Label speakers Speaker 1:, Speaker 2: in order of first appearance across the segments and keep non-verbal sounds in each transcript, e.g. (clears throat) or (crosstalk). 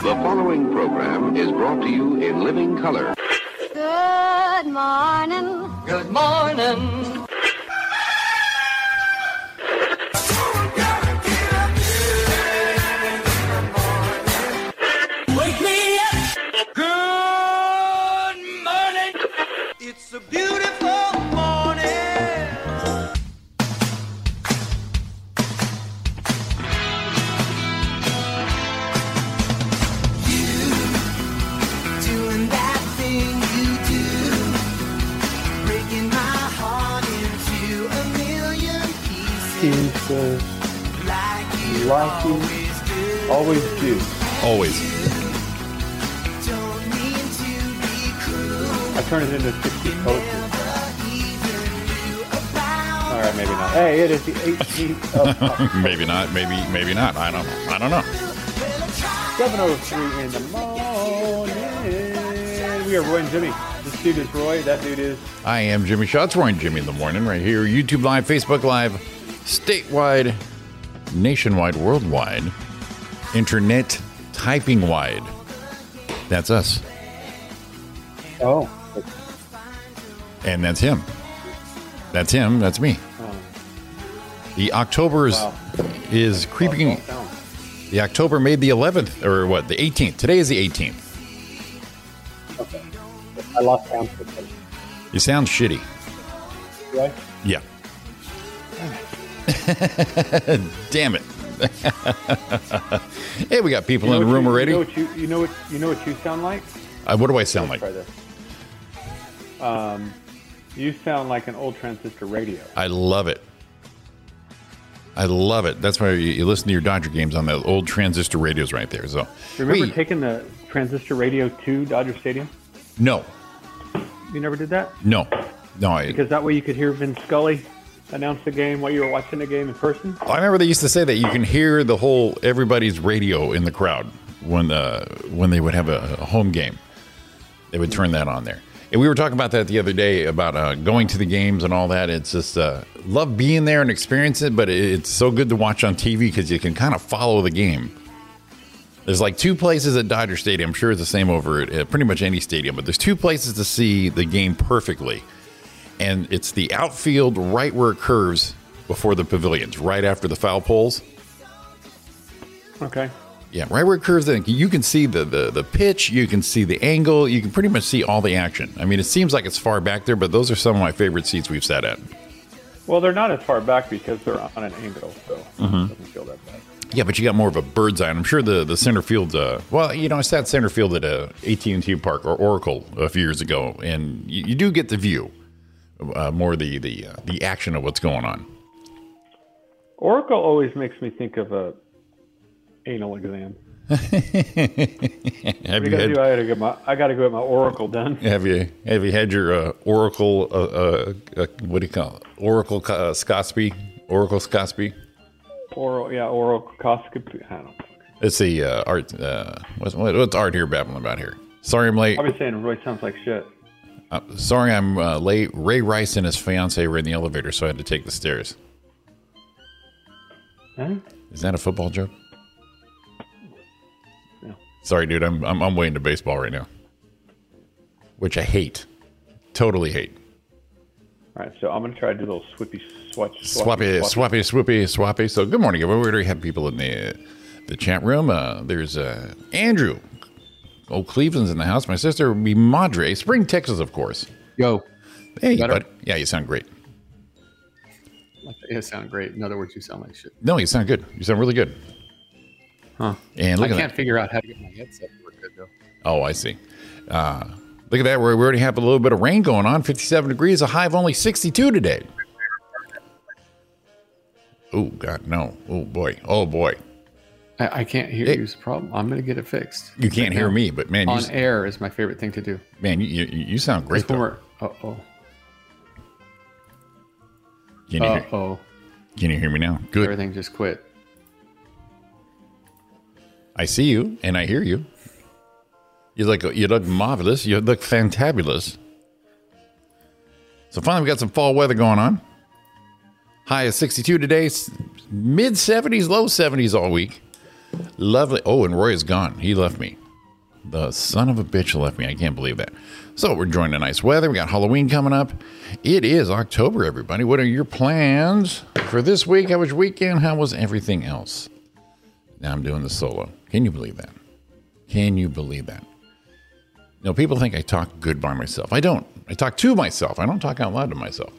Speaker 1: The following program is brought to you in living color.
Speaker 2: Good morning.
Speaker 3: Good morning.
Speaker 4: Wake me up. Good morning. It's a beautiful morning.
Speaker 5: doing that thing you do, breaking my heart into a million pieces
Speaker 6: pieces
Speaker 5: like you
Speaker 6: like you
Speaker 5: always do.
Speaker 6: always do.
Speaker 7: Always. (laughs)
Speaker 5: Don't mean to be cruel,
Speaker 6: I turn it into 60 posts.
Speaker 5: never even knew about
Speaker 6: All right, maybe not. Hey, it is the 18th of October,
Speaker 7: maybe not. Maybe maybe not. I don't. I don't know.
Speaker 6: 7.03 in the morning. We are Roy and Jimmy. This dude is Roy. That dude is
Speaker 7: I am Jimmy Shots, Roy and Jimmy in the morning, right here. YouTube Live, Facebook Live, statewide, nationwide, worldwide, internet typing wide. That's us,
Speaker 6: oh,
Speaker 7: and that's him. That's him. That's me. The October is
Speaker 6: Wow.
Speaker 7: is creeping.
Speaker 6: down.
Speaker 7: The October made the 11th or what? The 18th. Today is the 18th.
Speaker 6: Okay. I lost count for a second.
Speaker 7: You sound shitty.
Speaker 6: Do I?
Speaker 7: Yeah. (laughs) Damn it. (laughs) hey, we got people
Speaker 6: You know
Speaker 7: in the
Speaker 6: what
Speaker 7: room
Speaker 6: you-
Speaker 7: already.
Speaker 6: You know,
Speaker 7: Uh,
Speaker 6: what you, you, know what, you know what you sound like?
Speaker 7: What, do I sound like?
Speaker 6: Try this. Um, you sound like an old transistor radio.
Speaker 7: I love it. I love it. That's why you, you listen to your Dodger games on the old transistor radios right there. So
Speaker 6: Remember
Speaker 7: Wait,
Speaker 6: taking the transistor radio to Dodger Stadium?
Speaker 7: no,
Speaker 6: You never did that?
Speaker 7: no, no. I,
Speaker 6: Because that way you could hear Vin Scully announce the game while you were watching the game in person.
Speaker 7: I remember they used to say that you can hear the whole everybody's radio in the crowd when uh, when they would have a, a home game. They would turn that on there. And we were talking about that the other day about uh, going to the games and all that. It's just uh, love being there and experiencing it, but it, it's so good to watch on TV because you can kind of follow the game. There's like two places at Dodger Stadium. I'm sure it's the same over at, at pretty much any stadium, but there's two places to see the game perfectly. And it's the outfield right where it curves before the pavilions, right after the foul poles.
Speaker 6: Okay.
Speaker 7: Yeah, right where it curves in, you can see the, the the pitch, you can see the angle, you can pretty much see all the action. I mean, it seems like it's far back there, but those are some of my favorite seats we've sat at.
Speaker 6: Well, they're not as far back because they're on an angle, so it doesn't feel that bad.
Speaker 7: Yeah, but you got more of a bird's eye. And I'm sure the the center field. Uh, well, you know, I sat center field at uh, AT&T Park or Oracle a few years ago, and you, you do get the view, uh, more the the uh, the action of what's going on. (laughs)
Speaker 6: Oracle always makes me think of a anal exam.
Speaker 7: Have
Speaker 6: What
Speaker 7: you
Speaker 6: do I
Speaker 7: had,
Speaker 6: do? I gotta get my I gotta go get my Oracle done.
Speaker 7: have you have you had your uh, Oracle uh, uh, uh, what do you call it? Oracle uh, Scotsby? Oracle Scotsby?
Speaker 6: Oral, yeah, oral coscopy. I don't. know.
Speaker 7: Let's see, uh, art. Uh, what's, what- what's art here babbling about here? Sorry, I'm late.
Speaker 6: I've been saying Roy sounds like shit.
Speaker 7: Uh, sorry, I'm uh, late. Ray Rice and his fiance were in the elevator, so I had to take the stairs.
Speaker 6: Huh?
Speaker 7: Is that a football joke?
Speaker 6: No.
Speaker 7: Sorry, dude. I'm I'm, I'm way into baseball right now, which I hate. Totally hate.
Speaker 6: All right, so I'm gonna try to do a little swippy swatch.
Speaker 7: Swappy, swappy, swoopy, swappy. So, good morning, everyone. We already have people in the the chat room. Uh, there's uh, Andrew. Oh, Cleveland's in the house. My sister would be Madre. Spring, Texas, of course.
Speaker 8: Yo,
Speaker 7: Hey,
Speaker 8: Better?
Speaker 7: bud. Yeah, you sound great.
Speaker 8: it sounded great. In other words, you sound like shit.
Speaker 7: No, you sound good. You sound really good.
Speaker 8: Huh.
Speaker 7: And look
Speaker 8: I
Speaker 7: at
Speaker 8: can't
Speaker 7: that.
Speaker 8: figure out how to get my headset to work good though.
Speaker 7: Oh, I see. Uh, look at that. We we already have a little bit of rain going on. 57 degrees, a high of only 62 today. Oh, God, no. Oh, boy. Oh, boy.
Speaker 8: I, I can't hear
Speaker 7: Hey.
Speaker 8: you's problem. I'm gonna get it fixed.
Speaker 7: You can't hear me, but man, you,
Speaker 8: On air is my favorite thing to do.
Speaker 7: man, you, you, you sound great, though.
Speaker 8: Uh
Speaker 7: (laughs)
Speaker 8: oh.
Speaker 7: Can you,
Speaker 8: Uh
Speaker 7: hear,
Speaker 8: oh.
Speaker 7: can you hear me now? Good.
Speaker 8: Everything just quit.
Speaker 7: I see you and I hear you. You look, you look marvelous. You look fantabulous. So finally, we got some fall weather going on. High is 62 today, s- mid 70s, low 70s all week. Lovely. Oh, and Roy is gone. He left me. The son of a bitch left me. I can't believe that. So we're enjoying the nice weather. We got Halloween coming up. It is October, everybody. What are your plans for this week? How was your weekend? How was everything else? Now I'm doing the solo. Can you believe that? Can you believe that? No, people think I talk good by myself. I don't. I talk to myself. I don't talk out loud to myself.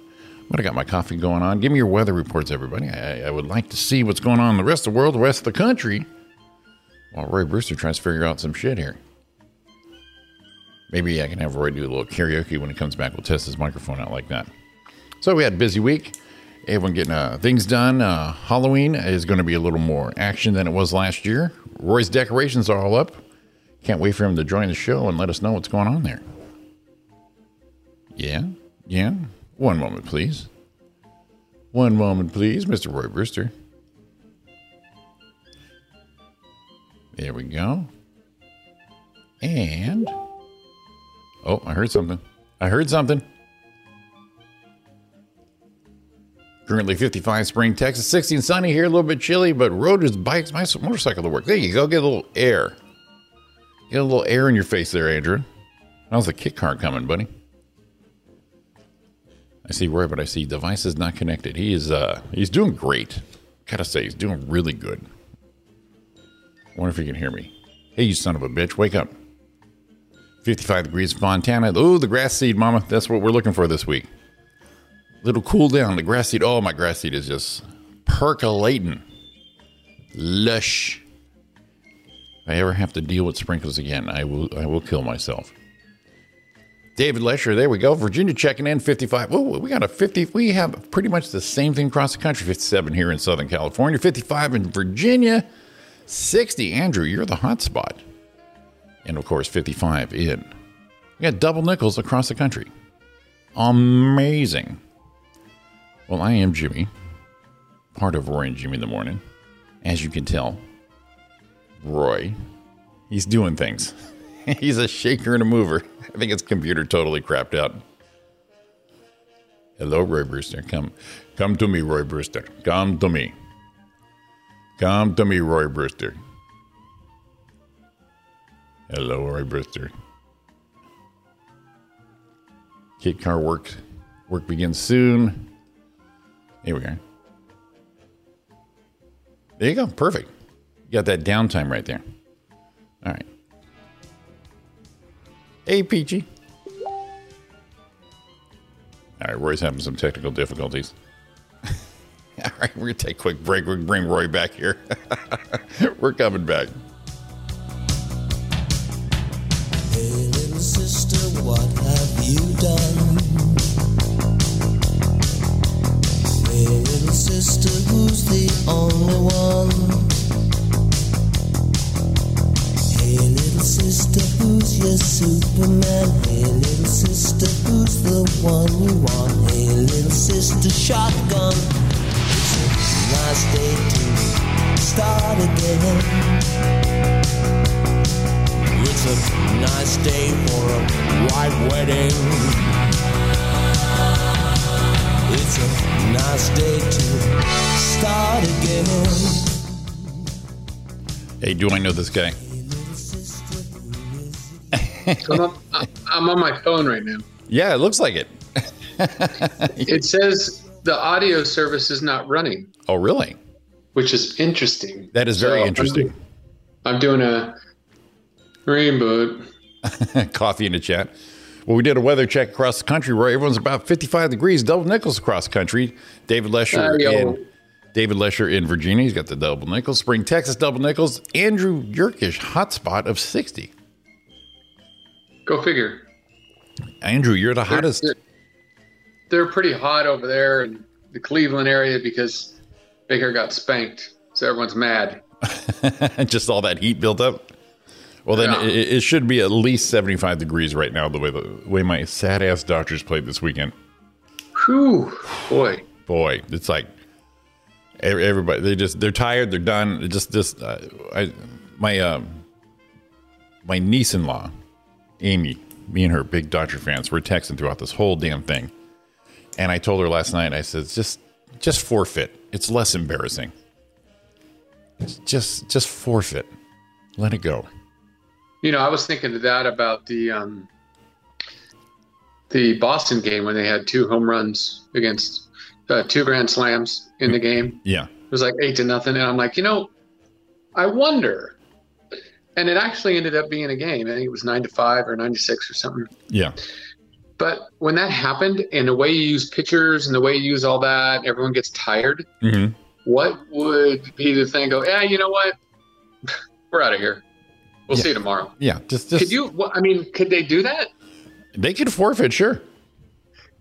Speaker 7: But I got my coffee going on. Give me your weather reports, everybody. I, I would like to see what's going on in the rest of the world, the rest of the country, while Roy Brewster tries to figure out some shit here. Maybe I can have Roy do a little karaoke when he comes back. We'll test his microphone out like that. So we had a busy week. Everyone getting uh, things done. Uh, Halloween is going to be a little more action than it was last year. Roy's decorations are all up. Can't wait for him to join the show and let us know what's going on there. Yeah, yeah. One moment, please. One moment, please, Mr. Roy Brewster. There we go. And oh, I heard something. I heard something. Currently 55 Spring, Texas, 60 and sunny here, a little bit chilly, but rode his bikes, my motorcycle to work. There you go, get a little air. Get a little air in your face there, Adrian. How's the kick car coming, buddy? I see Roy, but I see devices not connected. He is uh he's doing great. Gotta say, he's doing really good. Wonder if you can hear me. Hey, you son of a bitch, wake up. 55 degrees Fontana. Oh, the grass seed, mama. That's what we're looking for this week. Little cool down. The grass seed. Oh, my grass seed is just percolating. Lush. If I ever have to deal with sprinkles again, I will I will kill myself. David Lesher, there we go. Virginia checking in 55. Whoa, we got a 50. We have pretty much the same thing across the country. 57 here in Southern California, 55 in Virginia, 60. Andrew, you're the hot spot. And of course, 55 in. We got double nickels across the country. Amazing. Well, I am Jimmy, part of Roy and Jimmy in the morning. As you can tell, Roy, he's doing things. (laughs) he's a shaker and a mover. I think his computer totally crapped out. Hello, Roy Brewster. Come, come to me, Roy Brewster. Come to me. Come to me, Roy Brewster. Hello, Roy Brewster. Kid car work work begins soon. Here we are. There you go. Perfect. You got that downtime right there. All right. Hey, Peachy. All right, Roy's having some technical difficulties. (laughs) All right, we're going to take a quick break. We're going to bring Roy back here. (laughs) we're coming back.
Speaker 5: Ailing sister, what have you done? Ailing sister, who's the only one? Hey little sister, who's your Superman? Hey little sister, who's the one you want? Hey little sister, shotgun. It's a nice day to start again. It's a nice day for a white wedding. It's a nice day to start again.
Speaker 7: Hey, do I know this guy?
Speaker 8: So I'm, on, I- I'm on my phone right now.
Speaker 7: Yeah, it looks like it.
Speaker 8: It says the audio service is not running,
Speaker 7: Oh, really?
Speaker 8: which is interesting.
Speaker 7: That is very
Speaker 9: Uh,
Speaker 8: So I'm-
Speaker 7: interesting.
Speaker 8: I'm doing a rainbow.
Speaker 7: Coffee in the chat. Well, we did a weather check across the country where everyone's about 55 degrees, double nickels across the country. David Lesher
Speaker 8: Ayo.
Speaker 7: in David Lesher in Virginia. He's got the double nickels. Spring, Texas, double nickels. Andrew Yurkish, hotspot of 60.
Speaker 8: Go figure.
Speaker 7: Andrew, you're the hottest.
Speaker 8: They're, they're pretty hot over there in the Cleveland area because Baker got spanked, so everyone's mad.
Speaker 7: (laughs) just all that heat built up. Well, then
Speaker 8: Yeah.
Speaker 7: it, it should be at least 75 degrees right now, the way the way my sad ass Dodgers played this weekend.
Speaker 8: Whew, boy.
Speaker 7: Boy, it's like ev- everybody they just they're tired, they're done. It just just uh, I my um my niece in law, Amy, me and her big Dodger fans, we're texting throughout this whole damn thing. And I told her last night, I said, just just forfeit. It's less embarrassing. Just just forfeit. Let it go.
Speaker 9: You know, I was thinking of that about the um, the Boston game when they had two home runs against uh, two grand slams in the game.
Speaker 7: Yeah.
Speaker 9: It was like eight to nothing, and I'm like, you know, I wonder. And it actually ended up being a game. I think it was nine to five or nine to six or something.
Speaker 7: Yeah.
Speaker 9: But when that happened, and the way you use pictures and the way you use all that, everyone gets tired.
Speaker 7: hmm
Speaker 9: What would be the thing? Go, yeah, you know what? (laughs) We're out of here. We'll
Speaker 7: Yeah.
Speaker 9: see you tomorrow.
Speaker 7: Yeah. Just, just
Speaker 9: could you? wha- I mean, could they do that?
Speaker 7: they could forfeit, sure.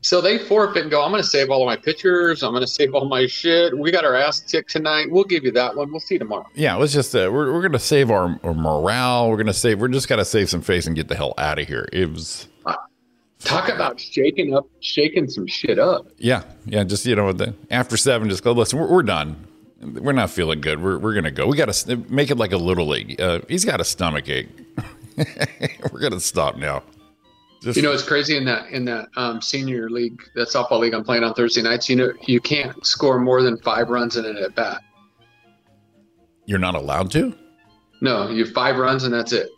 Speaker 9: So they forfeit and go. I'm going to save all of my pictures. I'm going to save all my shit. We got our ass kicked tonight. We'll give you that one. We'll see you tomorrow.
Speaker 7: Yeah, let's just uh, we're we're gonna save our, our morale. We're gonna save. We're just gotta save some face and get the hell out of here. It was
Speaker 9: Talk about shaking up, shaking some shit up.
Speaker 7: yeah, yeah. Just you know, the, after seven, just go. Listen, we're, we're done. We're not feeling good. We're we're gonna go. We gotta s- make it like a little league. Uh, he's got a stomach ache. (laughs) we're gonna stop now. Just
Speaker 9: You know, it's crazy in that in that um, senior league, that softball league I'm playing on Thursday nights. You know, you can't score more than five runs in an at bat.
Speaker 7: you're not allowed to.
Speaker 9: No, you have five runs and that's it.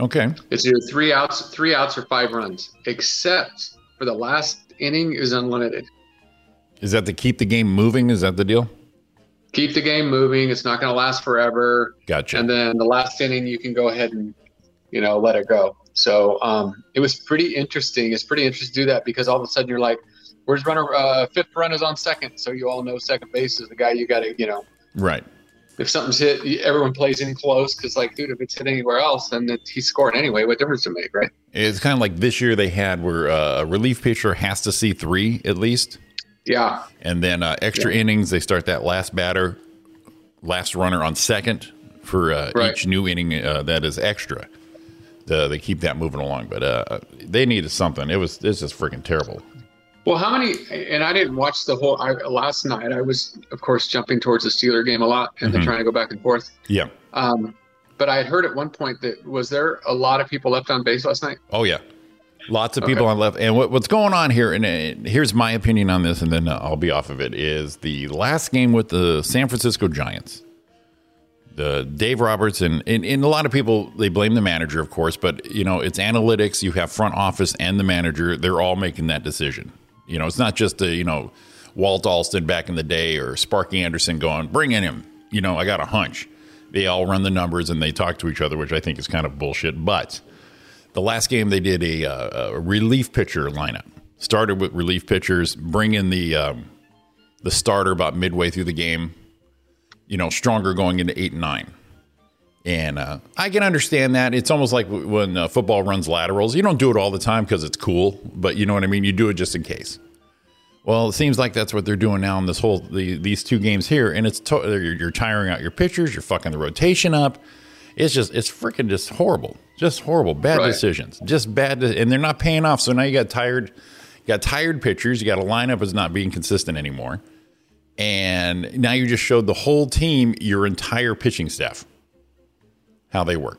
Speaker 7: Okay.
Speaker 9: It's either three outs, three outs or five runs, except for the last inning is unlimited.
Speaker 7: Is that to keep the game moving? Is that the deal?
Speaker 9: Keep the game moving. It's not going to last forever.
Speaker 7: Gotcha.
Speaker 9: And then the last inning, you can go ahead and you know let it go. So um, it was pretty interesting. It's pretty interesting to do that because all of a sudden you're like, "Where's runner? Uh, fifth run is on second, so you all know second base is the guy you got to you know
Speaker 7: right.
Speaker 9: if something's hit, you- everyone plays in close because, like, dude, if it's hit anywhere else, then it, he's scoring anyway. What difference does it make, right?
Speaker 7: It's kind of like this year they had where uh, a relief pitcher has to see three at least.
Speaker 9: Yeah,
Speaker 7: And then uh, extra innings, they start that last batter, last runner on second for uh,
Speaker 9: Right.
Speaker 7: each new inning uh, that is extra. Uh, they keep that moving along, but uh, they needed something. It was this is freaking terrible.
Speaker 9: Well, how many? And I didn't watch the whole. I, last night, I was, of course, jumping towards the Steeler game a lot and then
Speaker 7: Mhm.
Speaker 9: trying to go back and forth.
Speaker 7: Yeah.
Speaker 9: Um, but I had heard at one point that was there a lot of people left on base last night.
Speaker 7: Oh yeah. Lots of people on left. And what, what's going on here? And uh, here's my opinion on this, and then uh, I'll be off of it. Is the last game with the San Francisco Giants? The Dave Roberts and, and and a lot of people they blame the manager, of course, but you know it's analytics. You have front office and the manager; they're all making that decision. You know, it's not just the you know Walt Alston back in the day or Sparky Anderson going bring in him. You know, I got a hunch. They all run the numbers and they talk to each other, which I think is kind of bullshit. But the last game they did a, uh, a relief pitcher lineup. Started with relief pitchers, bring in the um, the starter about midway through the game. You know, stronger going into eight and nine. And uh, I can understand that. It's almost like w- when uh, football runs laterals. You don't do it all the time because it's cool, but you know what I mean. You do it just in case. Well, it seems like that's what they're doing now in this whole the, these two games here, and it's to- you're, you're tiring out your pitchers. You're fucking the rotation up. It's just it's freaking just horrible, just horrible, bad
Speaker 9: Right.
Speaker 7: decisions, just bad, de- and they're not paying off. So now you got tired, you got tired pitchers. You got a lineup that's not being consistent anymore, and now you just showed the whole team, your entire pitching staff, how they work.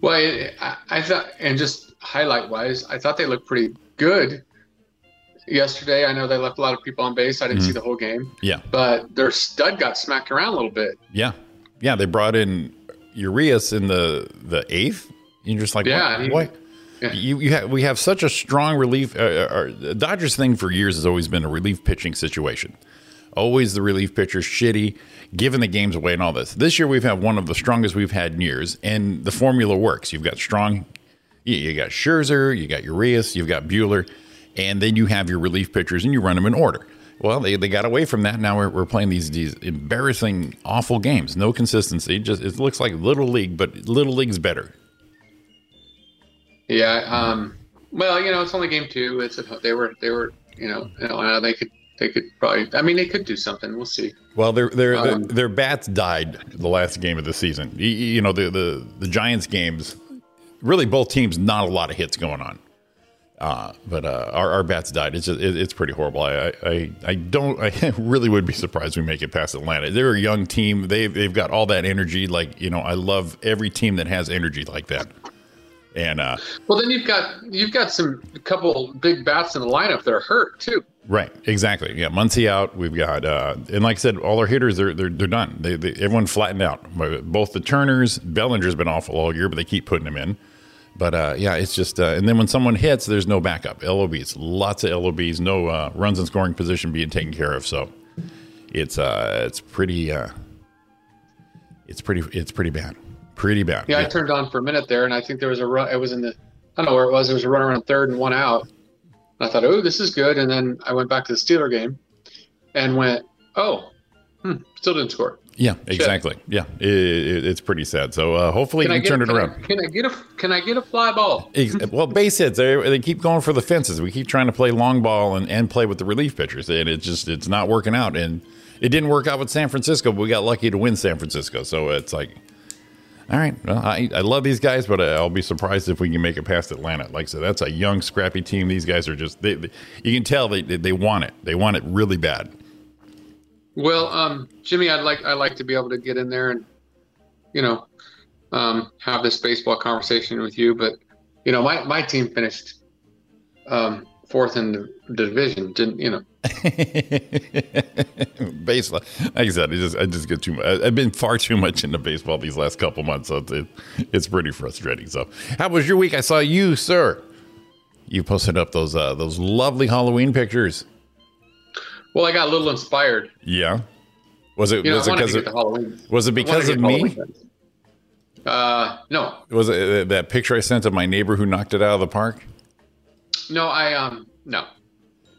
Speaker 9: Well, I, I- I thought, and just highlight wise, I thought they looked pretty good yesterday. I know they left a lot of people on base. I didn't see the whole game,
Speaker 7: Yeah,
Speaker 9: but their stud got smacked around a little bit.
Speaker 7: yeah, yeah. They brought in Urias in the the eighth. You're just like,
Speaker 9: Yeah,
Speaker 7: what?
Speaker 9: he-
Speaker 7: what?
Speaker 9: yeah.
Speaker 7: You, you have, we have such a strong relief. Uh, uh, uh, Dodgers thing for years has always been a relief pitching situation. Always the relief pitcher shitty, giving the games away and all this. This year we've had one of the strongest we've had in years, and the formula works. You've got strong, you, you got Scherzer, you got Urias, you've got Bueller, and then you have your relief pitchers and you run them in order. Well, they, they got away from that. Now we're, we're playing these, these embarrassing, awful games. No consistency. Just it looks like little league, but little league's better.
Speaker 9: Yeah. Um, well, you know, it's only game two. It's at, they were they were you know in Atlanta. They could they could probably. I mean, they could do something. We'll see.
Speaker 7: Well, their their
Speaker 9: Um,
Speaker 7: their bats died the last game of the season. Y- y- You, know the, the the Giants games, really both teams not a lot of hits going on. Uh, but uh, our, our bats died. It's just, it, it's pretty horrible. I, I- I I don't. I (laughs) really would be surprised we make it past Atlanta. They're a young team. They have they've got all that energy. Like you know, I love every team that has energy like that. And uh,
Speaker 9: Well, then you've got you've got some couple big bats in the lineup that are hurt too.
Speaker 7: right, exactly. Yeah, Muncie out. We've got uh, and like I said, all our hitters they're they're, they're done. They, they everyone flattened out. Both the Turners, Bellinger's been awful all year, but they keep putting him in. But uh, yeah, it's just uh, and then when someone hits, there's no backup. LOBs, lots of LOBs, no uh, runs in scoring position being taken care of. So it's uh, it's pretty uh, it's pretty it's pretty bad, pretty bad.
Speaker 9: Yeah, I turned on for a minute there, and I think there was a run. It was in the I don't know where it was. There was a runner on third and one out. And I thought, oh, this is good. And then I went back to the Steeler game, and went, oh, hmm, still didn't score.
Speaker 7: Yeah, exactly. Yeah, it, it, it's pretty sad. So uh, hopefully you
Speaker 9: I
Speaker 7: can
Speaker 9: get
Speaker 7: turn
Speaker 9: a-
Speaker 7: it
Speaker 9: can
Speaker 7: around.
Speaker 9: I- can I get a can I get a fly ball?
Speaker 7: Ex- well, base hits, they, they keep going for the fences. We keep trying to play long ball and, and play with the relief pitchers, and it's just it's not working out. And it didn't work out with San Francisco, but we got lucky to win San Francisco. So it's like, all right, well, I, I love these guys, but I'll be surprised if we can make it past Atlanta. Like I said, that's a young, scrappy team. These guys are just, they, they, you can tell they, they, they want it. They want it really bad.
Speaker 9: Well, um, Jimmy, I'd like I like to be able to get in there and you know um, have this baseball conversation with you, but you know my, my team finished um, fourth in the division. Didn't you know?
Speaker 7: (laughs) baseball. Like I said, I just I just get too much. I've been far too much into baseball these last couple months, so it's, it's pretty frustrating. So, how was your week? I saw you, sir. You posted up those uh, those lovely Halloween pictures.
Speaker 9: Well, I got a little inspired.
Speaker 7: Yeah, was it
Speaker 9: You know,
Speaker 7: was
Speaker 9: I
Speaker 7: it
Speaker 9: wanted
Speaker 7: because
Speaker 9: to get
Speaker 7: of,
Speaker 9: to Halloween.
Speaker 7: was it
Speaker 9: I wanted
Speaker 7: because
Speaker 9: to
Speaker 7: of
Speaker 9: get to
Speaker 7: me?
Speaker 9: Halloween. Uh, no,
Speaker 7: Was it uh, that picture I sent of my neighbor who knocked it out of the park?
Speaker 9: no, I um, no.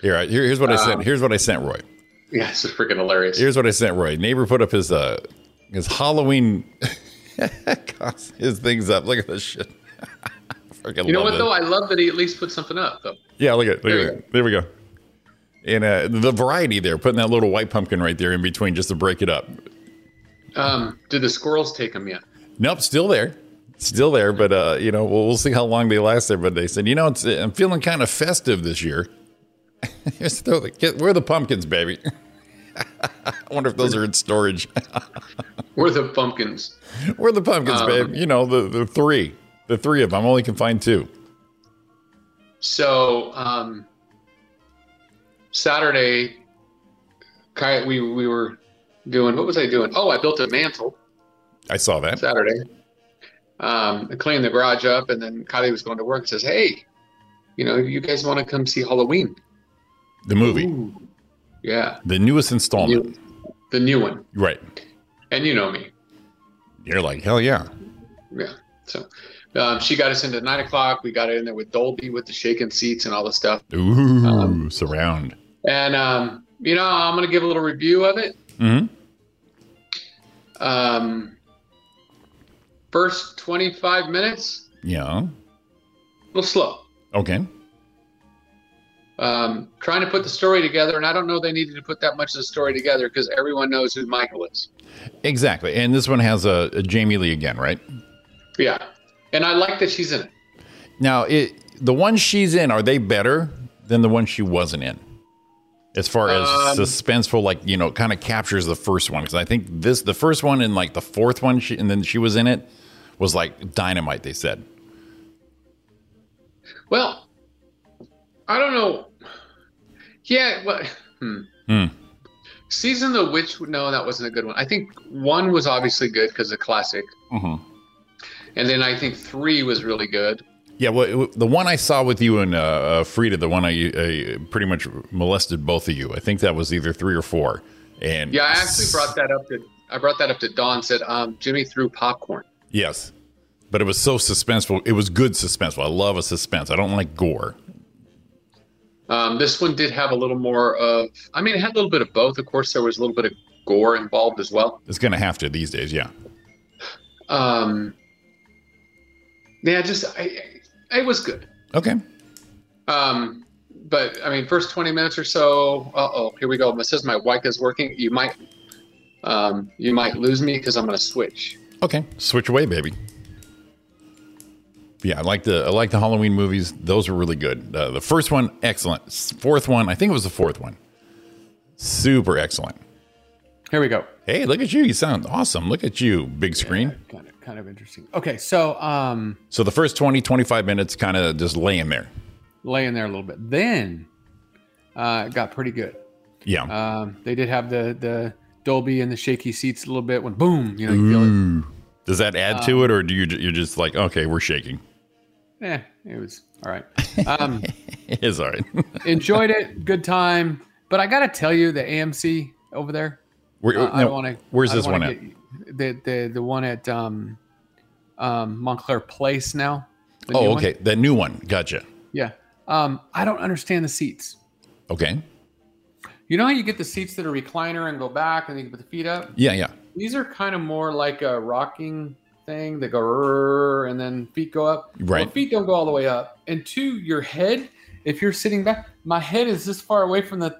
Speaker 7: Here, I- here here's what I
Speaker 9: Uh-huh.
Speaker 7: sent. Here's what I sent Roy.
Speaker 9: Yeah, this is freaking hilarious.
Speaker 7: Here's what I sent Roy. Neighbor put up his uh his Halloween (laughs) his things up. Look at this shit. (laughs) Freaking
Speaker 9: you know
Speaker 7: love
Speaker 9: what
Speaker 7: it.
Speaker 9: though? I love that he at least put something up though.
Speaker 7: Yeah, look at look
Speaker 9: There you
Speaker 7: at it. There we go. And uh, the variety there, putting that little white pumpkin right there in between just to break it up.
Speaker 9: Um, did the squirrels take him yet?
Speaker 7: Nope, still there, still there. But uh, you know, we'll, we'll see how long they last there. But they said, you know, it's, I'm feeling kind of festive this year. (laughs) Just throw the, get, where are the pumpkins, baby? (laughs) I wonder if those are in storage.
Speaker 9: Were the pumpkins?
Speaker 7: where are the pumpkins, babe? You know, the, the three, the three of them. I only can find two.
Speaker 9: So um, Saturday, Kai, we we were doing what was I doing? Oh, I built a mantle
Speaker 7: I saw that.
Speaker 9: Saturday. Um, I cleaned the garage up, and then Kylie was going to work. and Says, "Hey, you know, you guys want to come see Halloween?
Speaker 7: The movie,
Speaker 9: Ooh. Yeah,
Speaker 7: the newest installment.
Speaker 9: new, the new one.
Speaker 7: Right.
Speaker 9: And you know me,
Speaker 7: You're like, hell yeah.
Speaker 9: yeah. So um, she got us into nine o'clock. We got it in there with Dolby, with the shaking seats and all the stuff.
Speaker 7: Ooh, surround.
Speaker 9: And um, you know, I'm gonna give a little review of it.
Speaker 7: hmm
Speaker 9: Um, first 25 minutes,
Speaker 7: Yeah.
Speaker 9: a little slow.
Speaker 7: Okay.
Speaker 9: Um, trying to put the story together, and I don't know they needed to put that much of the story together because everyone knows who Michael is.
Speaker 7: Exactly. And this one has a, a Jamie Lee again, right?
Speaker 9: Yeah, and I like that she's in it.
Speaker 7: Now, it the ones she's in, are they better than the one she wasn't in? As far as
Speaker 9: Um,
Speaker 7: suspenseful, like, you know, kind of captures the first one. Because I think this, the first one and like the fourth one, she, and then she was in it, was like dynamite, they said.
Speaker 9: Well, I don't know. Yeah, well, hmm.
Speaker 7: Hmm.
Speaker 9: Season of the Witch. No, that wasn't a good one. I think one was obviously good because the classic, and then I think three was really good.
Speaker 7: Yeah, well, it- the one I saw with you and uh, uh, Frida, the one I uh, pretty much molested both of you. I think that was either three or four. And
Speaker 9: Yeah, I actually brought that up to I brought that up to Don. Said um, Jimmy threw popcorn.
Speaker 7: Yes. But it was so suspenseful. It was good suspenseful. I love a suspense. I don't like gore.
Speaker 9: Um, this one did have a little more of. I mean, it had a little bit of both. Of course, there was a little bit of gore involved as well.
Speaker 7: It's going to have to these days. Yeah.
Speaker 9: Um, yeah, just I, I, it was good.
Speaker 7: Okay.
Speaker 9: Um, but I mean, first twenty minutes or so. Uh oh, here we go. It says my mic is working. You might, um, you might lose me because I'm gonna switch.
Speaker 7: Okay. Switch away, baby. Yeah, I like the I like the Halloween movies. Those were really good. Uh, the first one, excellent. S- Fourth one, I think it was the fourth one, super excellent.
Speaker 9: Here we go.
Speaker 7: Hey, look at you! You sound awesome. Look at you, big screen.
Speaker 9: Got it. kind of interesting. Okay, so um,
Speaker 7: So the first 20, 25 minutes kind of just laying there.
Speaker 9: laying there a little bit. Then uh, it got pretty good.
Speaker 7: Yeah.
Speaker 9: Um, they did have the the Dolby and the shaky seats a little bit when boom, you know, you feel it.
Speaker 7: Ooh. Does that add
Speaker 9: um,
Speaker 7: to it, or do you ju- you're just like, okay, we're shaking? (laughs)
Speaker 9: Yeah, Eh, it was all right. Um, (laughs)
Speaker 7: It's all right. (laughs)
Speaker 9: enjoyed it, good time. But I gotta tell you, the AMC over there,
Speaker 7: Where-
Speaker 9: uh, I
Speaker 7: no,
Speaker 9: don't want to.
Speaker 7: where's this one at?
Speaker 9: The the the one at um, um, Montclair Place now. the new
Speaker 7: Oh,
Speaker 9: one.
Speaker 7: okay, that new one. Gotcha.
Speaker 9: Yeah. Um, I don't understand the seats.
Speaker 7: Okay.
Speaker 9: You know how you get the seats that are recliner and go back and you can put the feet up?
Speaker 7: Yeah, yeah.
Speaker 9: These are kind of more like a rocking thing that go "Rrrr," and then feet go up.
Speaker 7: Right.
Speaker 9: Well, feet don't go all the way up. And two, your head, if you're sitting back, my head is this far away from the,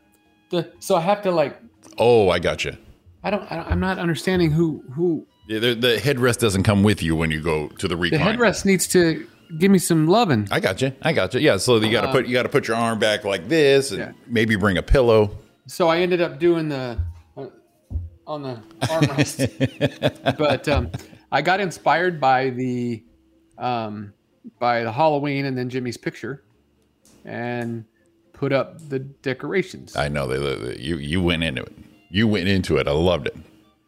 Speaker 9: the so I have to like
Speaker 7: Oh, I gotcha.
Speaker 9: I don't, I don't I'm not understanding who who
Speaker 7: Yeah, The, the headrest doesn't come with you when you go to the recline.
Speaker 9: the headrest needs to give me some loving.
Speaker 7: I gotcha. I gotcha. Yeah. So you gotta put you gotta put your arm back like this, and
Speaker 9: Uh, Yeah.
Speaker 7: maybe bring a pillow.
Speaker 9: so I ended up doing the uh, on the
Speaker 7: (laughs)
Speaker 9: armrest. but um, I got inspired by the um, by the Halloween and then Jimmy's picture, and put up the decorations.
Speaker 7: I know they, they- they- you you went into it. You went into it. I loved it.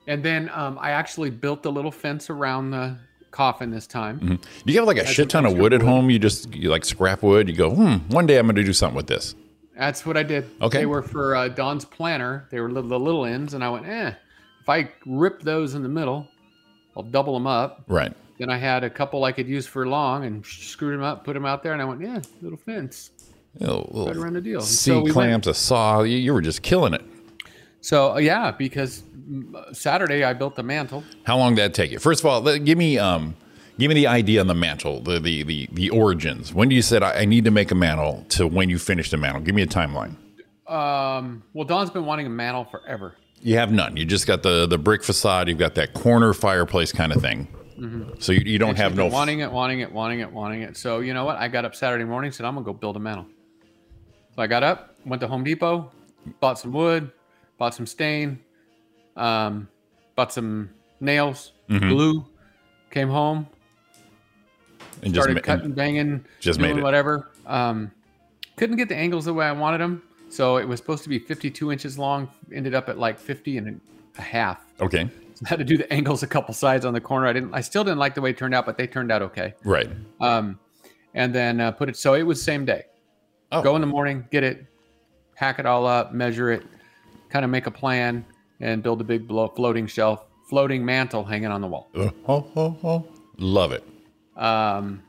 Speaker 9: and then um, I actually built a little fence around the coffin this time.
Speaker 7: Do you have like a shit ton of wood at home? You just you like scrap wood. You go, hmm. One day I'm gonna do something with this.
Speaker 9: That's what I did.
Speaker 7: Okay.
Speaker 9: They were for uh, Don's planner. They were little, the little ends, and I went, eh. If I rip those in the middle, I'll double them up.
Speaker 7: Right.
Speaker 9: Then I had a couple I could use for long and screwed them up, put them out there, and I went, yeah, little fence.
Speaker 7: You know, little
Speaker 9: Right around the deal. And
Speaker 7: C
Speaker 9: so we went-
Speaker 7: clamps, a saw. You, you were just killing it.
Speaker 9: So uh, yeah, because mm, Saturday I built the mantle.
Speaker 7: How long did that take you? First of all, let- give me um, give me the idea on the mantle, the the the, the origins. When do you said I, I need to make a mantle to when you finished the mantle? Give me a timeline.
Speaker 9: Um, well, Don's been wanting a mantle forever.
Speaker 7: You have none. You just got the the brick facade. You've got that corner fireplace kind of thing.
Speaker 9: Mm-hmm.
Speaker 7: So you, you don't
Speaker 9: She's
Speaker 7: have
Speaker 9: been
Speaker 7: no.
Speaker 9: wanting it, wanting it, wanting it, wanting it. So you know what? I got up Saturday morning, said I'm gonna go build a mantle. So I got up, went to Home Depot, bought some wood, bought some stain, um, bought some nails,
Speaker 7: Mm-hmm.
Speaker 9: glue. Came home,
Speaker 7: and just
Speaker 9: started
Speaker 7: ma-
Speaker 9: cutting, banging,
Speaker 7: just
Speaker 9: doing
Speaker 7: made it.
Speaker 9: whatever. Um, couldn't get the angles the way I wanted them, so it was supposed to be 52 inches long. Ended up at like 50 and a half. (laughs)
Speaker 7: okay,
Speaker 9: So I had to do the angles a couple sides on the corner. I didn't. I still didn't like the way it turned out, but they turned out okay.
Speaker 7: right.
Speaker 9: Um, and then uh, put it. So it was same day.
Speaker 7: Oh.
Speaker 9: Go in the morning, get it, hack it all up, measure it, kind of make a plan, and build a big blo- floating shelf, floating mantle hanging on the wall.
Speaker 7: Uh, oh, oh, oh. Love it.
Speaker 9: Um,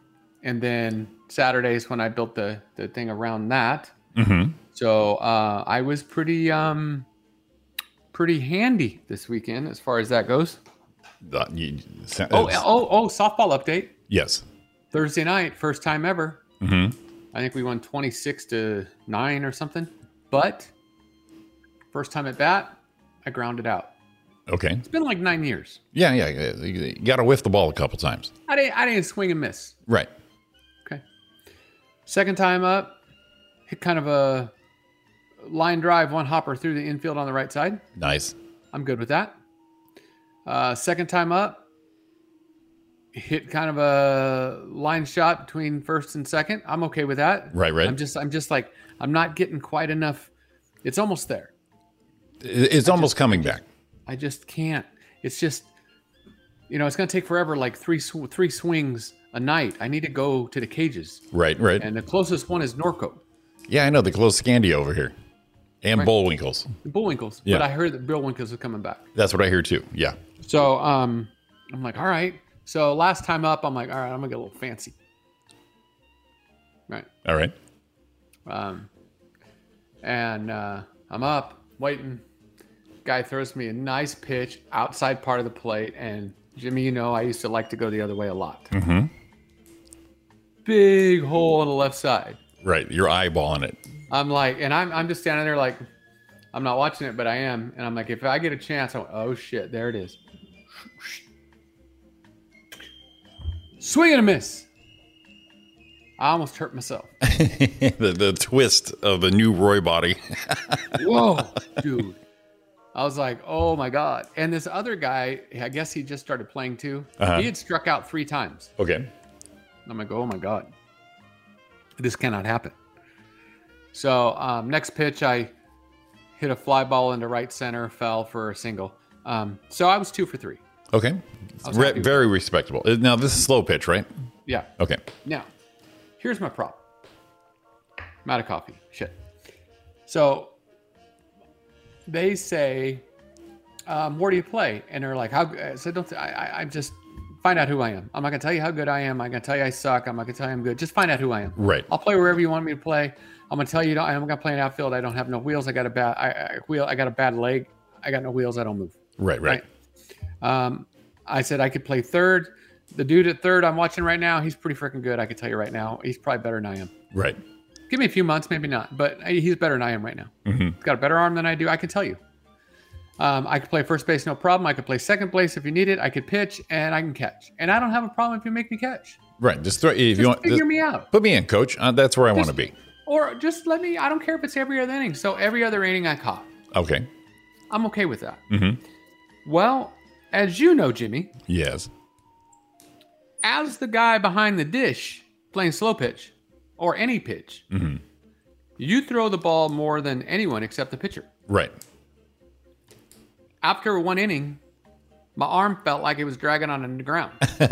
Speaker 9: and then Saturdays when I built the the thing around that.
Speaker 7: Mhm.
Speaker 9: So uh, I was pretty um, pretty handy this weekend as far as that goes.
Speaker 7: That- you- sa-
Speaker 9: Oh
Speaker 7: it's-
Speaker 9: oh oh! Softball update
Speaker 7: yes.
Speaker 9: Thursday night, first time ever.
Speaker 7: Mhm.
Speaker 9: I think we won twenty six to nine or something. But first time at bat, I grounded out.
Speaker 7: Okay.
Speaker 9: It's been like nine years.
Speaker 7: Yeah, yeah. yeah. You, you got to whiff the ball a couple times.
Speaker 9: I didn't I didn't swing and miss.
Speaker 7: Right.
Speaker 9: Okay. Second time up, hit kind of a line drive, one hopper through the infield on the right side.
Speaker 7: Nice.
Speaker 9: I'm good with that. Uh, second time up, hit kind of a line shot between first and second. I'm okay with that.
Speaker 7: Right, right.
Speaker 9: I'm just, I'm just like, I'm not getting quite enough. It's almost there.
Speaker 7: It- It's almost coming back.
Speaker 9: I just can't. It's just, you know, it's gonna take forever. Like three, sw- three swings a night. I need to go to the cages,
Speaker 7: Right, right.
Speaker 9: and the closest one is Norco.
Speaker 7: yeah, I know the close Scandi over here, and Bullwinkles.
Speaker 9: Bullwinkles.
Speaker 7: Yeah.
Speaker 9: But I heard that Bill Winkles was coming back.
Speaker 7: That's what I hear too. Yeah.
Speaker 9: So um, I'm like, all right. So last time up, I'm like, all right, I'm gonna get a little fancy. Right.
Speaker 7: All right.
Speaker 9: Um, and uh, I'm up waiting. Guy throws me a nice pitch outside part of the plate, and Jimmy, you know, I used to like to go the other way a lot.
Speaker 7: Mhm.
Speaker 9: Big hole on the left side.
Speaker 7: Right. You're eyeballing
Speaker 9: (laughs)
Speaker 7: it.
Speaker 9: I'm like, and I'm I'm just standing there like, I'm not watching it, but I am, and I'm like, if I get a chance, I went, oh shit, there it is. Swing and a miss. I almost hurt myself.
Speaker 7: the the twist of the new Roy body.
Speaker 9: Whoa, (laughs) dude. I was like, oh my God. And this other guy, I guess he just started playing too.
Speaker 7: Uh-huh.
Speaker 9: He had struck out three times.
Speaker 7: (laughs) Okay.
Speaker 9: I'm like, oh my God, this cannot happen. So, um, next pitch, I hit a fly ball into right center, fell for a single. Um, so I was two for three.
Speaker 7: Okay.
Speaker 9: was
Speaker 7: Re-
Speaker 9: happy with
Speaker 7: very respectable. Uh, Now this is slow pitch, right?
Speaker 9: Yeah.
Speaker 7: Okay.
Speaker 9: Now, here's my problem. I'm out of coffee. Shit. So they say, um, "Where do you play?" And they're like, "How?" I said, "Don't." I, I, I just find out who I am. I'm not gonna tell you how good I am. I'm gonna tell you I suck. I'm not gonna tell you I'm good. Just find out who I am.
Speaker 7: Right.
Speaker 9: I'll play wherever you want me to play. I'm gonna tell you. I'm gonna play an outfield. I don't have no wheels. I got a bad I, I, wheel. I got a bad leg. I got no wheels. I don't move.
Speaker 7: Right. Right.
Speaker 9: Um, I said I could play third. The dude at third I'm watching right now, he's pretty freaking good. I can tell you right now, he's probably better than I am.
Speaker 7: Right.
Speaker 9: Give me a few months, maybe not, but he's better than I am right now.
Speaker 7: Mhm.
Speaker 9: He's got a better arm than I do. I can tell you. Um, I could play first base, no problem. I could play second base if you need it. I could pitch and I can catch, and I don't have a problem if you make me catch.
Speaker 7: Right. Just throw. If you
Speaker 9: Just
Speaker 7: want,
Speaker 9: figure
Speaker 7: just-
Speaker 9: me out.
Speaker 7: Put me in, coach. Uh, that's where I want to
Speaker 9: Just-
Speaker 7: be.
Speaker 9: Or just let me. I don't care if it's every other inning. So every other inning I caught,
Speaker 7: Okay.
Speaker 9: I'm okay with that.
Speaker 7: Mhm.
Speaker 9: Well, as you know, Jimmy,
Speaker 7: Yes.
Speaker 9: as the guy behind the dish playing slow pitch or any pitch,
Speaker 7: Mm-hmm.
Speaker 9: you throw the ball more than anyone except the pitcher.
Speaker 7: Right.
Speaker 9: After one inning, my arm felt like it was dragging on
Speaker 7: (laughs)
Speaker 9: the ground.
Speaker 7: Were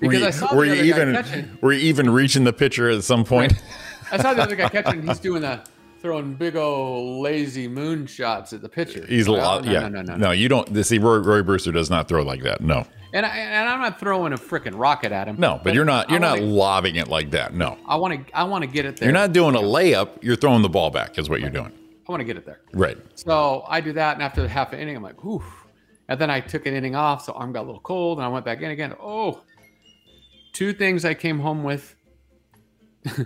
Speaker 9: Because
Speaker 7: you,
Speaker 9: I saw the
Speaker 7: were you
Speaker 9: other guy
Speaker 7: even
Speaker 9: catching.
Speaker 7: were you even reaching the pitcher at some point?
Speaker 9: (laughs)
Speaker 7: (laughs)
Speaker 9: I saw the other guy catching. He's doing the throwing big old lazy moon shots at the pitcher.
Speaker 7: He's a
Speaker 9: Like,
Speaker 7: lot.
Speaker 9: oh, no,
Speaker 7: yeah.
Speaker 9: No, no, no, no.
Speaker 7: No, you don't. See, Roy, Roy Brewster does not throw like that. No.
Speaker 9: And, I, and I'm not throwing a freaking rocket at him.
Speaker 7: No. But, you're not. You're
Speaker 9: I
Speaker 7: not
Speaker 9: wanna-
Speaker 7: lobbing it like that. No.
Speaker 9: I want to. I want to get it there.
Speaker 7: You're not doing a layup. You're throwing the ball back. Is what you're doing.
Speaker 9: I want to get it there.
Speaker 7: Right.
Speaker 9: So I do that, and after the half an inning, I'm like, oof. And then I took an inning off, so arm got a little cold, and I went back in again. Oh, two things I came home with (laughs)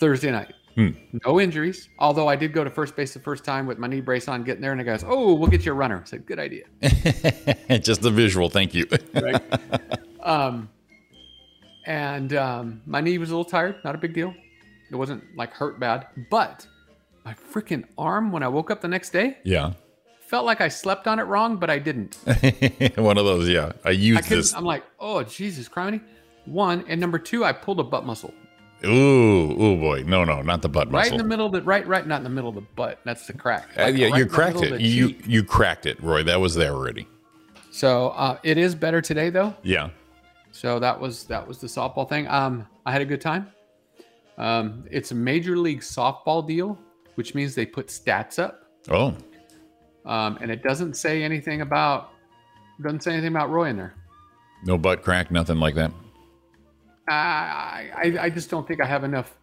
Speaker 9: Thursday night.
Speaker 7: Hmm.
Speaker 9: No injuries, although I did go to first base the first time with my knee brace on, getting there, and the guy goes, "Oh, we'll get you a runner." I said, "Good idea."
Speaker 7: (laughs) Just the visual. Thank you. (laughs)
Speaker 9: Um, and um, my knee was a little tired, not a big deal. It wasn't like hurt bad, but my freaking arm when I woke up the next day
Speaker 7: yeah. (laughs)
Speaker 9: felt like I slept on it wrong, but I didn't.
Speaker 7: One of those. Yeah. I
Speaker 9: I
Speaker 7: used
Speaker 9: couldn't,
Speaker 7: this.
Speaker 9: I'm like, oh Jesus, criminy. One and number two, I pulled a butt muscle
Speaker 7: Ooh. Ooh boy. No. No. Not the butt
Speaker 9: right
Speaker 7: muscle.
Speaker 9: in the middle of the right, right, not in the middle of the butt. That's the crack.
Speaker 7: Uh,
Speaker 9: Like,
Speaker 7: yeah,
Speaker 9: right
Speaker 7: you
Speaker 9: in the
Speaker 7: cracked
Speaker 9: middle
Speaker 7: it.
Speaker 9: of the
Speaker 7: You
Speaker 9: cheek.
Speaker 7: you cracked it, Roy. That was there already.
Speaker 9: So uh, it is better today though.
Speaker 7: Yeah.
Speaker 9: So that was that was the softball thing. Um, I had a good time. Um, it's a major league softball deal, which means they put stats up,
Speaker 7: Oh.
Speaker 9: um, and it doesn't say anything about doesn't say anything about Roy in there.
Speaker 7: No butt crack. Nothing like that.
Speaker 9: I I, I just don't think I have enough.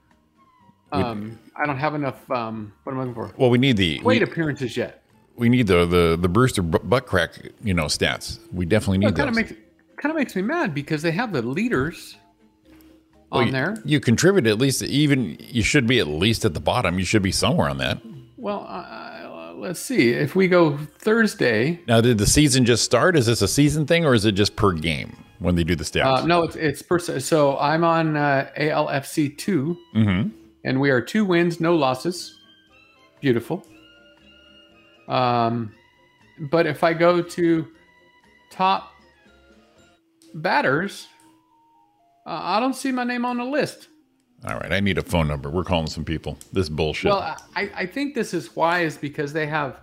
Speaker 9: Um, I don't have enough. Um, what am I looking for?
Speaker 7: Well, we need the
Speaker 9: Weight
Speaker 7: we,
Speaker 9: appearances yet.
Speaker 7: we need the the the Brewster bu- butt crack. You know stats. We definitely need
Speaker 9: It kind
Speaker 7: those.
Speaker 9: of makes kind of makes me mad because they have the leaders
Speaker 7: Well,
Speaker 9: on
Speaker 7: you-
Speaker 9: there.
Speaker 7: You contribute at least. Even you should be at least at the bottom. You should be somewhere on that.
Speaker 9: Well, uh, let's see. If we go Thursday,
Speaker 7: Now, did the season just start? Is this a season thing, or is it just per game when they do the stats?
Speaker 9: uh, no, it's it's person. So I'm on uh, ALFC two,
Speaker 7: Mm-hmm.
Speaker 9: and we are two wins, no losses. Beautiful. Um, but if I go to top batters, uh, I don't see my name on the list.
Speaker 7: All right, I need a phone number. We're calling some people. This bullshit.
Speaker 9: Well, I, I think this is why is because they have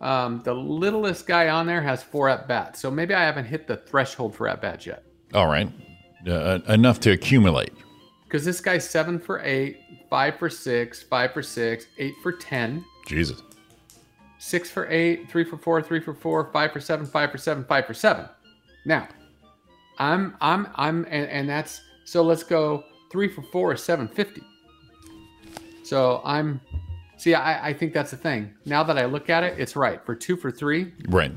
Speaker 9: um, the littlest guy on there has four at bats. So maybe I haven't hit the threshold for at bats yet.
Speaker 7: All right, uh, enough to accumulate.
Speaker 9: Because this guy's seven for eight, five for six, five for six, eight for ten,
Speaker 7: Jesus.
Speaker 9: six for eight, three for four, three for four, five for seven, five for seven, five for seven. Now, I'm I'm I'm and, and that's so let's go three for four is seven fifty. So I'm see I, I think that's the thing. Now that I look at it, it's right. For two for three,
Speaker 7: Right.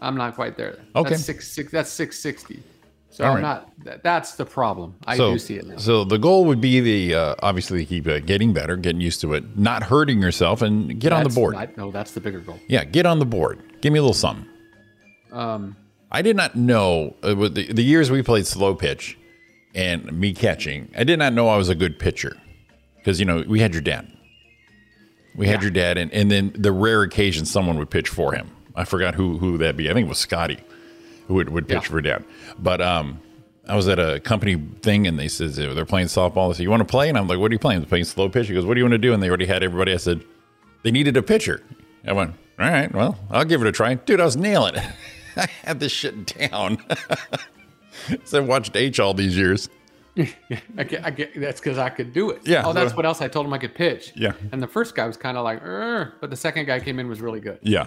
Speaker 9: I'm not quite there.
Speaker 7: Okay.
Speaker 9: That's six six that's six sixty. So
Speaker 7: All
Speaker 9: I'm
Speaker 7: right.
Speaker 9: not that, that's the problem. I
Speaker 7: so,
Speaker 9: do see it now.
Speaker 7: So the goal would be the uh, obviously keep uh, getting better, getting used to it, not hurting yourself, and get on the
Speaker 9: That's-
Speaker 7: board.
Speaker 9: I, no, that's the bigger goal.
Speaker 7: yeah, get on the board. Give me a little something.
Speaker 9: Um
Speaker 7: I did not know uh, with the, the years we played slow pitch and me catching. I did not know I was a good pitcher because you know we had your dad. We had your dad, and, and then the rare occasion someone would pitch for him. I forgot who who that'd be. I think it was Scotty who would, would pitch
Speaker 9: Yeah.
Speaker 7: for dad. But um, I was at a company thing, and they says they- they're playing softball. They said, "You want to play?" And I'm like, "What are you playing?" They're playing slow pitch. He goes, "What do you want to do?" And they already had everybody. I said, "They needed a pitcher." I went, "All right, well, I'll give it a try, dude." I was nailing it. (laughs) I had this shit down. (laughs) so I watched H all these years.
Speaker 9: I get, I get, that's because I could do it.
Speaker 7: Yeah.
Speaker 9: Oh, that's what else I told him I could pitch.
Speaker 7: Yeah.
Speaker 9: And the first guy was kind of like, "Er," but the second guy came in was really good.
Speaker 7: Yeah,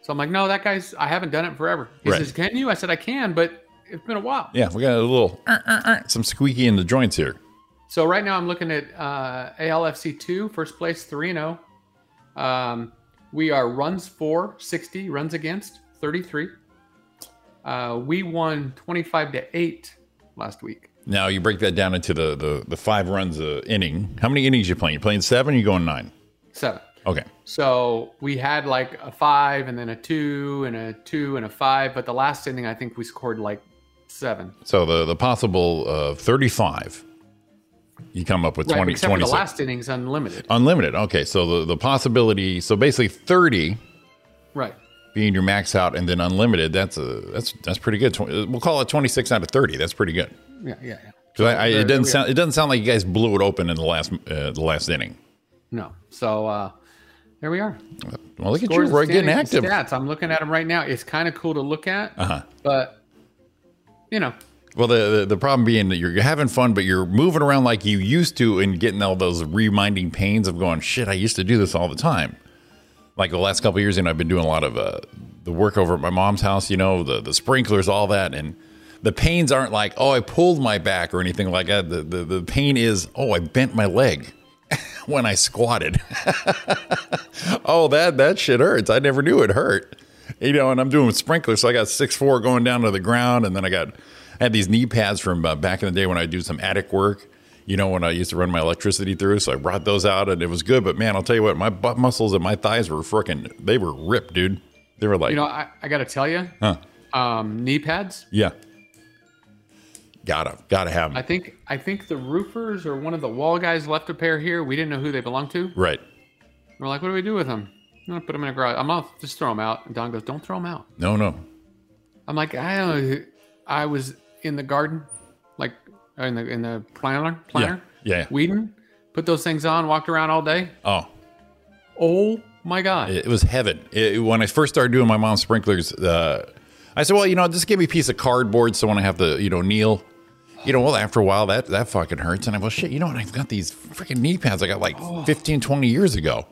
Speaker 9: So I'm like, no, that guy's. I haven't done it forever. He
Speaker 7: Right.
Speaker 9: says, can you? I said, I can, but it's been a while.
Speaker 7: yeah, we got a little "Er, er, er," some squeaky in the joints here.
Speaker 9: So right now I'm looking at uh, ALFC two, first place three and zero. Um, we are runs for 60, runs against 33. Uh, we won 25 to eight last week.
Speaker 7: Now you break that down into the the, the five runs a inning. How many innings you playing? You playing seven? Or you going nine?
Speaker 9: Seven.
Speaker 7: Okay.
Speaker 9: So we had like a five and then a two and a two and a five, but the last inning I think we scored like seven.
Speaker 7: So the the possible uh, thirty five, you come up with
Speaker 9: Right,
Speaker 7: 20,
Speaker 9: except for
Speaker 7: 26.
Speaker 9: the last inning's unlimited.
Speaker 7: Unlimited. Okay. So the the possibility. So basically thirty
Speaker 9: Right.
Speaker 7: being your max out, and then unlimited. That's a that's that's pretty good. Twen- We'll call it twenty six out of thirty. That's pretty good.
Speaker 9: Yeah, yeah, yeah.
Speaker 7: 'Cause I, I, it doesn't
Speaker 9: we are.
Speaker 7: sound it doesn't sound like you guys blew it open in the last uh, the last inning.
Speaker 9: No. So uh, there we are.
Speaker 7: Well, look at
Speaker 9: Scores
Speaker 7: you, Roy,
Speaker 9: and
Speaker 7: getting
Speaker 9: standings
Speaker 7: active.
Speaker 9: and Stats. I'm looking at them right now. It's kind of cool to look at,
Speaker 7: Uh-huh.
Speaker 9: but you know,
Speaker 7: Well, the, the the problem being that you're having fun, but you're moving around like you used to, and getting all those reminding pains of going, shit, I used to do this all the time. Like the last couple of years, you know, I've been doing a lot of uh, the work over at my mom's house, you know, the the sprinklers, all that, and the pains aren't like, oh, I pulled my back or anything like that. The the, the pain is, oh, I bent my leg (laughs) when I squatted. (laughs) oh, that that shit hurts. I never knew it hurt. You know, and I'm doing sprinklers, so I got six four going down to the ground, and then I got I had these knee pads from uh, back in the day when I do some attic work. You know, when I used to run my electricity through, so I brought those out, and it was good. But man, I'll tell you what, my butt muscles and my thighs were frickin' they were ripped, dude. They were like,
Speaker 9: you know, I, I got to tell you,
Speaker 7: huh,
Speaker 9: um, knee pads.
Speaker 7: yeah, gotta gotta have
Speaker 9: I
Speaker 7: them,
Speaker 9: think I think the roofers or one of the wall guys left a pair here. We didn't know who they belonged to.
Speaker 7: right?
Speaker 9: We're like, what do we do with them? I'm gonna put them in a garage. I'm off. Just throw them out. And Don goes, don't throw them out.
Speaker 7: No, no,
Speaker 9: I'm like, I don't. know. I was in the garden, like in the in the planter planter.
Speaker 7: Yeah, yeah.
Speaker 9: Weeding. Put those things on. Walked around all day.
Speaker 7: oh,
Speaker 9: Oh my god.
Speaker 7: It was heaven. It, when I first started doing my mom's sprinklers, uh, I said, "Well, you know, just give me a piece of cardboard so when I have to, you know, kneel." You know, well, after a while, that that fucking hurts. And I go, "Shit, you know what? I've got these freaking knee pads I got like
Speaker 9: Oh.
Speaker 7: 15, 20 years ago."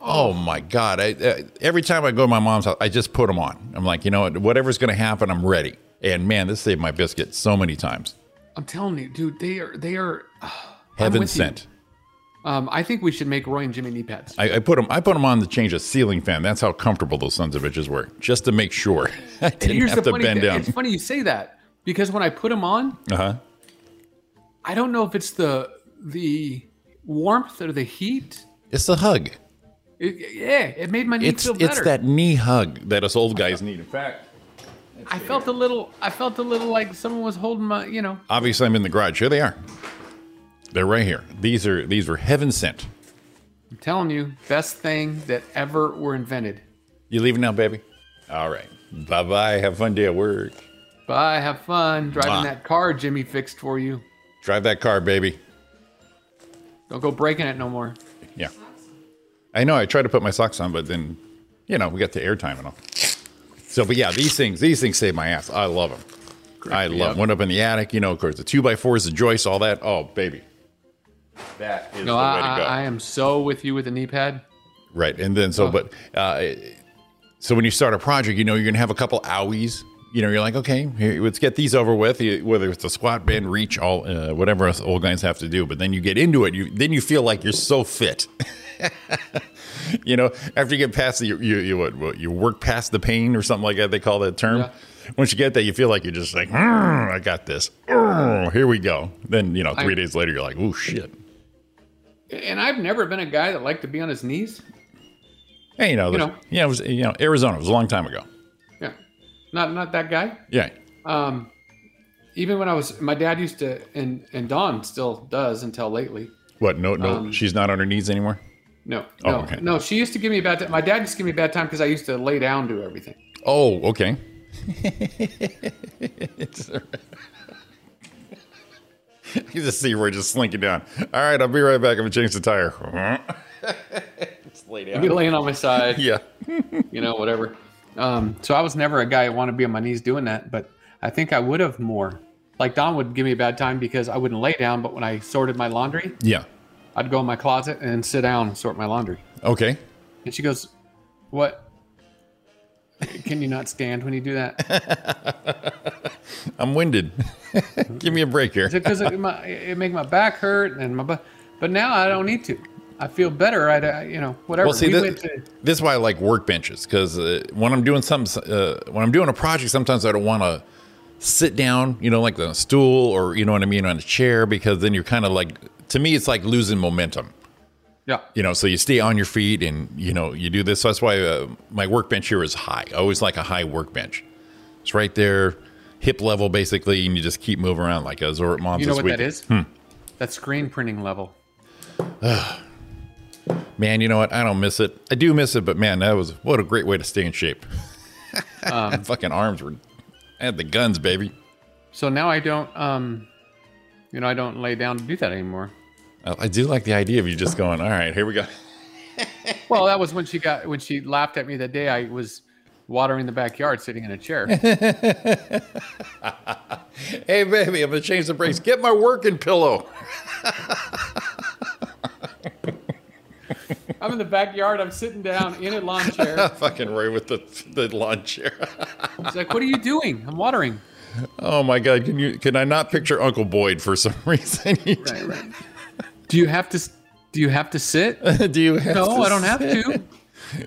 Speaker 7: Oh my god! I, uh, every time I go to my mom's house, I just put them on. I'm like, you know, what? whatever's going to happen, I'm ready. And man, this saved my biscuit so many times.
Speaker 9: I'm telling you, dude, they are they are I'm
Speaker 7: Heaven
Speaker 9: with you.
Speaker 7: sent.
Speaker 9: Um, I think we should make Roy and Jimmy knee pads.
Speaker 7: I, I put them. I put 'em on to change a ceiling fan. That's how comfortable those sons of bitches were, just to make sure (laughs) I
Speaker 9: And
Speaker 7: didn't have to
Speaker 9: funny
Speaker 7: bend
Speaker 9: thing.
Speaker 7: down.
Speaker 9: It's funny you say that because when I put them on,
Speaker 7: Uh
Speaker 9: (laughs)
Speaker 7: huh.
Speaker 9: I don't know if it's the the warmth or the heat.
Speaker 7: It's the hug.
Speaker 9: It, yeah, it made my knee
Speaker 7: It's
Speaker 9: feel better.
Speaker 7: it's that knee hug that us old (laughs) guys need. In fact,
Speaker 9: I felt a little. I felt a little like someone was holding my. You know,
Speaker 7: obviously I'm in the garage. Here they are. They're right here. These are these were heaven sent.
Speaker 9: I'm telling you, best thing that ever were invented.
Speaker 7: You leaving now, baby? All right. Bye bye. Have a fun day at work.
Speaker 9: Bye. Have fun driving
Speaker 7: Mwah.
Speaker 9: that car Jimmy fixed for you.
Speaker 7: Drive that car, baby.
Speaker 9: Don't go breaking it no more.
Speaker 7: Yeah. I know. I tried to put my socks on, but then, you know, we got the airtime and all. So, but yeah, these things, these things save my ass. I love them. I love them. Went up in the attic, you know, of course, the two by fours, the joists, all that. Oh, baby. That is
Speaker 9: No,
Speaker 7: the
Speaker 9: I,
Speaker 7: way to
Speaker 9: I,
Speaker 7: go.
Speaker 9: I am so with you with the knee pad.
Speaker 7: Right. And then so, but uh, so when you start a project, you know, you're going to have a couple owies. You know, you're like, okay, here, let's get these over with. you- Whether it's the squat, bend, reach, all uh, whatever us old guys have to do. But then you get into it, you then you feel like you're so fit. (laughs) you know, after you get past the you you you, what, what, you work past the pain or something like that. They call that term. Once you get that, you feel like you're just like, "Mm, I got this. Mm, here we go. Then you know, three
Speaker 9: I-
Speaker 7: days later, you're like, oh shit.
Speaker 9: And I've never been a guy that liked to be on his knees.
Speaker 7: Hey, you know,
Speaker 9: You
Speaker 7: there's-
Speaker 9: know.
Speaker 7: yeah, it was you know Arizona. It was a long time ago.
Speaker 9: Yeah, not not that guy.
Speaker 7: Yeah.
Speaker 9: Um, even when I was, my dad used to, and and Don still does until lately.
Speaker 7: What? No, no,
Speaker 9: Um,
Speaker 7: she's not on her knees anymore.
Speaker 9: No,
Speaker 7: Oh,
Speaker 9: no,
Speaker 7: okay.
Speaker 9: no. She used to give me a bad time. My dad used to give me a bad time because I used to lay down do everything.
Speaker 7: Oh, okay. It's- (laughs) you just see Roy just slinking down. All right, I'll be right back. I'm gonna change the tire. just lay
Speaker 9: I'd be
Speaker 7: down.
Speaker 9: laying on my side,
Speaker 7: Yeah.
Speaker 9: you know, whatever. Um, so I was never a guy who wanted to be on my knees doing that, but I think I would have more. Like Don would give me a bad time because I wouldn't lay down, but when I sorted my laundry,
Speaker 7: Yeah.
Speaker 9: I'd go in my closet and sit down and sort my laundry.
Speaker 7: Okay.
Speaker 9: And she goes, "What? Can you not stand when you do that?"
Speaker 7: I'm winded. (laughs) Give me a break here.
Speaker 9: because it, my, it make my back hurt and my butt. But now I don't need to. I feel better. I, I- you know whatever.
Speaker 7: Well, see,
Speaker 9: we
Speaker 7: this,
Speaker 9: went to,
Speaker 7: this is why I like workbenches because uh, when I'm doing some, uh, when I'm doing a project, sometimes I don't want to sit down, you know, like on a stool or you know what I mean, on a chair, because then you're kind of like, to me, it's like losing momentum.
Speaker 9: yeah.
Speaker 7: You know, so you stay on your feet and you know you do this. So that's why uh, my workbench here is high. I always like a high workbench. It's right there, hip level basically, and you just keep moving around like a Zort mom.
Speaker 9: You know
Speaker 7: this
Speaker 9: what
Speaker 7: weekend.
Speaker 9: that is? That screen printing level.
Speaker 7: man. You know what? I don't miss it. I do miss it, but man, that was what a great way to stay in shape. (laughs)
Speaker 9: Um,
Speaker 7: My (laughs) fucking arms were, I had the guns, baby.
Speaker 9: So now I don't, um, you know, I don't lay down to do that anymore.
Speaker 7: I, I do like the idea of you just going, all right, here we go. (laughs)
Speaker 9: Well, that was when she got when she laughed at me that day. I was watering the backyard sitting in
Speaker 7: (laughs)
Speaker 9: a chair.
Speaker 7: Hey, baby, I'm gonna change the brakes. Get my working pillow. (laughs)
Speaker 9: I'm in the backyard. I'm sitting down in a lawn chair.
Speaker 7: fucking Roy with the the lawn chair. (laughs)
Speaker 9: She's like, "What are you doing? I'm watering."
Speaker 7: oh my god, can you can I not picture Uncle Boyd for some (laughs) reason? You
Speaker 9: Right, right. Do you have to? s- Do you have
Speaker 7: (laughs)
Speaker 9: to sit?
Speaker 7: just- Do you have
Speaker 9: No,
Speaker 7: to
Speaker 9: I don't have
Speaker 7: sit?
Speaker 9: to.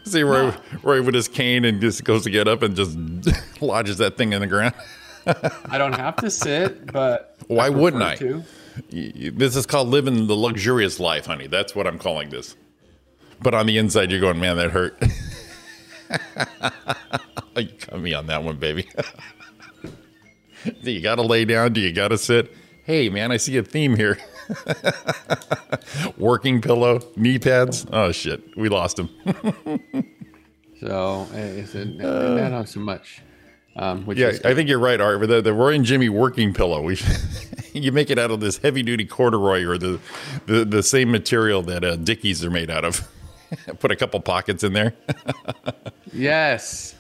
Speaker 7: See Roy, Roy with his cane and just goes to get up and just (laughs) lodges that thing in the ground.
Speaker 9: I don't have to sit, but
Speaker 7: Why wouldn't I?
Speaker 9: prefer to.
Speaker 7: Y- y- This is called living the luxurious life, honey. That's what I'm calling this. But on the inside, you're going, man, that hurt. (laughs) you got me on that one, baby. (laughs) Do you got to lay down? Do you got to sit? Hey, man, I see a theme here. (laughs) Working pillow, knee pads. Oh, shit. We lost him.
Speaker 9: So eh, it's a, not on so much. Um, which
Speaker 7: Uh. yeah,
Speaker 9: is
Speaker 7: I think you're right, Art. With the, the Roy and Jimmy working pillow, we (laughs) you make it out of this heavy duty corduroy or the, the, the same material that uh, Dickies are made out of. (laughs) Put a couple pockets in there. (laughs)
Speaker 9: yes.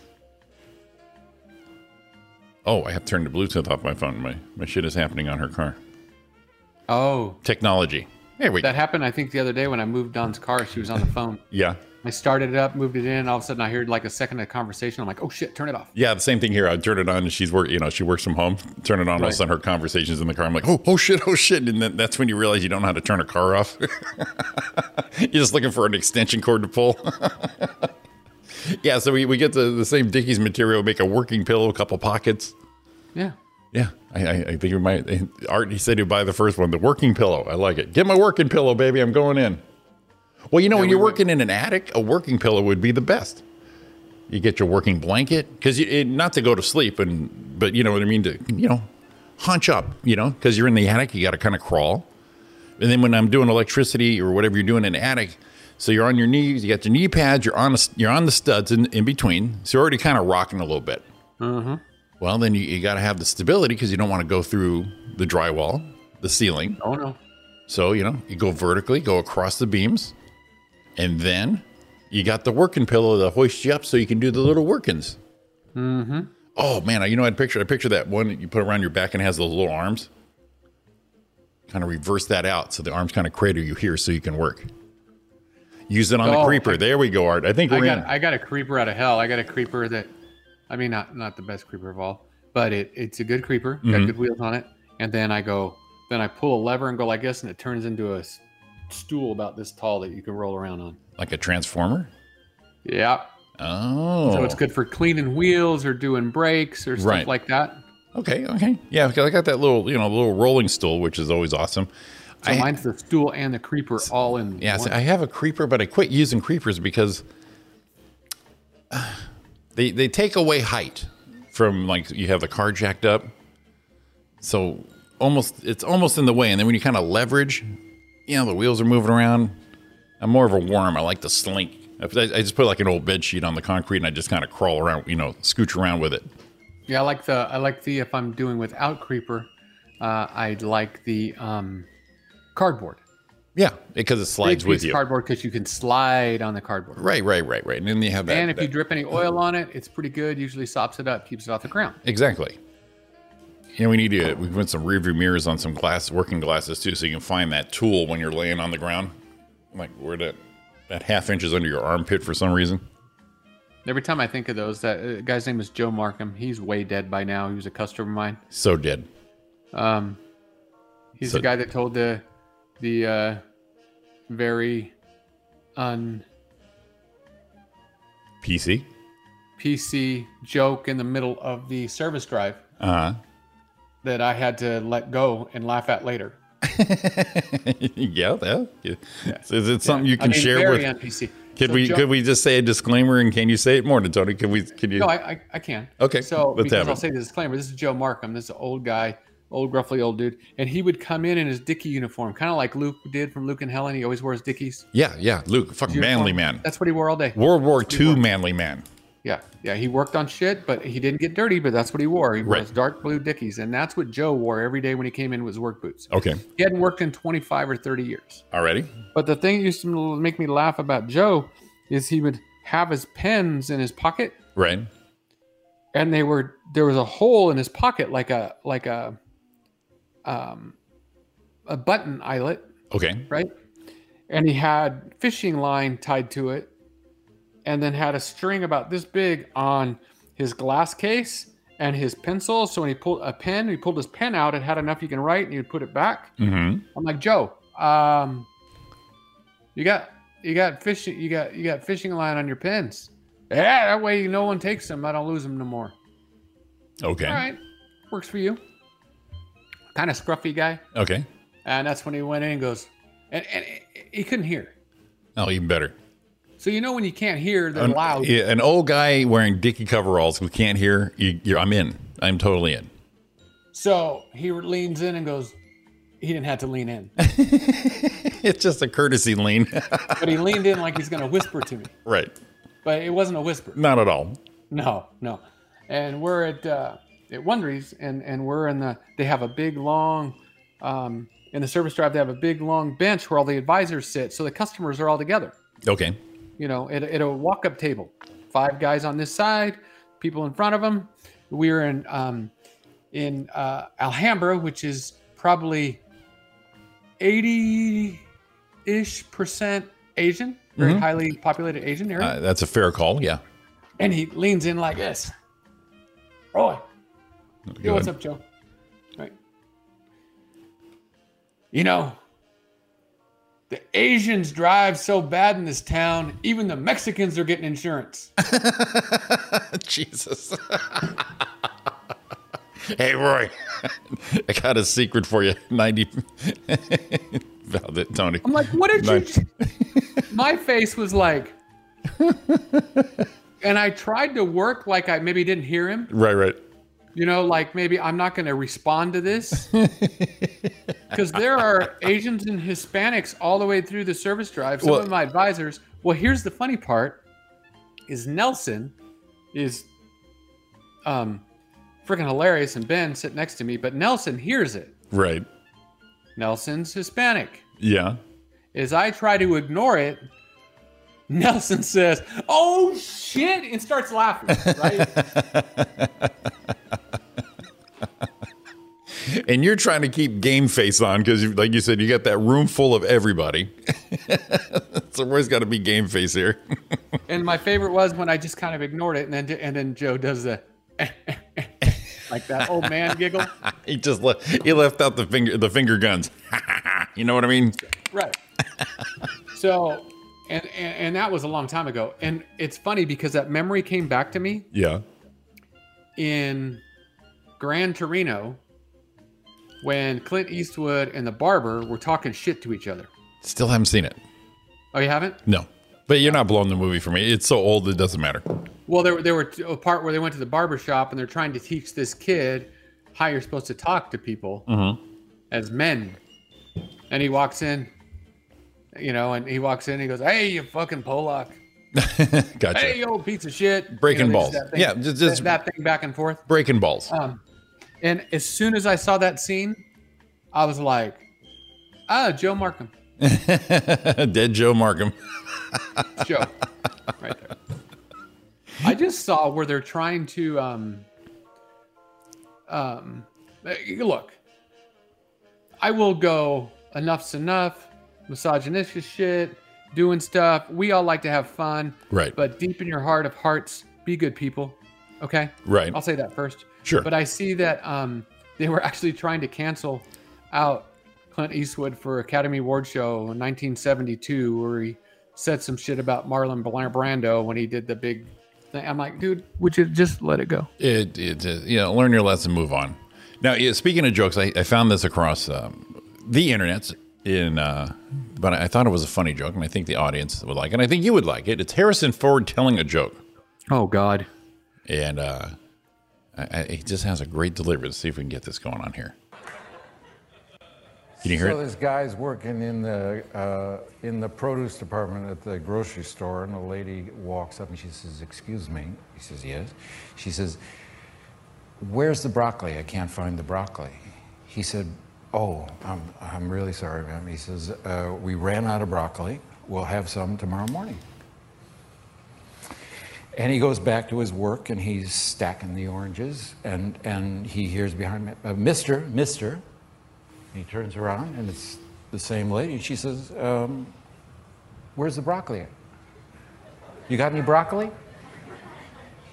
Speaker 7: Oh, I have turned the Bluetooth off my phone. My my shit is happening on her car.
Speaker 9: Oh,
Speaker 7: Technology. There we go.
Speaker 9: that happened. I think the other day when I moved Don's car, she was on the phone.
Speaker 7: Yeah.
Speaker 9: I started it up, moved it in, and all of a sudden I heard like a second of conversation. I'm like, oh shit, turn it off.
Speaker 7: Yeah, the same thing here. I turn it on and she's work you know, she works from home. Turn it on, all of a sudden her conversations in the car. I'm like, oh, oh shit, oh shit. And then that's when you realize you don't know how to turn a car off. (laughs) You're just looking for an extension cord to pull. (laughs) yeah, so we, we get the, the same Dickies material, make a working pillow, a couple pockets.
Speaker 9: Yeah.
Speaker 7: Yeah. I, I, I think we might Art he said he'd buy the first one, the working pillow. I like it. Get my working pillow, baby. I'm going in. Well, you know, when you're working in an attic, a working pillow would be the best. You get your working blanket because not to go to sleep and but you know what I mean to you know hunch up you know because you're in the attic you got to kind of crawl and then when I'm doing electricity or whatever you're doing in the attic so you're on your knees you got your knee pads you're on a, you're on the studs in, in between so you're already kind of rocking a little bit well, then you, you got to have the stability because you don't want to go through the drywall, the ceiling.
Speaker 9: Oh no.
Speaker 7: So, you know, you go vertically, go across the beams, and then you got the working pillow that hoists you up so you can do the little workings. Mm-hmm.
Speaker 9: Mm-hmm.
Speaker 7: Oh man, I, you know, I'd picture, I picture that one that you put around your back and has those little arms. Kind of reverse that out so the arms kind of crater you here so you can work. Use it on the
Speaker 9: Oh.
Speaker 7: creeper. There we go, Art. I think we're
Speaker 9: I got
Speaker 7: in.
Speaker 9: I got a creeper out of hell. I got a creeper that, I mean, not not the best creeper of all, but it it's a good creeper.
Speaker 7: Mm-hmm.
Speaker 9: Got good wheels on it. And then I go, then I pull a lever and go like this, and it turns into a s- stool about this tall that you can roll around on.
Speaker 7: like a transformer.
Speaker 9: Yeah.
Speaker 7: Oh,
Speaker 9: So it's good for cleaning wheels or doing brakes or stuff
Speaker 7: Right.
Speaker 9: like that.
Speaker 7: Okay, okay, yeah. Because I got that little, you know, little rolling stool, which is always awesome.
Speaker 9: So
Speaker 7: I-
Speaker 9: mine's the stool and the creeper all in.
Speaker 7: Yeah,
Speaker 9: one.
Speaker 7: so I have a creeper, but I quit using creepers because (sighs) uh, they they take away height from like you have the car jacked up, so almost it's almost in the way. And then when you kind of leverage, you know, the wheels are moving around. I'm more of a worm. I like to slink. I, I just put like an old bed sheet on the concrete and I just kind of crawl around, you know, scooch around with it.
Speaker 9: Yeah, I like the I like the if I'm doing without creeper, uh, I like the um, cardboard.
Speaker 7: Yeah, because it slides
Speaker 9: Big
Speaker 7: with
Speaker 9: piece
Speaker 7: you.
Speaker 9: Cardboard because you can slide on the cardboard.
Speaker 7: Right, right, right, right. And then you have that.
Speaker 9: and if you
Speaker 7: that-
Speaker 9: drip any oil on it, it's pretty good. Usually sops it up, keeps it off the ground.
Speaker 7: Exactly. And we need to we put some rearview mirrors on some glass working glasses too, so you can find that tool when you're laying on the ground. Like where that that half inch is under your armpit for some reason.
Speaker 9: Every time I think of those, that uh, guy's name is Joe Markham. He's way dead by now. He was a customer of mine.
Speaker 7: So dead.
Speaker 9: Um, he's
Speaker 7: So-
Speaker 9: the guy that told the the uh, very un
Speaker 7: PC.
Speaker 9: PC joke in the middle of the service drive
Speaker 7: Uh
Speaker 9: that I had to let go and laugh at later.
Speaker 7: huh. (laughs) yeah, that. Yeah. So is it something you
Speaker 9: I
Speaker 7: can
Speaker 9: mean,
Speaker 7: share
Speaker 9: very
Speaker 7: with?
Speaker 9: on PC.
Speaker 7: Could
Speaker 9: So
Speaker 7: we
Speaker 9: Joe-
Speaker 7: could we just say a disclaimer and can you say it more, Tony? Could we? Could you?
Speaker 9: No, I, I, I can.
Speaker 7: Okay,
Speaker 9: So
Speaker 7: let's have
Speaker 9: because I'll
Speaker 7: it.
Speaker 9: say the disclaimer. This is Joe Markham. This is an old guy, old gruffly old dude, and he would come in in his Dickie uniform, kind of like Luke did from Luke and Helen. He always wore his Dickies.
Speaker 7: yeah, yeah. Luke, fucking
Speaker 9: uniform.
Speaker 7: manly man.
Speaker 9: That's what he wore all day.
Speaker 7: World War II manly man.
Speaker 9: Yeah, yeah. He worked on shit, but he didn't get dirty. But that's what he wore. He wore
Speaker 7: Right.
Speaker 9: his dark blue Dickies, and that's what Joe wore every day when he came in was work boots.
Speaker 7: Okay,
Speaker 9: He hadn't worked in 25 or 30 years.
Speaker 7: already.
Speaker 9: But the thing that used to make me laugh about Joe is he would have his pens in his pocket
Speaker 7: Right.
Speaker 9: and they were there was a hole in his pocket like a like a um a button eyelet
Speaker 7: Okay.
Speaker 9: right and he had fishing line tied to it and then had a string about this big on his glass case and his pencil so when he pulled a pen he pulled his pen out it had enough you can write and he would put it back
Speaker 7: Mm-hmm.
Speaker 9: i'm like joe um you got you got fishing you got you got fishing line on your pens yeah that way no one takes them i don't lose them no more
Speaker 7: Okay.
Speaker 9: all right, works for you. Kind of scruffy guy,
Speaker 7: Okay.
Speaker 9: and that's when he went in and goes, and, and he couldn't hear.
Speaker 7: Oh, even better.
Speaker 9: So you know when you can't hear, they're
Speaker 7: An,
Speaker 9: loud.
Speaker 7: yeah, an old guy wearing dicky coveralls who can't hear. You, you're, I'm in. I'm totally in. (laughs)
Speaker 9: So he leans in and goes. He didn't have to lean in,
Speaker 7: It's just a courtesy lean. (laughs)
Speaker 9: but he leaned in like he's going to whisper to me.
Speaker 7: right.
Speaker 9: But it wasn't a whisper.
Speaker 7: Not at all.
Speaker 9: No, no. And we're at uh, at Wonderies, and and we're in the. They have a big long. Um, in the service drive, they have a big long bench where all the advisors sit, so the customers are all together.
Speaker 7: Okay.
Speaker 9: you know, at, at a walk up table. Five guys on this side, people in front of them. We were in um, in uh, Alhambra, which is probably 80 ish percent Asian, very highly populated Asian area.
Speaker 7: Uh, that's a fair call. Yeah.
Speaker 9: and he leans in like this Roy, hey,
Speaker 7: Go
Speaker 9: what's
Speaker 7: ahead.
Speaker 9: up, Joe? Right. You know, the Asians drive so bad in this town, even the Mexicans are getting insurance.
Speaker 7: (laughs) Jesus. hey, Roy. (laughs) I got a secret for you. (laughs) 90. About it, Tony.
Speaker 9: I'm like, what did
Speaker 7: Nice.
Speaker 9: you? (laughs) My face
Speaker 7: (laughs)
Speaker 9: was like, and I tried to work like I maybe didn't hear him.
Speaker 7: Right, right.
Speaker 9: You know, like maybe I'm not going to respond
Speaker 7: (laughs)
Speaker 9: to this because there are Asians and Hispanics all the way through the service drive. Some
Speaker 7: Well-
Speaker 9: of my advisors. Well, here's the funny part: is Nelson is um freaking hilarious, and Ben sit next to me, but Nelson hears it.
Speaker 7: Right.
Speaker 9: Nelson's Hispanic.
Speaker 7: Yeah.
Speaker 9: As I try to ignore it, Nelson says, "Oh shit!" and starts laughing. Right?
Speaker 7: And you're trying to keep game face on because, like you said, you got that room full of everybody. (laughs) so Roy's got to be game face here. (laughs)
Speaker 9: and my favorite was when I just kind of ignored it, and then and then Joe does the (laughs) like that old man giggle.
Speaker 7: he just left. He left out the finger, the finger guns. (laughs) you know what I mean?
Speaker 9: Right. So, and, and and that was a long time ago, and it's funny because that memory came back to me
Speaker 7: Yeah.
Speaker 9: in Gran Torino when Clint Eastwood and the barber were talking shit to each other.
Speaker 7: Still haven't seen it.
Speaker 9: Oh, you haven't?
Speaker 7: No, but you're not blowing the movie for me. It's so old it doesn't matter. (laughs)
Speaker 9: Well, there, there were t- a part where they went to the barber shop and they're trying to teach this kid how you're supposed
Speaker 7: Mm-hmm.
Speaker 9: to talk to people as men. And he walks in. you know, and he walks in, he goes, "Hey, you fucking Polak!
Speaker 7: gotcha.
Speaker 9: Hey, you old piece of shit!"
Speaker 7: Breaking
Speaker 9: You know,
Speaker 7: balls.
Speaker 9: just that thing-
Speaker 7: Yeah, just- just-
Speaker 9: that thing back and forth.
Speaker 7: Breaking balls. (laughs)
Speaker 9: Um, and as soon as I saw that scene, I was like, "Ah, Joe Markham,
Speaker 7: Dead Joe Markham.
Speaker 9: Joe, right there." I just saw where they're trying to, um, um, eh, look. I will go. Enough's enough. Misogynistic shit, doing stuff. We all like to have fun.
Speaker 7: Right.
Speaker 9: But deep in your heart of hearts, be good people. Okay.
Speaker 7: Right.
Speaker 9: I'll say that first.
Speaker 7: Sure.
Speaker 9: But I see that um, they were actually trying to cancel out Clint Eastwood for Academy Award show in 1972, where he said some shit about Marlon Bla- Brando when he did the big thing. I'm like, dude, would you just let it go?
Speaker 7: It, it, uh, you know, learn your lesson, move on. Now, yeah, speaking of jokes, I, I found this across um, the internet in, uh, but I thought it was a funny joke, and I think the audience would like it. And I think you would like it. It's Harrison Ford telling a joke,
Speaker 9: Oh God.
Speaker 7: and uh, I, I, he just has a great delivery. Let's see if we can get this going on here. Can you hear
Speaker 10: So
Speaker 7: it?
Speaker 10: this guy's working in the uh, in the produce department at the grocery store, and a lady walks up and she says, "Excuse me." He says, "Yes." She says, "Where's the broccoli? I can't find the broccoli." He said, "Oh, I'm I'm really sorry, ma'am." He says, uh, "We ran out of broccoli. We'll have some tomorrow morning." And he goes back to his work and he's stacking the oranges, and and he hears behind me, uh, "Mister, Mister." And he turns around, and it's the same lady. She says, um, Where's the broccoli? at? You got any broccoli?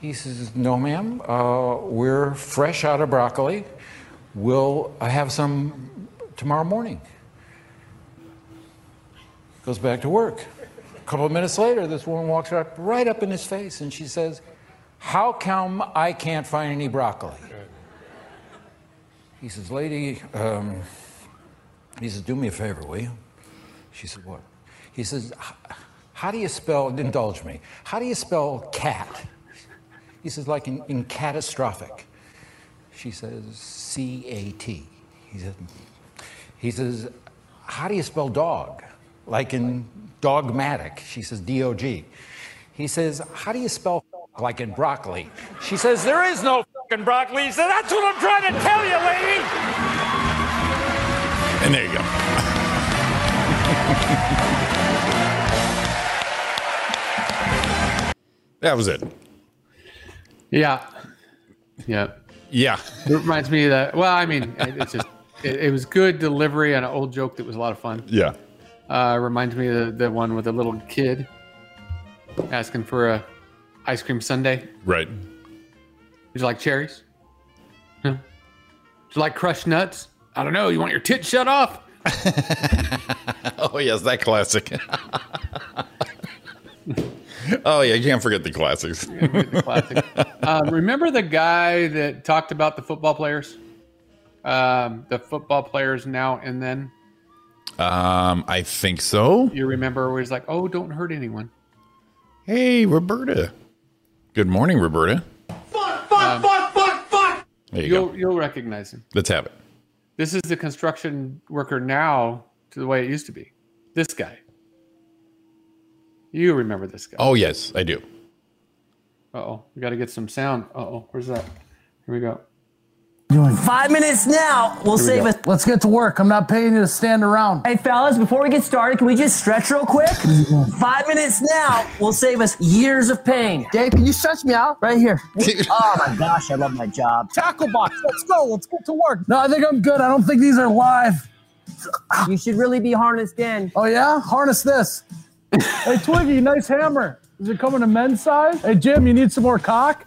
Speaker 10: He says, No, ma'am. Uh, we're fresh out of broccoli. We'll have some tomorrow morning. Goes back to work. A couple of minutes later, this woman walks up right up in his face and she says, How come I can't find any broccoli? He says, Lady, um, he says, Do me a favor, will you? She said, What? He says, "H- How do you spell, indulge me, how do you spell cat? He says, Like in, in catastrophic. She says, C A T. He says, he says, How do you spell dog? Like in dogmatic. She says, D O G. He says, How do you spell like in broccoli? She says, There is no fucking broccoli. He said, That's what I'm trying to tell you, lady.
Speaker 7: And there you go. (laughs) that was it.
Speaker 9: Yeah. Yeah.
Speaker 7: Yeah.
Speaker 9: It reminds me of that. Well, I mean, it- it's just it, it was good delivery on an old joke that was a lot of fun.
Speaker 7: Yeah.
Speaker 9: Uh, reminds me of the, the one with the little kid asking for a ice cream sundae.
Speaker 7: Right.
Speaker 9: Would you like cherries? No. Would you like crushed nuts? I don't know. You want your tit shut off?
Speaker 7: (laughs) Oh yes, that classic. (laughs) oh yeah, you can't forget the classics.
Speaker 9: The classic.
Speaker 7: (laughs)
Speaker 9: um, remember the guy that talked about the football players? Um, the football players now and then.
Speaker 7: Um, I think so.
Speaker 9: You remember where he's like, "Oh, don't hurt anyone."
Speaker 7: Hey, Roberta. Good morning, Roberta.
Speaker 4: Fuck, fuck,
Speaker 7: Um,
Speaker 4: fuck, fuck, fuck.
Speaker 7: There you
Speaker 9: You'll
Speaker 7: go.
Speaker 9: you'll recognize him.
Speaker 7: Let's have it.
Speaker 9: This is the construction worker now to the way it used to be. This guy. You remember this guy?
Speaker 7: Oh yes, I do.
Speaker 9: oh, we got to get some sound. Uh oh, where's that? Here we go.
Speaker 5: Five minutes now. We'll save us. Let's get to work. I'm not paying you to stand around. Hey, fellas, before we get started, can we just stretch real quick? Five minutes now will save us years of pain. Dave, can you stretch me out? Right here. oh my gosh, I love my job. Tackle box. Let's go. Let's get to work. No, I think I'm good. I don't think these are live. You should really be harnessed in. Oh yeah? Harness this. hey Twiggy, nice hammer. Is it coming in men's size? Hey Jim, you need some more cock?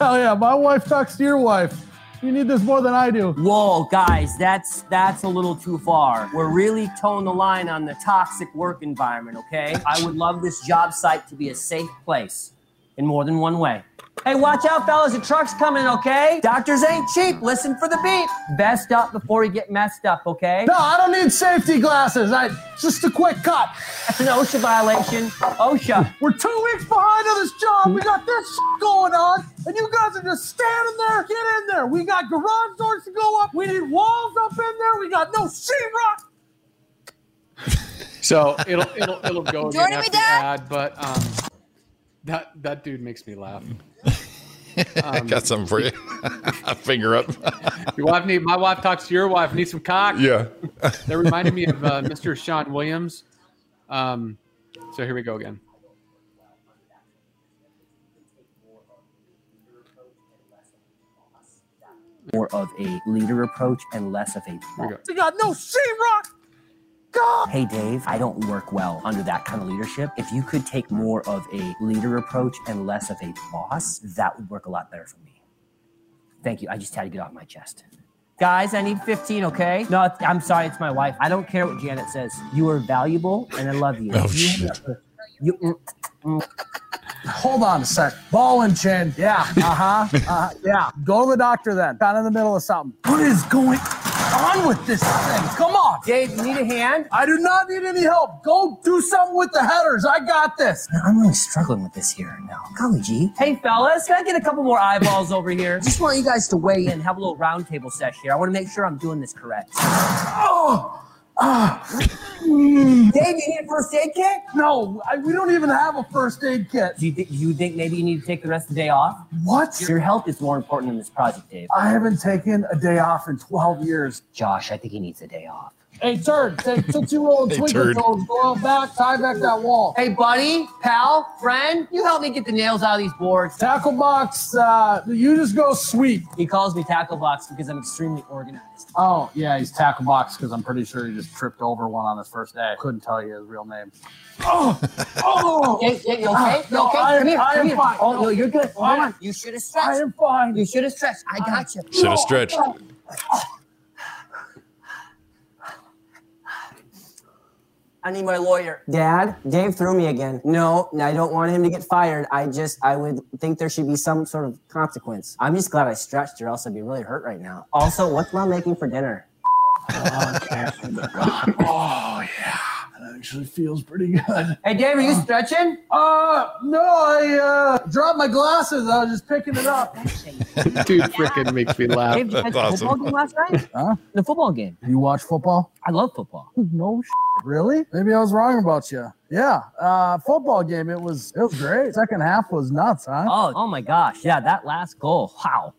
Speaker 5: Hell Oh, yeah, my wife talks to your wife. You need this more than I do. Whoa, Oh, guys, that's that's a little too far. We're really toeing the line on the toxic work environment, okay? I would love this job site to be a safe place in more than one way. Hey, watch out, fellas, the truck's coming, okay? Doctors ain't cheap. Listen for the beep. Best up before you get messed up, okay? No, I don't need safety glasses. I just a quick cut. That's an OSHA violation. OSHA. We're two weeks behind on this job. We got this shit going on, and you guys are just standing there. Get in there. We got garage doors to go up. We need walls up in there. We got no sheetrock.
Speaker 9: So it'll it'll it'll go again
Speaker 2: Jordan, we
Speaker 9: after the
Speaker 2: done?
Speaker 9: ad, but um, that that dude makes me laugh.
Speaker 7: I got something for (laughs) you. Finger up.
Speaker 9: Your wife need my wife talks to your wife needs some cock.
Speaker 7: yeah.
Speaker 9: That reminded me of uh, Mr. Sean Williams. Um, so here we go again.
Speaker 10: more of a leader approach and less of a
Speaker 9: Here we go.
Speaker 10: You got no C Rock! Hey Dave, I don't work well under that kind of leadership. If you could take more of a leader approach and less of a boss, that would work a lot better for me. Thank you. I just had to get off my chest. Guys, I need 15, okay? No, it's- I'm sorry, it's my wife. I don't care what Janet says. You are valuable and I love you.
Speaker 7: (laughs) Oh,
Speaker 10: You-
Speaker 7: shit.
Speaker 10: you- mm, mm. Hold on a sec. Ball and chin. Yeah. Uh huh. Uh, yeah. Go to the doctor then. Down in the middle of something. What is going on with this thing? Come on. Dave, you need a hand? I do not need any help. Go do something with the headers. I got this. I'm really struggling with this here now. Golly gee. Hey, fellas, can I get a couple more eyeballs over here? Just want you guys to weigh in, have a little roundtable sesh here. I want to make sure I'm doing this correct. Oh! Dave, you need a first aid kit? No, I, we don't even have a first aid kit. Do you, thi- you think maybe you need to take the rest of the day off? What? Your health is more important than this project, Dave. I haven't taken a day off in 12 years. Josh, I think he needs a day off. Hey, turd, take tootsie roll and
Speaker 7: Hey, Twinkle turd. Toes,
Speaker 10: go out back, tie back that wall. Hey, buddy, pal, friend, you help me get the nails out of these boards. Tackle box, uh, you just go sweep. He calls me tackle box because I'm extremely organized. Oh, yeah, he's tackle box because I'm pretty sure he just tripped over one on his first day. Couldn't tell you his real name. Oh, oh, okay, you okay? You okay? come here, come here. Oh, no, you're good. Hold on. You should have stretched. I am fine. Ah. You should have stretched. I got you.
Speaker 7: Should have stretched.
Speaker 10: I need my lawyer. Dad, Dave threw me again. No, I don't want him to get fired. I just, I would think there should be some sort of consequence. I'm just glad I stretched, or else I'd be really hurt right now. Also, what's mom making for dinner?
Speaker 5: Actually feels pretty good.
Speaker 10: Hey, Dave, are you stretching? Uh, no, I uh, dropped my glasses. I was just picking it up.
Speaker 9: Dude freaking makes me laugh.
Speaker 10: Dave,
Speaker 7: (laughs)
Speaker 10: you guys
Speaker 7: That's awesome.
Speaker 10: football game last night?
Speaker 5: Huh?
Speaker 10: The football game.
Speaker 5: You watch football?
Speaker 10: I love football.
Speaker 5: No, sh- really? Maybe I was wrong about you. Yeah, uh, football game. It was it was great. Second half was nuts, huh?
Speaker 10: Oh, oh my gosh. Yeah, that last goal. Wow.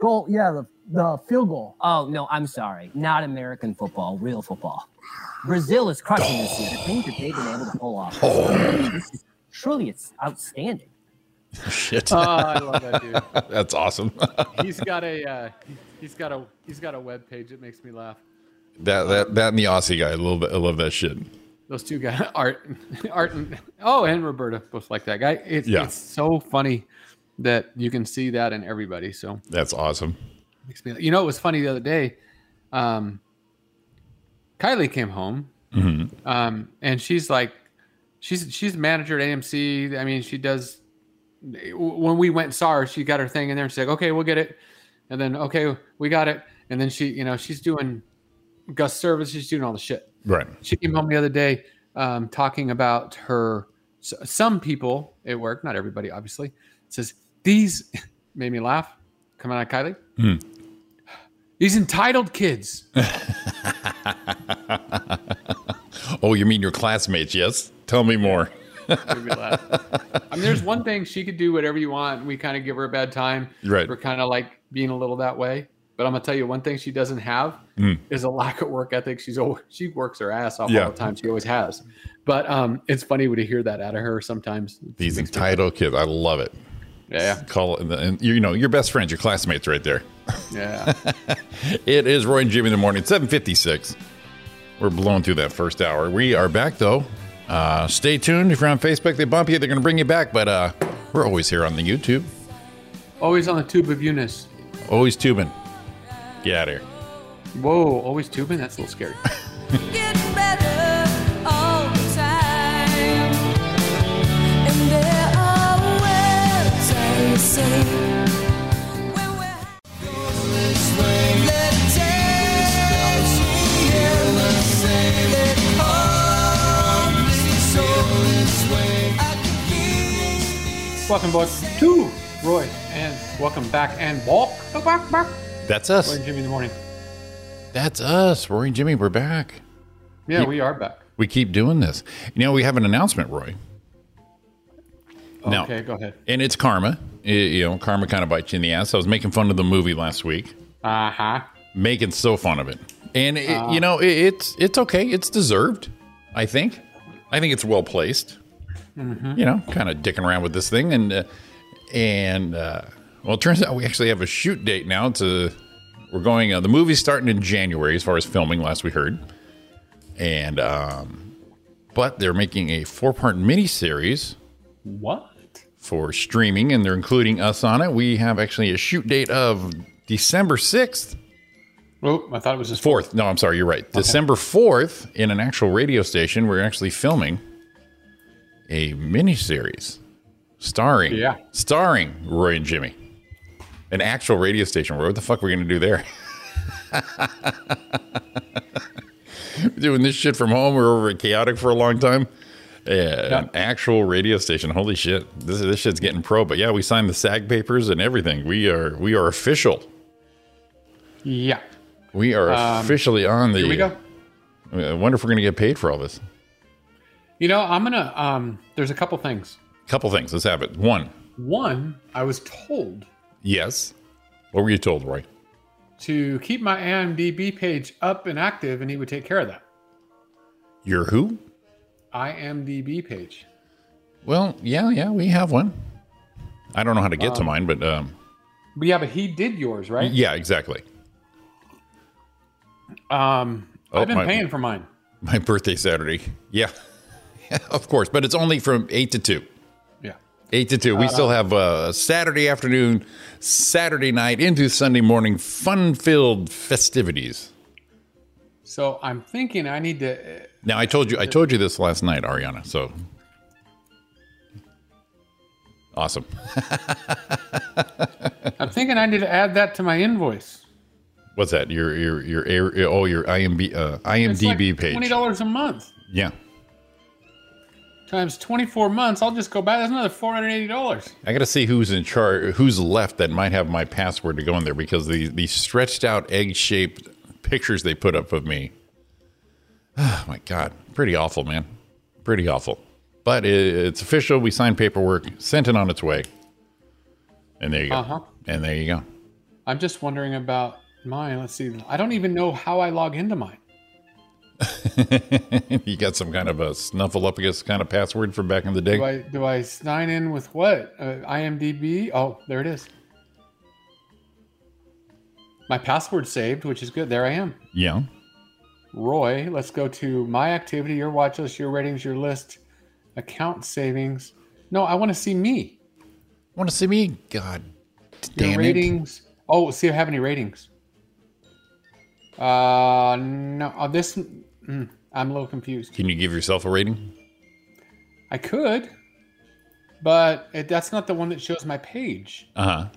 Speaker 5: Goal, yeah, the the field goal.
Speaker 10: Oh no, I'm sorry. Not American football, real football. Brazil is crushing this year. The things that they've been able to pull off.
Speaker 11: Oh.
Speaker 10: This is truly it's outstanding.
Speaker 7: Shit.
Speaker 9: Oh, I love that dude.
Speaker 7: (laughs) That's awesome. (laughs)
Speaker 9: He's got a uh, he's got a he's got a web page that makes me laugh.
Speaker 7: that that that and the Aussie guy. I love I love that shit.
Speaker 9: Those two guys, (laughs) Art, Art, and, oh, and Roberta, both like that guy. It's,
Speaker 7: Yeah.
Speaker 9: it's so funny that you can see that in everybody. So
Speaker 7: That's awesome.
Speaker 9: makes me, you know, it was funny the other day. Um, Kylie came home, um, and she's like, she's she's a manager at AMC. I mean, she does. When we went and saw her, she got her thing in there and she's like, okay, we'll get it, and then okay, we got it, and then she, you know, she's doing Gus service, she's doing all the shit
Speaker 7: Right.
Speaker 9: she came home the other day um, talking about her s- some people at work not everybody obviously says these (laughs) made me laugh coming out of kylie
Speaker 7: Hmm.
Speaker 9: these entitled kids
Speaker 7: Oh, you mean your classmates? Yes. Tell me more.
Speaker 9: made me laugh. i mean there's one thing she could do whatever you want and we kind of give her a bad time
Speaker 7: Right.
Speaker 9: we're kind of like being a little that way but i'm gonna tell you one thing she doesn't have is a lack of work ethic she's always, she works her ass off
Speaker 7: Hmm. Yeah.
Speaker 9: all the time she always has but um, it's funny when you hear that out of her sometimes
Speaker 7: These entitled kids. I love it.
Speaker 9: yeah
Speaker 7: Call it, and you know your best friends, your classmates, right there.
Speaker 9: yeah
Speaker 7: It is Roy and Jimmy in the morning, 756. We're blown through that first hour. We are back, though. Uh, stay tuned. If you're on Facebook, they bump you. They're going to bring you back, but uh, we're always here on the YouTube.
Speaker 9: Always on the tube of Eunice.
Speaker 7: Always tubing. Get out of here.
Speaker 9: Whoa, always tubing? That's a little scary.
Speaker 2: Getting better all the time. And there are words I say when we're
Speaker 9: welcome back to Roy and welcome back and walk. Go back, back.
Speaker 7: That's
Speaker 9: Roy
Speaker 7: us.
Speaker 9: and Jimmy in the morning.
Speaker 7: That's us. Rory and Jimmy, we're back.
Speaker 9: Yeah, we are back.
Speaker 7: We keep doing this. You know, we have an announcement, Roy.
Speaker 9: Okay, go ahead.
Speaker 7: And it's karma. I- you know, karma kind of bites you in the ass. I was making fun of the movie last week.
Speaker 9: Uh huh.
Speaker 7: Making so fun of it, and it, you know, it, it's it's okay. It's deserved. I think. I think it's well placed.
Speaker 9: Mhm.
Speaker 7: You know, kind of dicking around with this thing, and uh, and uh, well, it turns out we actually have a shoot date now. To we're going. Uh, the movie's starting in January, as far as filming. Last we heard, and um, but they're making a four-part miniseries
Speaker 9: What?
Speaker 7: for streaming, and they're including us on it. We have actually a shoot date of December 6th.
Speaker 9: Oh, I thought it was his
Speaker 7: fourth. No, I'm sorry, you're right. December 4th in an actual radio station. We're actually filming a miniseries starring,
Speaker 9: Yeah.
Speaker 7: starring Roy and Jimmy. An actual radio station. Roy, What the fuck are we going to do there? (laughs) Doing this shit from home. We're over at Chaotic for a long time. Yeah, an actual radio station. Holy shit, this this shit's getting pro. But yeah, we signed the SAG papers and everything. We are we are official.
Speaker 9: Yeah.
Speaker 7: We are
Speaker 9: Um,
Speaker 7: officially on the.
Speaker 9: here we go.
Speaker 7: I wonder if we're going to get paid for all this.
Speaker 9: You know, I'm gonna. Um, there's a couple things.
Speaker 7: Couple things. Let's have it. One,
Speaker 9: One, I was told
Speaker 7: yes. What were you told, Roy?
Speaker 9: to keep my IMDb page up and active, and he would take care of that.
Speaker 7: You're who?
Speaker 9: IMDb page.
Speaker 7: Well, yeah, yeah, we have one. I don't know how to get to
Speaker 9: Um,
Speaker 7: mine, but um,
Speaker 9: But yeah, but he did yours, right?
Speaker 7: yeah, exactly.
Speaker 9: Um,
Speaker 7: Oh,
Speaker 9: I've been
Speaker 7: my-
Speaker 9: paying for mine.
Speaker 7: My birthday Saturday. Yeah, (laughs) of course, but it's only from eight to two.
Speaker 9: Yeah.
Speaker 7: Eight to two. We
Speaker 9: Uh,
Speaker 7: still have uh, Saturday afternoon, Saturday night into Sunday morning, fun-filled festivities.
Speaker 9: So I'm thinking I need to.
Speaker 7: Now I told you I told you this last night, Ariana. So awesome. (laughs)
Speaker 9: I'm thinking I need to add that to my invoice.
Speaker 7: What's that? Your your your air- oh your IMB uh, IMDb
Speaker 9: Twenty
Speaker 7: page.
Speaker 9: dollars a month
Speaker 7: Yeah,
Speaker 9: times 24 months. I'll just go buy. That's another 480 dollars.
Speaker 7: I got to see who's in charge, who's left that might have my password to go in there because the the stretched out egg shaped pictures they put up of me. (sighs) Oh my god, pretty awful, man. Pretty awful. But it, it's official. We signed paperwork, sent it on its way, and there you go.
Speaker 9: Uh-huh.
Speaker 7: And there you go.
Speaker 9: I'm just wondering about mine. Let's see. I don't even know how I log into mine.
Speaker 7: (laughs) you got some kind of a snuffleupagus kind of password from back in the day.
Speaker 9: Do I do I sign in with what? Uh, IMDb. Oh, there it is. My password saved, which is good. There I am.
Speaker 7: Yeah.
Speaker 9: Roy, let's go to my activity, your watch list, your ratings, your list, account savings. No, I want to see me.
Speaker 7: Want to see me? God
Speaker 9: your
Speaker 7: damn it.
Speaker 9: ratings. Oh, see if I have any ratings. Uh, no. uh, this. mm, I'm a little confused.
Speaker 7: Can you give yourself a rating?
Speaker 9: I could, but it, that's not the one that shows my page.
Speaker 7: Uh huh.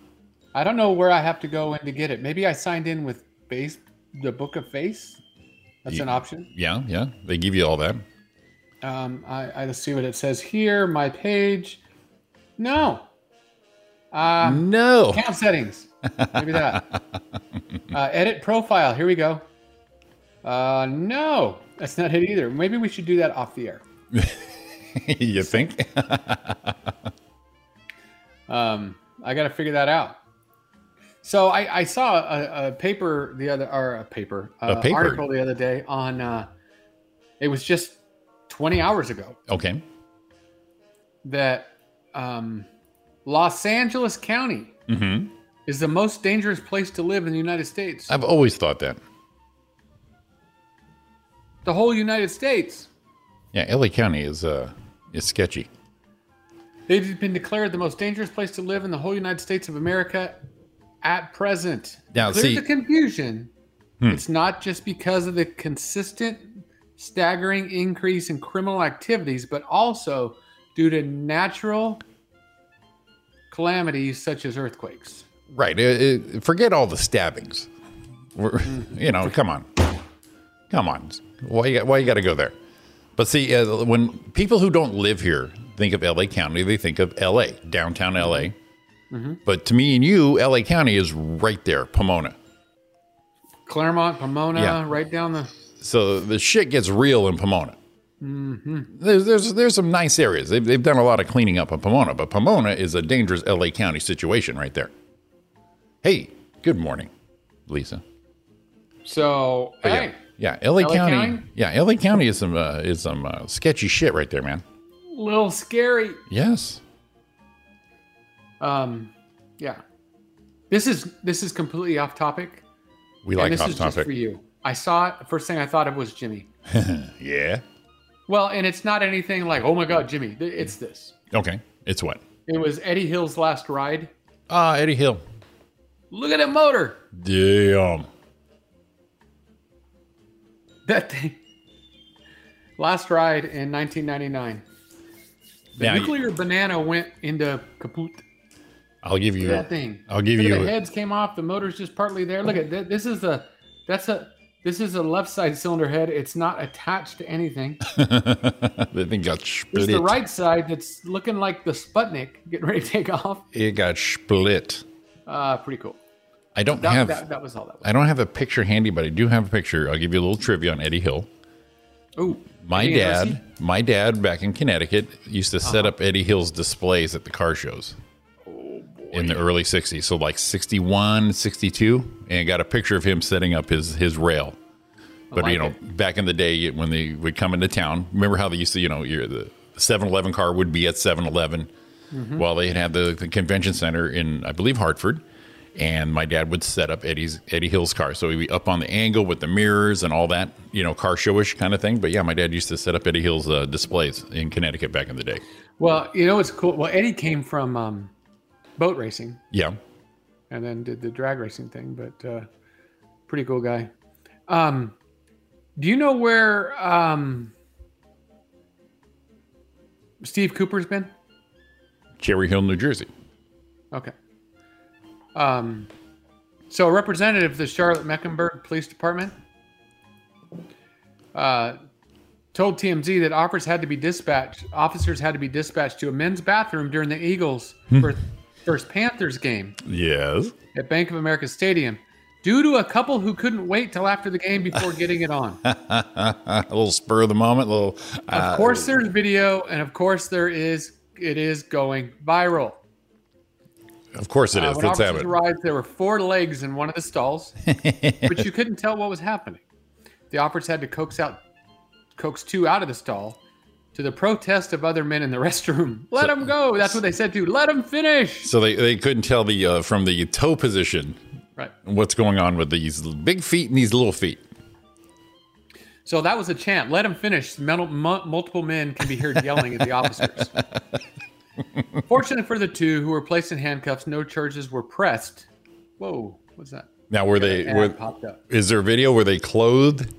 Speaker 9: I don't know where I have to go in to get it. Maybe I signed in with base the Book of Face. That's an
Speaker 7: Yeah.
Speaker 9: option.
Speaker 7: Yeah, yeah. They give you all that.
Speaker 9: Um, I, I just see what it says here. My page. No. Uh,
Speaker 7: No. (laughs)
Speaker 9: Account settings. Maybe that. uh, edit profile. Here we go. Uh, no, that's not it either. Maybe we should do that off the air.
Speaker 7: you think?
Speaker 9: Um, I got to figure that out. So I, I saw a, a paper the other, or a paper,
Speaker 7: A
Speaker 9: uh,
Speaker 7: paper.
Speaker 9: article the other day on. Uh, it was just 20 hours ago
Speaker 7: okay.
Speaker 9: that um, Los Angeles County
Speaker 7: hmm
Speaker 9: is the most dangerous place to live in the United States.
Speaker 7: I've always thought that.
Speaker 9: the whole United States.
Speaker 7: Yeah, LA County is uh is sketchy.
Speaker 9: They've been declared the most dangerous place to live in the whole United States of America at present.
Speaker 7: Now,
Speaker 9: Clear
Speaker 7: see-
Speaker 9: the confusion.
Speaker 7: Hmm.
Speaker 9: It's not just because of the consistent, staggering increase in criminal activities, but also due to natural calamities such as earthquakes.
Speaker 7: Right. uh, uh, forget all the stabbings. We're, you know, come on, come on. Why you got, why you got to go there? But see, uh, when people who don't live here think of LA County, they think of LA, downtown LA.
Speaker 9: Mhm.
Speaker 7: But to me and you, LA County is right there, Pomona.
Speaker 9: Claremont, Pomona,
Speaker 7: Yeah.
Speaker 9: right down the.
Speaker 7: So the shit gets real in Pomona. There's, there's there's some nice areas. They've, they've done a lot of cleaning up in Pomona, but Pomona is a dangerous LA County situation right there. Hey, good morning, Lisa.
Speaker 9: So,
Speaker 7: But
Speaker 9: hey,
Speaker 7: Oh, yeah, yeah, LA,
Speaker 9: LA
Speaker 7: County,
Speaker 9: County?
Speaker 7: Yeah, LA County is some uh, is some uh, sketchy shit right there, man.
Speaker 9: little scary.
Speaker 7: Yes.
Speaker 9: Um, yeah. This is this is completely off topic.
Speaker 7: We
Speaker 9: and
Speaker 7: like
Speaker 9: this
Speaker 7: off
Speaker 9: is
Speaker 7: topic.
Speaker 9: Just for you, I saw it. First thing I thought of was Jimmy.
Speaker 7: yeah.
Speaker 9: Well, and it's not anything like, oh my god, Jimmy. Th- It's this.
Speaker 7: Okay. It's what?
Speaker 9: It was Eddie Hill's last ride.
Speaker 7: Ah, Eddie Hill.
Speaker 9: Look at that motor.
Speaker 7: Damn.
Speaker 9: That thing. Last ride in 1999. The
Speaker 7: Now you-
Speaker 9: nuclear banana went into kaput.
Speaker 7: I'll give you
Speaker 9: Look at that thing.
Speaker 7: I'll give
Speaker 9: Look at
Speaker 7: you
Speaker 9: the heads came off. The motor's just partly there. Look at that. This is a that's a this is a left side cylinder head. It's not attached
Speaker 7: (laughs)
Speaker 9: to anything.
Speaker 7: (laughs) the thing got
Speaker 9: It's
Speaker 7: split.
Speaker 9: the right side that's looking like the Sputnik getting ready to take off.
Speaker 7: It got split.
Speaker 9: Uh, pretty cool.
Speaker 7: I don't
Speaker 9: That,
Speaker 7: have
Speaker 9: that, that was all that.
Speaker 7: I don't have a picture handy, but I do have a picture. I'll give you a little trivia on Eddie Hill.
Speaker 9: Oh,
Speaker 7: My dad, my dad back in Connecticut used to set up Eddie Hill's displays at the car shows. In the early 60s, so like 61, 62, and got a picture of him setting up his his rail. But
Speaker 9: like
Speaker 7: you know, back in the day when they would come into town, remember how they used to, you know, your the 7-Eleven car would be at 7-Eleven
Speaker 9: Mhm.
Speaker 7: while they had had the, the convention center in I believe Hartford. And my dad would set up Eddie's Eddie Hill's car, so he'd be up on the angle with the mirrors and all that, you know, car showish kind of thing. But yeah, my dad used to set up Eddie Hill's uh, displays in Connecticut back in the day.
Speaker 9: Well, you know what's cool? Well, Eddie came from um, boat racing.
Speaker 7: Yeah,
Speaker 9: and then did the drag racing thing. But uh, pretty cool guy. Um, do you know where um, Steve Cooper's been?
Speaker 7: Cherry Hill, New Jersey.
Speaker 9: Okay. Um, so a representative of the Charlotte Mecklenburg Police Department uh, told TMZ that offers had to be dispatched. Officers had to be dispatched to a men's bathroom during the Eagles first, first Panthers game.
Speaker 7: Yes.
Speaker 9: at Bank of America Stadium due to a couple who couldn't wait till after the game before getting it on.
Speaker 7: (laughs) a little spur of the moment, little.
Speaker 9: Of
Speaker 7: uh,
Speaker 9: course, there's video, and of course, there is it is going viral.
Speaker 7: Of course it
Speaker 9: Uh,
Speaker 7: is.
Speaker 9: when
Speaker 7: Let's have
Speaker 9: officers
Speaker 7: it.
Speaker 9: arrived, there were four legs in one of
Speaker 7: (laughs)
Speaker 9: the stalls, but you couldn't tell what was happening. The operatives had to coax out, coax two out of the stall, to the protest of other men in the (laughs) restroom. Let them go. That's what they said to. Let them finish.
Speaker 7: So they, they couldn't tell the uh, from the toe position
Speaker 9: Right.
Speaker 7: what's going on with these big feet and these little feet.
Speaker 9: So that was a chant. Let him finish. Mul- mu- Multiple men can be heard yelling at
Speaker 7: (laughs)
Speaker 9: the officers. Fortunately for the two who were placed in handcuffs, no charges were pressed. Whoa, what's that?
Speaker 7: Now were they?
Speaker 9: An ad
Speaker 7: Were,
Speaker 9: popped up.
Speaker 7: is there video? Were they clothed?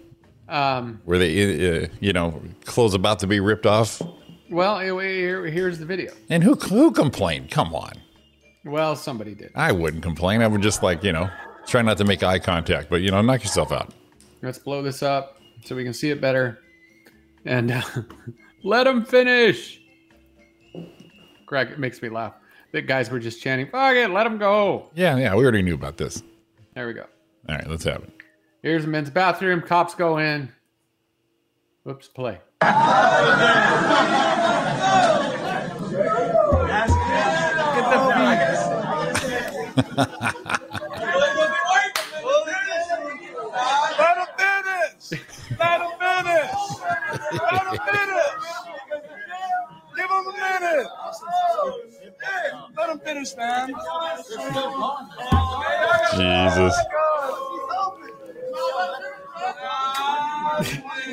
Speaker 9: Um,
Speaker 7: Were they uh, you know clothes about to be ripped off?
Speaker 9: well, anyway, here- here's the video.
Speaker 7: And who who complained? Come on,
Speaker 9: Well, somebody did.
Speaker 7: I wouldn't complain. I would just like you know try not to make eye contact, but you know knock yourself out.
Speaker 9: Let's blow this up so we can see it better. And uh, (laughs) let him finish. Greg, it makes me laugh. The guys were just chanting, fuck it, let him go.
Speaker 7: Yeah, yeah, we already knew about this.
Speaker 9: There we go.
Speaker 7: All right, let's have it.
Speaker 9: Here's the men's bathroom. Cops go in. Whoops, play.
Speaker 2: Let him finish! Let him finish! Let him finish! Give him a minute! Yeah, Let him finish, man.
Speaker 7: Jesus.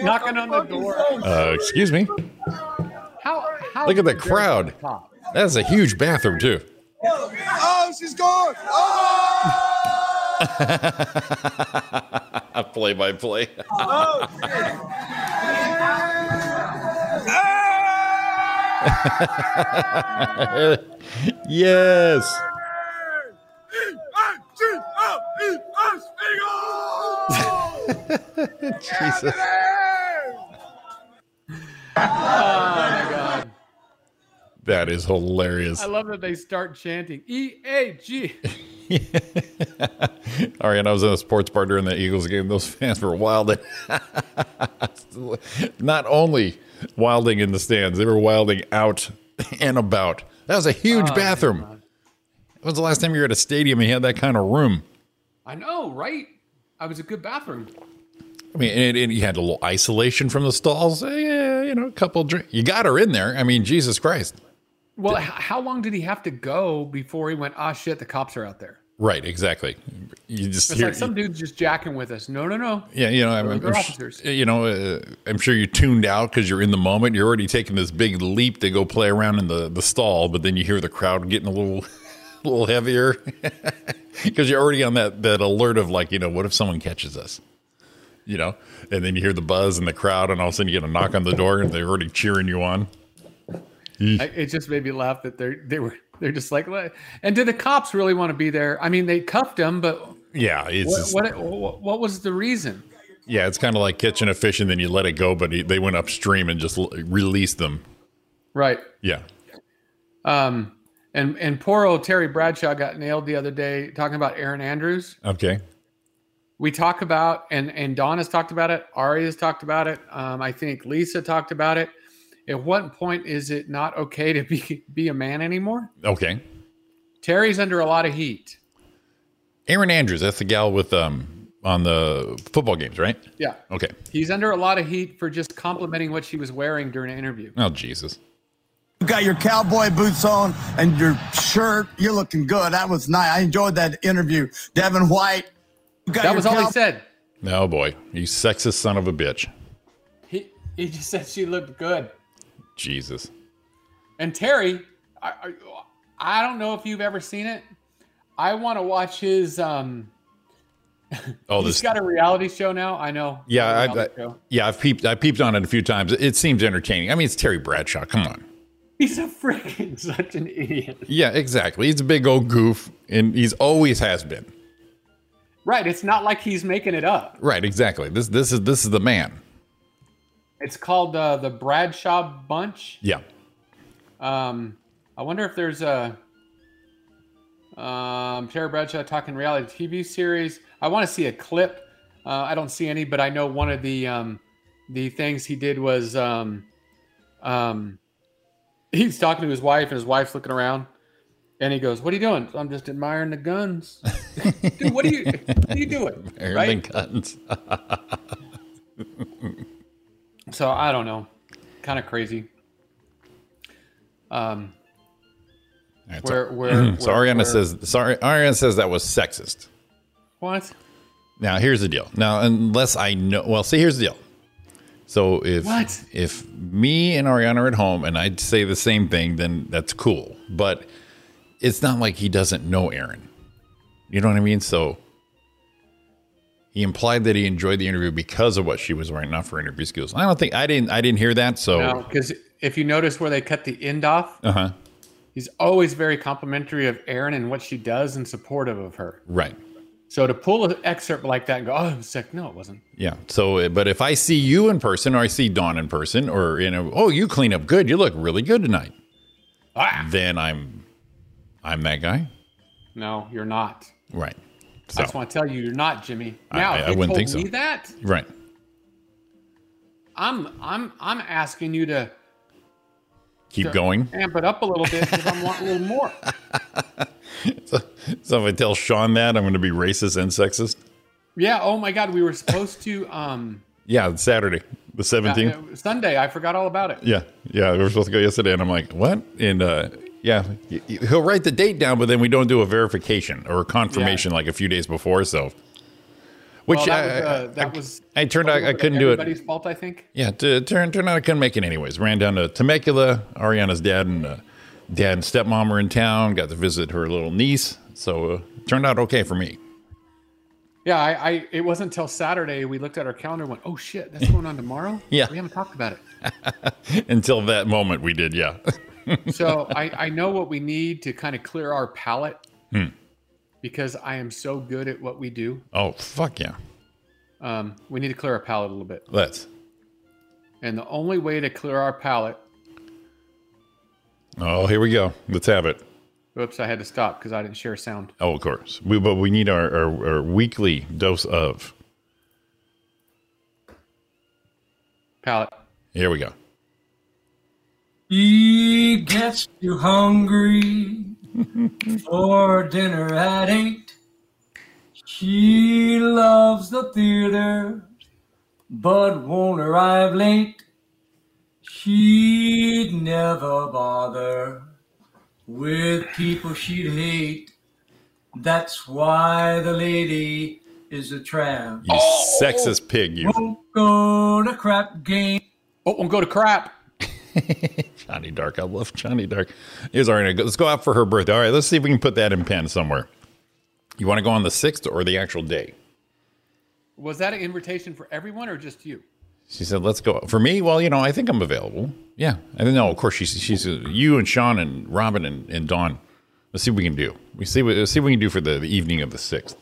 Speaker 9: Knocking on the door.
Speaker 7: Uh, excuse me.
Speaker 9: How, how
Speaker 7: Look at the
Speaker 9: dare
Speaker 7: crowd.
Speaker 9: the cop?
Speaker 7: That's a huge bathroom too.
Speaker 2: Oh, she's gone! Oh!
Speaker 7: play by play. (laughs)
Speaker 2: oh.
Speaker 7: yes. (laughs) Jesus.
Speaker 9: Oh my god!
Speaker 7: That is hilarious.
Speaker 9: I love that they start chanting E A G. (laughs)
Speaker 7: All right, I was in a sports bar during the Eagles game. Those (laughs) fans were wilding. Not only wilding in the stands, they were wilding out (laughs) and about. That was a huge
Speaker 9: Oh,
Speaker 7: bathroom. When was the last time you were at a stadium and you had that kind of room?
Speaker 9: I know, right? I was a good bathroom.
Speaker 7: I mean, and, and you had a little isolation from the stalls. Eh, Yeah, you know, a couple drinks. You got her in there. I mean, Jesus Christ.
Speaker 9: Well, h- how long did he have to go before he went? Ah, shit! The cops are out there.
Speaker 7: Right, exactly. You just
Speaker 9: It's
Speaker 7: hear,
Speaker 9: like some dude's just jacking with us. No, no, no.
Speaker 7: Yeah, you know, I'm,
Speaker 9: Those
Speaker 7: I'm,
Speaker 9: are officers.
Speaker 7: you know, uh, I'm sure you tuned out because you're in the moment. You're already taking this big leap to go play around in the, the stall, but then you hear the crowd getting a little, (laughs) a little heavier (laughs) because you're already on that that alert of like, you know, what if someone catches us, you know? And then you hear the buzz in the crowd, and all of a sudden you get a knock on the door, and they're already cheering you on. Eesh.
Speaker 9: I, it just made me laugh that they're they were they're just like. "Let-" And did the cops really want to be there? I mean, they cuffed him, but
Speaker 7: Yeah, it's
Speaker 9: what,
Speaker 7: just-
Speaker 9: what, what what was the reason?
Speaker 7: yeah, it's kind of like catching a fish and then you let it go, but he, they went upstream and just l- released them.
Speaker 9: Right.
Speaker 7: Yeah,
Speaker 9: Um. And and poor old Terry Bradshaw got nailed the other day talking about Aaron Andrews.
Speaker 7: okay.
Speaker 9: we talk about and and Don has talked about it. Ari has talked about it. Um, I think Lisa talked about it. At what point is it not okay to be be a man anymore?
Speaker 7: Okay.
Speaker 9: Terry's under a lot of heat.
Speaker 7: Aaron Andrews, that's the gal with um on the football games, right?
Speaker 9: Yeah,
Speaker 7: Okay.
Speaker 9: he's under a lot of heat for just complimenting what she was wearing during an interview.
Speaker 7: Oh Jesus.
Speaker 11: You got your cowboy boots on and your shirt. You're looking good. That was nice. I enjoyed that interview. Devin White. you got
Speaker 9: That
Speaker 11: your
Speaker 9: was all he
Speaker 11: cow-
Speaker 9: said.
Speaker 7: Oh boy, you sexist son of a bitch.
Speaker 9: He he just said she looked good.
Speaker 7: Jesus.
Speaker 9: And Terry, I, I, I don't know if you've ever seen it. I want to watch his. Um,
Speaker 7: Oh,
Speaker 9: he's
Speaker 7: this.
Speaker 9: got a reality show now. I know.
Speaker 7: Yeah,
Speaker 9: A
Speaker 7: I, I,
Speaker 9: reality show.
Speaker 7: yeah, I've peeped. I peeped on it a few times. It seems entertaining. I mean, it's Terry Bradshaw. Come on.
Speaker 9: he's a freaking such an idiot.
Speaker 7: Yeah, exactly. He's a big old goof, and he's always has been.
Speaker 9: Right. It's not like he's making it up.
Speaker 7: Right. Exactly. This. This is. This is the man.
Speaker 9: It's called uh, the Bradshaw Bunch.
Speaker 7: Yeah.
Speaker 9: Um, I wonder if there's a um, Tara Bradshaw talking reality TV series. I want to see a clip. Uh, I don't see any, but I know one of the um, the things he did was um, um, he's talking to his wife, and his wife's looking around, and he goes, "What are you doing?" "I'm just admiring the guns." (laughs) Dude, what are you? What are you doing?
Speaker 7: Aaron
Speaker 9: right?
Speaker 7: (laughs) Guns.
Speaker 9: So I don't know. Kind of crazy. Um,
Speaker 7: That's (clears throat)
Speaker 9: where,
Speaker 7: all- (laughs)
Speaker 9: where, where,
Speaker 7: so Ariana
Speaker 9: where-
Speaker 7: says. Sorry, Ariana says that was sexist.
Speaker 9: what?
Speaker 7: Now here's the deal. Now unless I know, well, see here's the deal. So if
Speaker 9: What?
Speaker 7: if me and Ariana are at home and I say the same thing, then that's cool. But it's not like he doesn't know Aaron. You know what I mean? So he implied that he enjoyed the interview because of what she was wearing, not for interview skills. I don't think I didn't I didn't hear that. So
Speaker 9: No, because if you notice where they cut the end off,
Speaker 7: uh huh,
Speaker 9: he's always very complimentary of Erin and what she does and supportive of her.
Speaker 7: right.
Speaker 9: So to pull an excerpt like that and go, "Oh, it was sick," no, it wasn't.
Speaker 7: Yeah. So, uh, but if I see you in person, or I see Dawn in person, or you know, oh, you clean up good. You look really good tonight.
Speaker 9: Ah!
Speaker 7: Then I'm, I'm that guy,
Speaker 9: No, you're not.
Speaker 7: right?
Speaker 9: I
Speaker 7: So,
Speaker 9: just want to tell you, you're not, Jimmy.
Speaker 7: I-
Speaker 9: Now,
Speaker 7: I-
Speaker 9: if
Speaker 7: I
Speaker 9: you
Speaker 7: wouldn't
Speaker 9: told
Speaker 7: think so.
Speaker 9: me that,
Speaker 7: right.
Speaker 9: I'm, I'm, I'm asking you to
Speaker 7: Keep
Speaker 9: to (laughs)
Speaker 7: going.
Speaker 9: amp it up a little bit because I want a
Speaker 7: (laughs)
Speaker 9: little more.
Speaker 7: So, so if I tell Sean that, I'm going to be racist and sexist.
Speaker 9: Yeah. Oh my God, we were supposed to. Um,
Speaker 7: Yeah. it's Saturday, the seventeenth.
Speaker 9: Uh, Sunday. I forgot all about it.
Speaker 7: Yeah, yeah, we were supposed to go yesterday, and I'm like, what? And uh, yeah, y- y- he'll write the date down, but then we don't do a verification or a confirmation like a few days before. So, which
Speaker 9: Well, that
Speaker 7: I,
Speaker 9: was, uh,
Speaker 7: I-
Speaker 9: that was
Speaker 7: I, I turned out I couldn't do it.
Speaker 9: Everybody's fault, I think.
Speaker 7: Yeah, t- turn turn out I couldn't make it anyways. Ran down to Temecula. Ariana's dad and uh, dad and stepmom were in town. Got to visit her little niece. So uh, turned out okay for me. (laughs)
Speaker 9: Yeah, I, I it wasn't until Saturday we looked at our calendar and went, oh shit, that's going on tomorrow.
Speaker 7: (laughs) Yeah.
Speaker 9: we haven't talked about it.
Speaker 7: Until that moment, we did. Yeah. (laughs)
Speaker 9: So (laughs) I I know what we need to kind of clear our palate
Speaker 7: Hmm.
Speaker 9: because I am so good at what we do.
Speaker 7: Oh fuck yeah.
Speaker 9: Um, we need to clear our palate a little bit,
Speaker 7: Let's.
Speaker 9: and the only way to clear our palate
Speaker 7: Oh, here we go. Let's have it.
Speaker 9: Oops, I had to stop because I didn't share sound.
Speaker 7: Oh, of course. We, but we need our, our, our weekly dose of.
Speaker 9: Palette.
Speaker 7: Here we go.
Speaker 12: He gets you hungry for dinner at eight. She loves the theater, but won't arrive late. She'd never bother with people she'd hate. That's why the lady is a tramp.
Speaker 7: You sexist pig, you
Speaker 12: Won't go to crap game.
Speaker 9: Oh, won't go to crap.
Speaker 7: Johnny Dark. I love Johnny Dark. Here's our let's go out for her birthday. All right, let's see if we can put that in pen somewhere. You want to go on the sixth or the actual day?
Speaker 9: Was that an invitation for everyone or just you?
Speaker 7: She said, "Let's go." For me, well, you know, I think I'm available. Yeah, I think no. Of course, she's she's uh, you and Sean and Robin and, and Dawn. Let's see what we can do. We see what let's see what we can do for the, the evening of the sixth.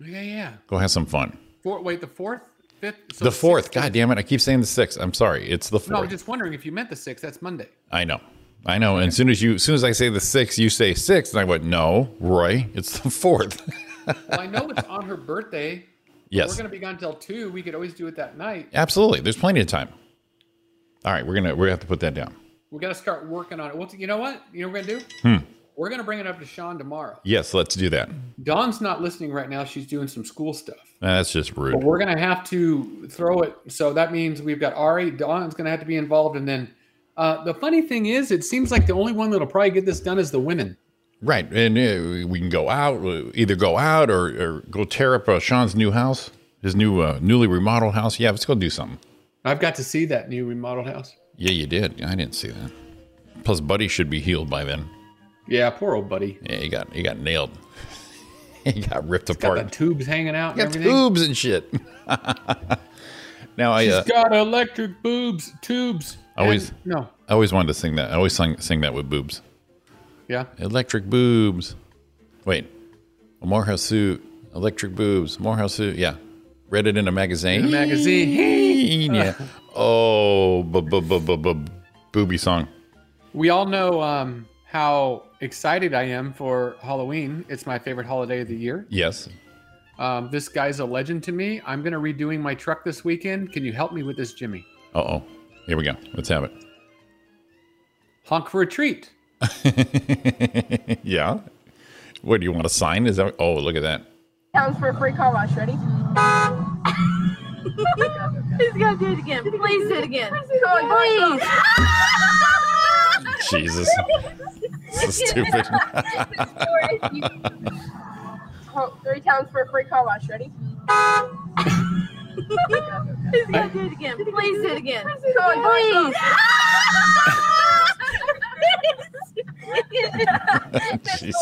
Speaker 9: Yeah, yeah.
Speaker 7: Go have some fun.
Speaker 9: Four, wait, the fourth, fifth. so
Speaker 7: the fourth.
Speaker 9: sixth-
Speaker 7: God damn it! I keep saying the sixth. I'm sorry. It's the
Speaker 9: No,
Speaker 7: fourth.
Speaker 9: I'm just wondering if you meant the sixth. That's Monday.
Speaker 7: I know. I know. And as soon as you, as soon as I say the sixth, you say six, and I went, "No, Roy, it's the
Speaker 9: (laughs)
Speaker 7: fourth. (laughs)
Speaker 9: Well, I know it's on her birthday.
Speaker 7: Yes.
Speaker 9: We're gonna be gone till two. We could always do it that night.
Speaker 7: Absolutely. There's plenty of time. All right, we're gonna we're gonna have to put that down.
Speaker 9: We gotta start working on it. Well, you know what? You know what we're gonna do?
Speaker 7: Hmm.
Speaker 9: We're gonna bring it up to Sean tomorrow.
Speaker 7: Yes, let's do that. Uh,
Speaker 9: Dawn's not listening right now. She's doing some school stuff.
Speaker 7: That's just rude.
Speaker 9: But we're gonna have to throw it. So that means we've got Ari. Dawn's gonna have to be involved, and then uh, the funny thing is, it seems like the only one that'll probably get this done is the women.
Speaker 7: Right, and uh, we can go out, uh, either go out or, or go tear up uh, Sean's new house, his new uh, newly remodeled house. Yeah, let's go do something.
Speaker 9: I've got to see that new remodeled house.
Speaker 7: Yeah, you did. I didn't see that. Plus, Buddy should be healed by then.
Speaker 9: Yeah, poor old buddy.
Speaker 7: Yeah, he got he got nailed. (laughs) he got ripped
Speaker 9: Got
Speaker 7: apart.
Speaker 9: the tubes hanging out.
Speaker 7: got
Speaker 9: and everything.
Speaker 7: tubes and shit. (laughs) now I
Speaker 9: She's
Speaker 7: uh,
Speaker 9: got electric boobs, tubes. and-
Speaker 7: always
Speaker 9: no.
Speaker 7: I always wanted to sing that. I always sang sing that with boobs.
Speaker 9: Yeah.
Speaker 7: Electric boobs. Wait. A Morehouse suit. Electric boobs. Morehouse suit. Yeah. Read it in a magazine.
Speaker 9: In
Speaker 7: (laughs)
Speaker 9: a magazine.
Speaker 7: yeah. Oh, bu- bu- bu- bu- bu- booby song.
Speaker 9: We all know um, how excited I am for Halloween. It's my favorite holiday of the year.
Speaker 7: Yes.
Speaker 9: Um, this guy's a legend to me. I'm going to redoing my truck this weekend. Can you help me with this, Jimmy?
Speaker 7: Uh oh. Here we go. Let's have
Speaker 9: Honk for a treat.
Speaker 7: it. (laughs) yeah. What do you want to sign? Is that? Oh, look at that.
Speaker 13: Pounds for a free car wash. Ready? (laughs) Please go do it again. Please do it again. Go, please.
Speaker 7: Jesus.
Speaker 13: (laughs)
Speaker 7: This is stupid.
Speaker 13: Oh, three towns for a free car wash. Ready? Please go do it again. Please do it again. Go, (laughs)
Speaker 7: Jesus.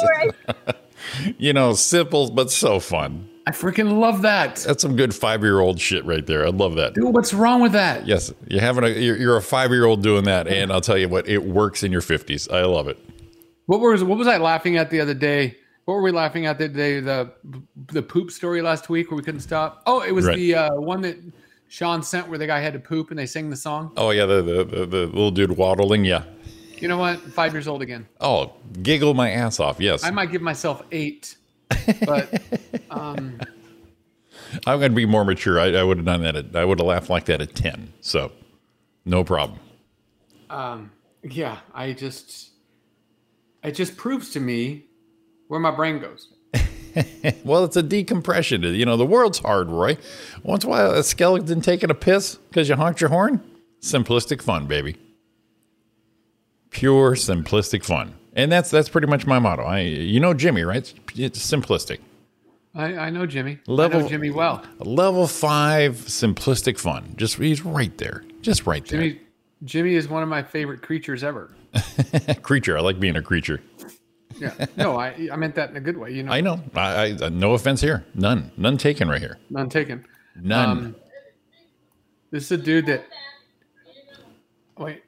Speaker 7: (laughs) you know, simple but so fun.
Speaker 9: I freaking love that.
Speaker 7: That's some good five year old shit right there. I love that.
Speaker 9: Dude, what's wrong with that?
Speaker 7: Yes, you're having a you're, you're a five year old doing that, and I'll tell you what, it works in your fifties. I love it.
Speaker 9: What was what was I laughing at the other day? What were we laughing at the other day? The the poop story last week where we couldn't stop. Oh, it was
Speaker 7: Right.
Speaker 9: the uh, one that Sean sent where the guy had to poop and they sang the song.
Speaker 7: Oh yeah, the the, the, the little dude waddling. Yeah.
Speaker 9: You know what? Five years old again.
Speaker 7: Oh, giggle my ass off. Yes,
Speaker 9: I
Speaker 7: I'm,
Speaker 9: might give myself eight, but um,
Speaker 7: going to be more mature. I, I would have done that. At, I would have laughed like that at ten. So, no problem.
Speaker 9: um, yeah, I just it just proves to me where my brain goes.
Speaker 7: well, it's a decompression. You know, the world's hard, Roy. Once in a while, a skeleton taking a piss because you honked your horn. Simplistic fun, baby. Pure simplistic fun, and that's that's pretty much my motto. I, you know, Jimmy, right? It's, it's simplistic.
Speaker 9: I, I know Jimmy. I
Speaker 7: Level-
Speaker 9: know Jimmy well.
Speaker 7: Level five simplistic fun. Just he's right there. Just right there.
Speaker 9: Jimmy Jimmy is one of my favorite creatures ever.
Speaker 7: creature. I like being a creature.
Speaker 9: Yeah. No, I I meant that in a good way. You know,
Speaker 7: I know. I, I no offense here. None. None taken right here.
Speaker 9: none taken.
Speaker 7: None.
Speaker 9: Um, this is a dude that. Wait.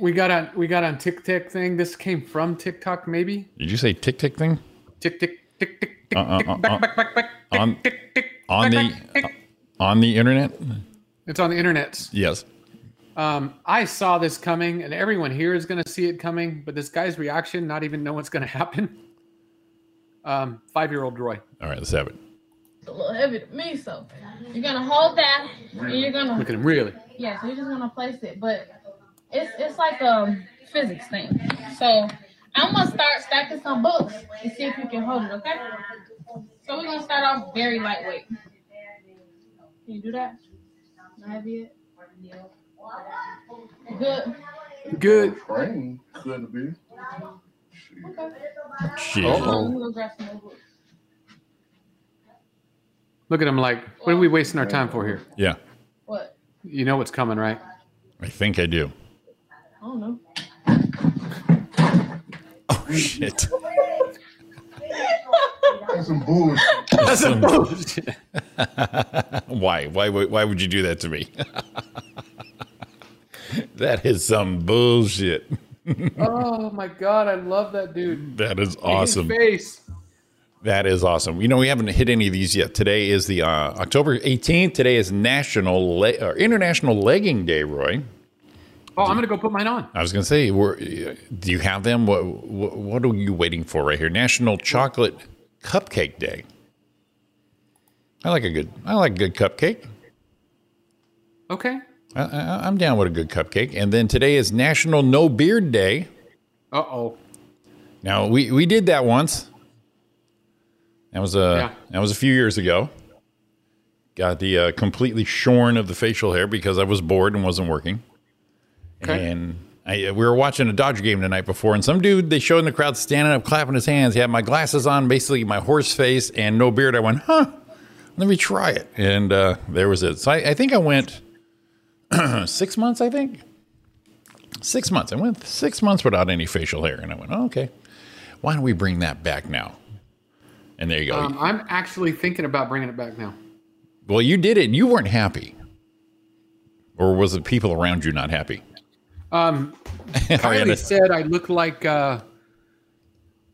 Speaker 9: We got on we got on TikTok thing. This came from TikTok, maybe.
Speaker 7: Did you say tick tick thing?
Speaker 9: Tick tick tick tick
Speaker 7: Uh, uh, uh,
Speaker 9: back
Speaker 7: uh,
Speaker 9: back back back.
Speaker 7: on on the uh,
Speaker 9: tick.
Speaker 7: on the internet?
Speaker 9: It's on the internet.
Speaker 7: Yes.
Speaker 9: Um, I saw this coming, and everyone here is going to see it coming. But this guy's reaction, not even know what's going to (laughs) happen. Um, five-year-old Roy.
Speaker 7: All right, let's have it.
Speaker 14: a little heavy to me, so you're gonna hold that. And you're gonna
Speaker 9: Look at him, really.
Speaker 14: Yeah, so you're just gonna place it, but it's it's like a physics thing. So I'm gonna start stacking some books and see if you can hold it, okay? So we're gonna start off very lightweight. Can you do that? Not heavy yet? Good.
Speaker 9: Good.
Speaker 15: Train could be.
Speaker 7: Shit.
Speaker 14: We'll grab some more books.
Speaker 9: Look at him, like, what are we wasting our time for here?
Speaker 7: Yeah.
Speaker 14: What?
Speaker 9: You know what's coming, right?
Speaker 7: I think I do.
Speaker 14: I don't know.
Speaker 7: Oh shit.
Speaker 15: That's some bullshit.
Speaker 7: That's (laughs) some bullshit. why? Why? would- Why would you do that to me? (laughs) that is some bullshit.
Speaker 9: oh my god, I love that dude.
Speaker 7: That is
Speaker 9: Look at his
Speaker 7: awesome.
Speaker 9: face.
Speaker 7: That is awesome. You know, we haven't hit any of these yet. Today is the uh, October 18th. Today is National Le- or International Legging Day, Roy.
Speaker 9: Oh, I'm gonna go put mine on.
Speaker 7: I was going to say, we're, uh, do you have them? What, what what are you waiting for right here? National Chocolate Cupcake Day. I like a good I like a good cupcake.
Speaker 9: Okay.
Speaker 7: I, I, I'm down with a good cupcake. And then today is National No Beard Day.
Speaker 9: Uh oh.
Speaker 7: Now we we did that once. That was a
Speaker 9: Yeah.
Speaker 7: that was a few years ago. Got the uh, completely shorn of the facial hair because I was bored and wasn't working. And I, we were watching a Dodger game the night before, and some dude they showed in the crowd standing up, clapping his hands. He had my glasses on, basically my horse face and no beard. I went, huh? Let me try it, and uh, there was it. So I, I think I went (clears throat) six months. I think six months. I went six months without any facial hair, and I went, oh, okay. Why don't we bring that back now? And there you go.
Speaker 9: Um, I'm actually thinking about bringing it back now.
Speaker 7: well, you did it, and you weren't happy, or was it people around you not happy? (laughs)
Speaker 9: Um, Kylie
Speaker 7: Ariana.
Speaker 9: said I look like uh,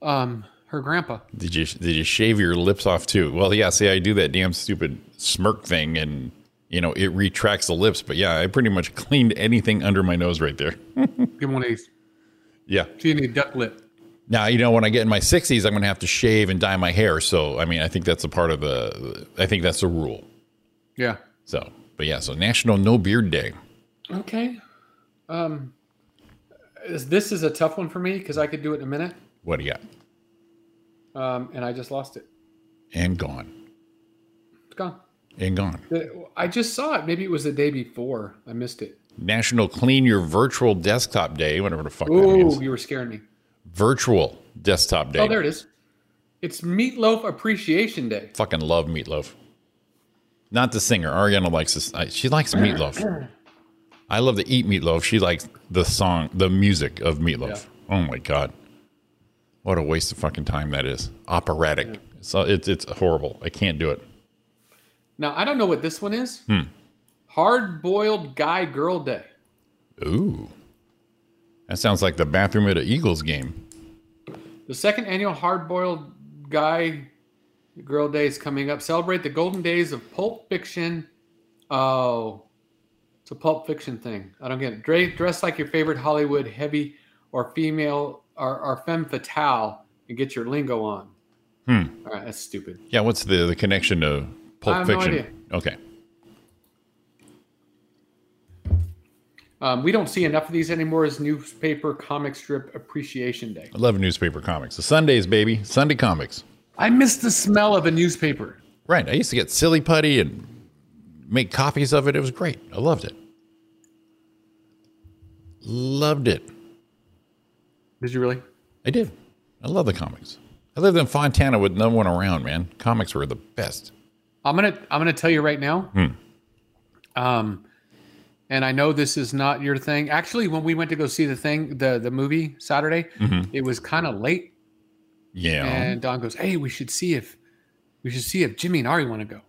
Speaker 9: um, her grandpa.
Speaker 7: Did you did you shave your lips off too? Well, yeah. See, I do that damn stupid smirk thing, and you know it retracts the lips. But yeah, I pretty much cleaned anything under my nose right there.
Speaker 9: Give him one of these.
Speaker 7: Yeah.
Speaker 9: So you need a duck lip.
Speaker 7: Now you know when I get in my sixties, I'm going to have to shave and dye my hair. So I mean, I think that's a part of the. I think that's a rule.
Speaker 9: Yeah.
Speaker 7: So, but yeah. So National No Beard Day.
Speaker 9: Okay. Um, is, this is a tough one for me because I could do it in a minute,
Speaker 7: What do you got?
Speaker 9: um, and I just lost it.
Speaker 7: And gone.
Speaker 9: It's gone.
Speaker 7: And gone.
Speaker 9: The- I just saw it. Maybe it was the day before. I missed it.
Speaker 7: National Clean Your Virtual Desktop Day. Whatever the fuck that
Speaker 9: Oh,
Speaker 7: means.
Speaker 9: you were scaring me.
Speaker 7: Virtual Desktop Day.
Speaker 9: Oh, there it is. It's Meatloaf Appreciation Day.
Speaker 7: Fucking love meatloaf. Not the singer. Ariana likes this. I- She likes meatloaf. I love to eat meatloaf. She likes the song, the music of meatloaf. Oh my god, what a waste of fucking time that is. Operatic. So it's it's horrible. I can't do it.
Speaker 9: Now I don't know what this one is.
Speaker 7: Hmm.
Speaker 9: Hard boiled guy girl day.
Speaker 7: Ooh, that sounds like the bathroom at an Eagles game.
Speaker 9: The second annual hard boiled guy girl day is coming up. Celebrate the golden days of Pulp Fiction. Oh, it's a Pulp Fiction thing. I don't get it. Dre- Dress like your favorite Hollywood heavy or female or, or femme fatale and get your lingo on.
Speaker 7: Hmm.
Speaker 9: All right, that's stupid.
Speaker 7: Yeah. What's the the connection to Pulp
Speaker 9: I have no
Speaker 7: Fiction?
Speaker 9: idea.
Speaker 7: Okay.
Speaker 9: Um, we don't see enough of these anymore as newspaper comic strip appreciation day.
Speaker 7: I love newspaper comics. The Sundays, baby. Sunday comics.
Speaker 9: I miss the smell of a newspaper.
Speaker 7: Right. I used to get silly putty and make copies of it. It was great. I loved it. Loved it.
Speaker 9: Did you really?
Speaker 7: I did. I love the comics. I lived in Fontana with no one around, man. Comics were the best.
Speaker 9: I'm gonna I'm gonna tell you right now.
Speaker 7: Hmm.
Speaker 9: Um, and I know this is not your thing. Actually, when we went to go see the thing, the the movie Saturday,
Speaker 7: Mhm.
Speaker 9: it was kind of late,
Speaker 7: Yeah.
Speaker 9: and Don goes, "Hey, we should see if we should see if Jimmy and Ari want to go."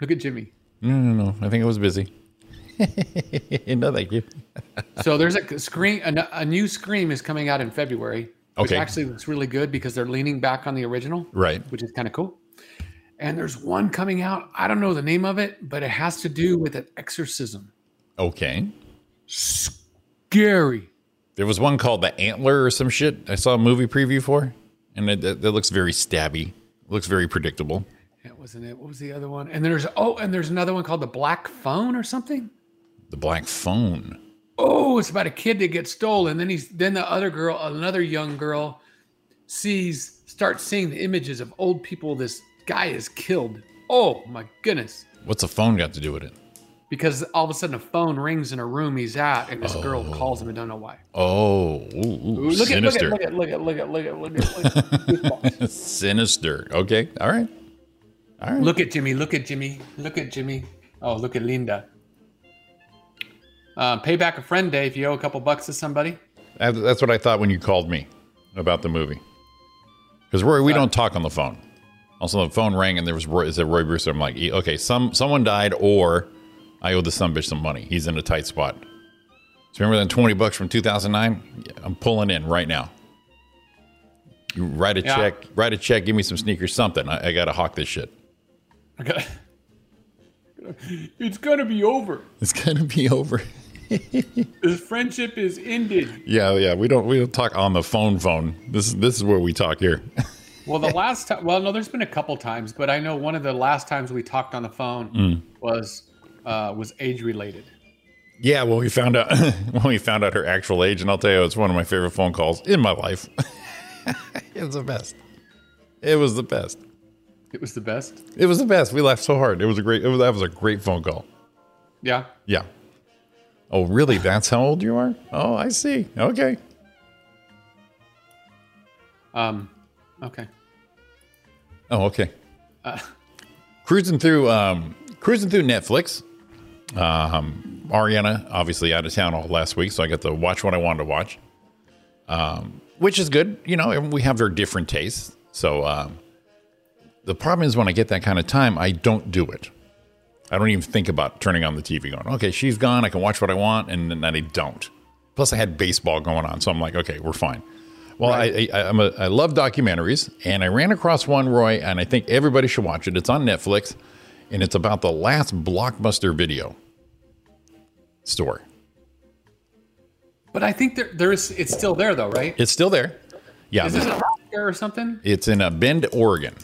Speaker 9: Look at Jimmy.
Speaker 7: No, no, no. I think I was busy. (laughs) no, thank you. (laughs)
Speaker 9: So there's a screen. A, a new Scream is coming out in February, which
Speaker 7: Okay.
Speaker 9: actually looks really good because they're leaning back on the original.
Speaker 7: Right.
Speaker 9: which is kind of cool. And there's one coming out. I don't know the name of it, but it has to do with an exorcism.
Speaker 7: Okay.
Speaker 9: Scary.
Speaker 7: There was one called The Antler or some shit I saw a movie preview for, and it, that, that looks very stabby. Looks very predictable.
Speaker 9: That wasn't it. What was the other one? And there's oh, and there's another one called the Black Phone or something.
Speaker 7: The Black Phone.
Speaker 9: Oh, it's about a kid that gets stolen. Then he's then the other girl, another young girl, sees starts seeing the images of old people. This guy is killed. Oh my goodness!
Speaker 7: What's a phone got to do with it?
Speaker 9: Because all of a sudden a phone rings in a room he's at, and this girl calls him and don't know why.
Speaker 7: Oh, ooh, ooh,
Speaker 9: Ooh, look, at, look at
Speaker 7: sinister.
Speaker 9: look at look at look at look at look at look
Speaker 7: (laughs)
Speaker 9: at
Speaker 7: sinister. Okay. All right. All right.
Speaker 9: Look at Jimmy. Look at Jimmy. Look at Jimmy. Oh, look at Linda. Uh, pay back a friend day if you owe a couple bucks to somebody.
Speaker 7: That- That's what I thought when you called me about the movie. Because Roy,
Speaker 9: Uh,
Speaker 7: we don't talk on the phone. Also, the phone rang and there was Roy, it said Roy Brewster. I'm like, "E- okay, some someone died or I owe the son bitch some money. He's in a tight spot. So remember that 20 bucks from 2009? Yeah, I'm pulling in right now. You write a
Speaker 9: Yeah.
Speaker 7: check, write a check, give me some sneakers, something. I, I gotta hawk this shit.
Speaker 9: Okay. It's gonna be over.
Speaker 7: It's gonna be over.
Speaker 9: This friendship is ended.
Speaker 7: Yeah, yeah. We don't we don't talk on the phone. Phone. This is this is where we talk here.
Speaker 9: Well, the last time, well, no, there's been a couple times, but I know one of the last times we talked on the phone
Speaker 7: Mm.
Speaker 9: was uh, was age related.
Speaker 7: Yeah, well, we found out (laughs) when we found out her actual age, and I'll tell you, it's one of my favorite phone calls in my life. (laughs) it was the best. It was the best.
Speaker 9: It was the best.
Speaker 7: It was the best. We laughed so hard. It was a great. It was, that was a great phone call.
Speaker 9: Yeah.
Speaker 7: Yeah. Oh, really? That's how old you are? Oh, I see. Okay.
Speaker 9: Um. Okay.
Speaker 7: Oh, okay.
Speaker 9: Uh,
Speaker 7: cruising through um, cruising through Netflix. Um, Ariana obviously out of town all last week, so I got to watch what I wanted to watch, um, which is good. You know, and we have our different tastes. So um, the problem is when I get that kind of time, I don't do it. I don't even think about turning on the TV, going, "Okay, she's gone. I can watch what I want," and then I don't. Plus, I had baseball going on, so I'm like, "Okay, we're fine." Well, I, I, I'm a, I love documentaries, and I ran across one, Roy, and I think everybody should watch it. It's on Netflix, and it's about the last blockbuster video store.
Speaker 9: but I think there there is it's still there though, right?
Speaker 7: It's still there. Yeah,
Speaker 9: Is this a there or something?
Speaker 7: it's in uh, Bend, Oregon.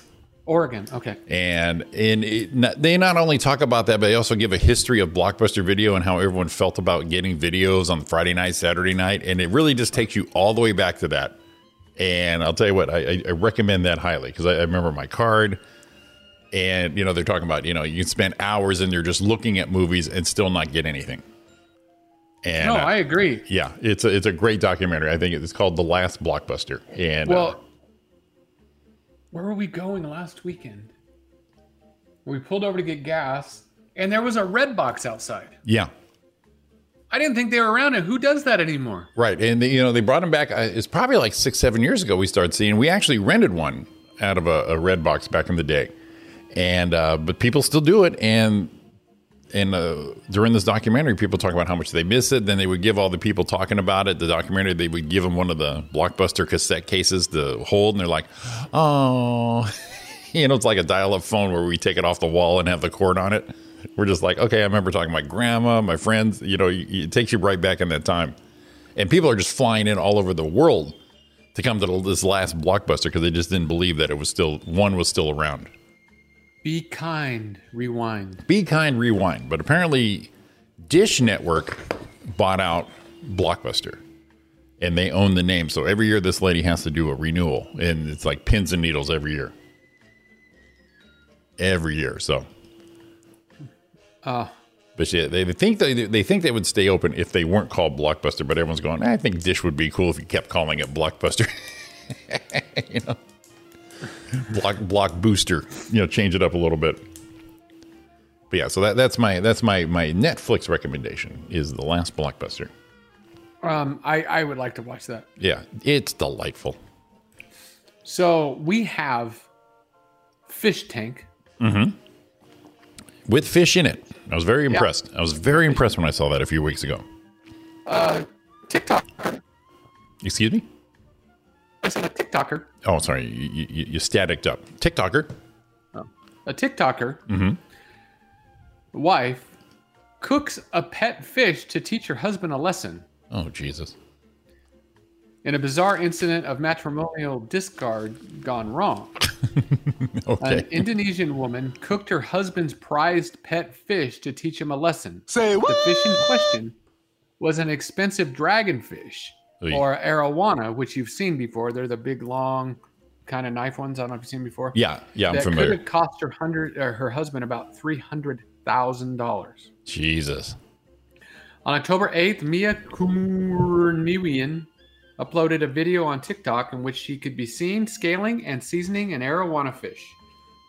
Speaker 9: Oregon. Okay.
Speaker 7: And and it, not, they not only talk about that, but they also give a history of Blockbuster Video and how everyone felt about getting videos on Friday night, Saturday night, and it really just takes you all the way back to that. And I'll tell you what, I, I- I recommend that highly because I, I remember my card, and you know they're talking about you know you can spend hours in there just looking at movies and still not get anything. And
Speaker 9: no,
Speaker 7: uh,
Speaker 9: I agree.
Speaker 7: yeah, it's a, it's a great documentary. I think it's called The Last Blockbuster, and uh,
Speaker 9: well, where were we going last weekend? We pulled over to get gas, and there was a red box outside.
Speaker 7: yeah.
Speaker 9: I didn't think they were around, and who does that anymore?
Speaker 7: Right, and they, you know they brought him back. uh, It's probably like six, seven years ago. We started seeing. We actually rented one out of a, a red box back in the day, and uh, but people still do it. And and uh, during this documentary, people talk about how much they miss it. Then they would give all the people talking about it the documentary. They would give them one of the blockbuster cassette cases to hold, and they're like, "Oh, (laughs) you know, it's like a dial-up phone where we take it off the wall and have the cord on it." We're just like, "Okay, I remember talking to my grandma, my friends." You know, y- it takes you right back in that time, and people are just flying in all over the world to come to this last blockbuster because they just didn't believe that it was still one was still around.
Speaker 9: Be kind. Rewind.
Speaker 7: Be kind, rewind. But apparently, Dish Network bought out Blockbuster, and they own the name. So every year, this lady has to do a renewal, and it's like pins and needles every year. Every year, so.
Speaker 9: Uh,
Speaker 7: But yeah, they they think they they think they would stay open if they weren't called Blockbuster. But everyone's going, I think Dish would be cool if you kept calling it Blockbuster. (laughs) you know, Block Block Booster. You know, change it up a little bit. But yeah, so that, that's my that's my my Netflix recommendation is the last Blockbuster.
Speaker 9: um, I I would like to watch that.
Speaker 7: Yeah, it's delightful.
Speaker 9: So we have fish tank.
Speaker 7: Mm-hmm. With fish in it, I was very
Speaker 9: Yeah.
Speaker 7: impressed. I was very impressed when I saw that a few weeks ago.
Speaker 9: Uh, TikTok.
Speaker 7: Excuse me.
Speaker 9: I said a TikToker.
Speaker 7: Oh, sorry, you, you, you staticked up. TikToker.
Speaker 9: A TikToker
Speaker 7: Mm-hmm.
Speaker 9: wife cooks a pet fish to teach her husband a lesson.
Speaker 7: Oh Jesus!
Speaker 9: In a bizarre incident of matrimonial discard gone wrong,
Speaker 7: Okay. (laughs)
Speaker 9: an Indonesian woman cooked her husband's prized pet fish to teach him a lesson.
Speaker 7: Say
Speaker 9: The fish in question was an expensive dragonfish
Speaker 7: Oy.
Speaker 9: or arowana, which you've seen before. They're the big, long, kind of knife ones. I don't know if you've seen before.
Speaker 7: Yeah, yeah, I'm
Speaker 9: that
Speaker 7: familiar.
Speaker 9: Could have cost her hundred, or her husband about three hundred thousand dollars.
Speaker 7: Jesus.
Speaker 9: On October 8th, Mia Kumurniwian uploaded a video on TikTok in which she could be seen scaling and seasoning an arowana fish.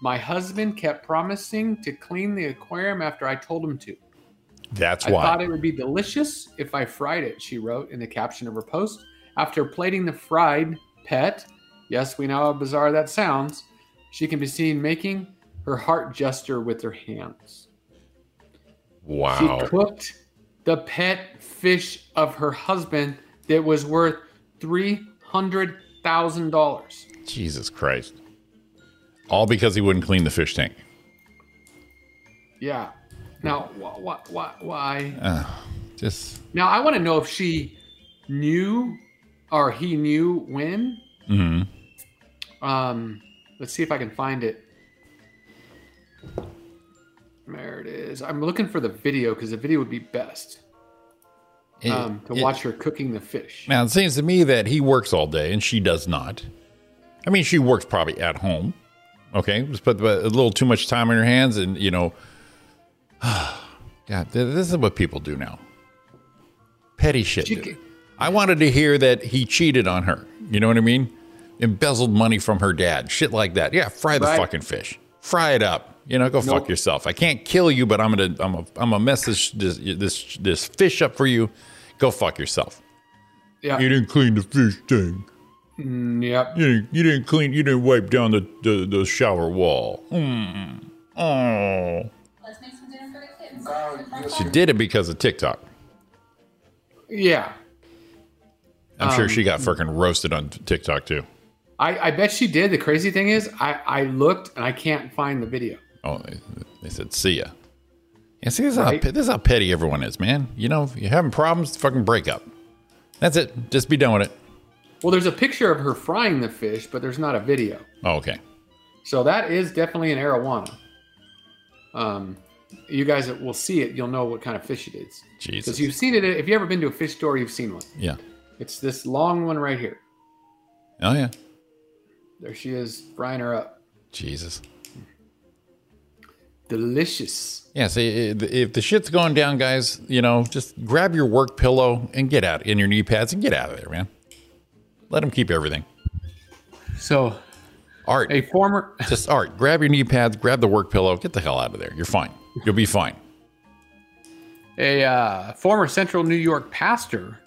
Speaker 9: My husband kept promising to clean the aquarium after I told him to.
Speaker 7: That's
Speaker 9: I
Speaker 7: why.
Speaker 9: thought it would be delicious if I fried it, she wrote in the caption of her post. After plating the fried pet, yes, we know how bizarre that sounds, she can be seen making her heart gesture with her hands.
Speaker 7: Wow. Oh.
Speaker 9: She cooked the pet fish of her husband that was worth three hundred thousand dollars.
Speaker 7: Jesus Christ. All because he wouldn't clean the fish tank.
Speaker 9: Yeah. Now, wh- wh- wh- why?
Speaker 7: Uh, just
Speaker 9: Now, I want to know if she knew or he knew when.
Speaker 7: mhm.
Speaker 9: Um, let's see if I can find it. There it is. I'm looking for the video because the video would be best
Speaker 7: It-
Speaker 9: um, to
Speaker 7: it-
Speaker 9: watch her cooking the fish.
Speaker 7: Now it seems to me that he works all day and she does not. I mean, she works probably at home. Okay, just put a little too much time on her hands, and you know, (sighs) yeah, th- this is what people do now. Petty shit. dude. I wanted to hear that he cheated on her. You know what I mean? Embezzled money from her dad. Shit like that. Yeah, fry the
Speaker 9: Right.
Speaker 7: fucking fish. Fry it up. You know, go fuck
Speaker 9: Nope.
Speaker 7: yourself. I can't kill you, but I'm gonna, I'm, a, I'm gonna mess this, this, this, this fish up for you. Go fuck yourself.
Speaker 9: Yeah.
Speaker 7: You didn't clean the fish tank.
Speaker 9: Mm, yep.
Speaker 7: You didn't, you didn't clean. You didn't wipe down the the, the shower wall. Mm. Oh. She did it because of TikTok.
Speaker 9: Yeah.
Speaker 7: I'm sure
Speaker 9: Um,
Speaker 7: she got fucking roasted on TikTok too.
Speaker 9: I, I bet she did. The crazy thing is, I, I looked and I can't find the video.
Speaker 7: Oh, they, they said, "See ya." And see, this is,
Speaker 9: Right.
Speaker 7: how, pe- this is how petty everyone is, man. You know, if you're having problems, fucking break up. That's it. Just be done with it.
Speaker 9: Well, there's a picture of her frying the fish, but there's not a video.
Speaker 7: Oh, okay.
Speaker 9: So that is definitely an arowana. Um, you guys that will see it, you'll know what kind of fish it is.
Speaker 7: Jesus.
Speaker 9: Because you've seen it. If you've ever been to a fish store, you've seen one.
Speaker 7: Yeah.
Speaker 9: It's this long one right here.
Speaker 7: Oh yeah.
Speaker 9: There she is, frying her up.
Speaker 7: Jesus.
Speaker 9: Delicious.
Speaker 7: Yeah, see, i- if the shit's going down, guys, you know, just grab your work pillow and get out in your knee pads and get out of there, man. Let them keep everything.
Speaker 9: So,
Speaker 7: art,
Speaker 9: a former,
Speaker 7: just art. Grab your knee pads, grab the work pillow, get the hell out of there. You're fine. You'll be fine.
Speaker 9: A uh, former Central New York pastor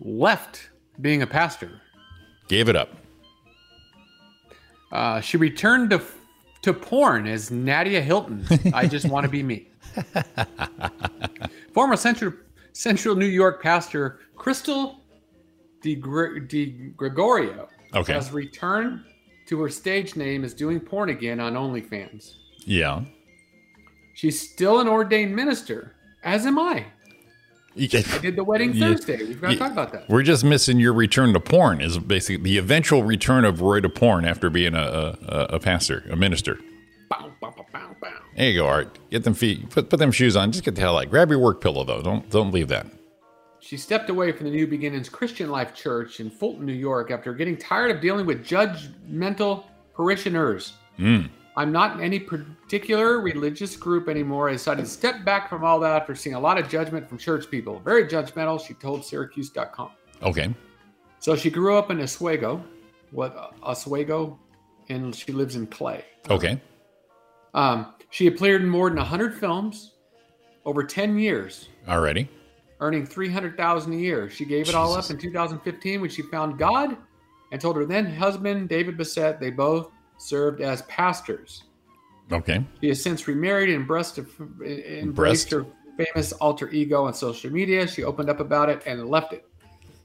Speaker 9: left being a pastor.
Speaker 7: Gave it up.
Speaker 9: Uh, she returned to to porn as Nadia Hilton. I just want to
Speaker 7: (laughs)
Speaker 9: be me. former Central Central New York pastor Crystal De, Gre- De Gregorio
Speaker 7: Okay.
Speaker 9: has returned to her stage name as doing porn again on OnlyFans.
Speaker 7: Yeah.
Speaker 9: She's still an ordained minister, as am I.
Speaker 7: You can-
Speaker 9: I did the wedding
Speaker 7: Yeah.
Speaker 9: Thursday. We've got to
Speaker 7: Yeah.
Speaker 9: talk about that.
Speaker 7: We're just missing your return to porn, is basically the eventual return of Roy to porn after being a, a, a- a pastor, a minister. There you go, Art. Get them feet, put, put them shoes on. Just get the hell out. Grab your work pillow, though. Don't, don't leave that.
Speaker 9: She stepped away from the New Beginnings Christian Life Church in Fulton, New York, after getting tired of dealing with judgmental parishioners.
Speaker 7: Mm.
Speaker 9: I'm not in any particular religious group anymore. I decided to step back from all that after seeing a lot of judgment from church people. Very judgmental, she told Syracuse.com.
Speaker 7: Okay.
Speaker 9: So she grew up in Oswego, what Oswego, and she lives in Clay.
Speaker 7: Okay.
Speaker 9: Um, she appeared in more than 100 films over 10 years,
Speaker 7: Already.
Speaker 9: earning 300,000 a year. She gave it all up in 2015 when she found God and told her then husband David Bissett they both served as pastors.
Speaker 7: Okay.
Speaker 9: She has since remarried and breast, embraced
Speaker 7: Breast?
Speaker 9: her famous alter ego on social media. She opened up about it and left it.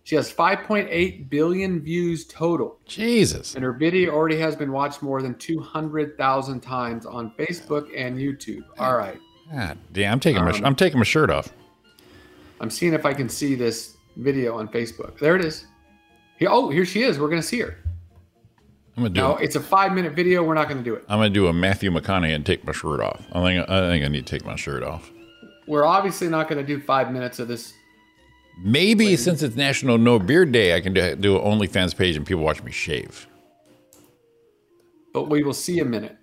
Speaker 9: She has 5.8 billion views total.
Speaker 7: Jesus.
Speaker 9: And her video already has been watched more than 200,000 times on Facebook and YouTube. All right.
Speaker 7: God damn, I'm taking my
Speaker 9: um,
Speaker 7: sh- I'm taking my shirt off.
Speaker 9: I'm seeing if I can see this video on Facebook. There it is. Here, oh, here she is. We're gonna see her.
Speaker 7: I'm gonna do
Speaker 9: No,
Speaker 7: it.
Speaker 9: it's a five minute video. We're not gonna do it.
Speaker 7: I'm gonna do a Matthew McConaughey and take my shirt off. I think I think I need to take my shirt off.
Speaker 9: We're obviously not gonna do five minutes of this.
Speaker 7: Maybe since it's National No Beard Day, I can do, do an OnlyFans page and people watch me shave.
Speaker 9: but we will see a minute.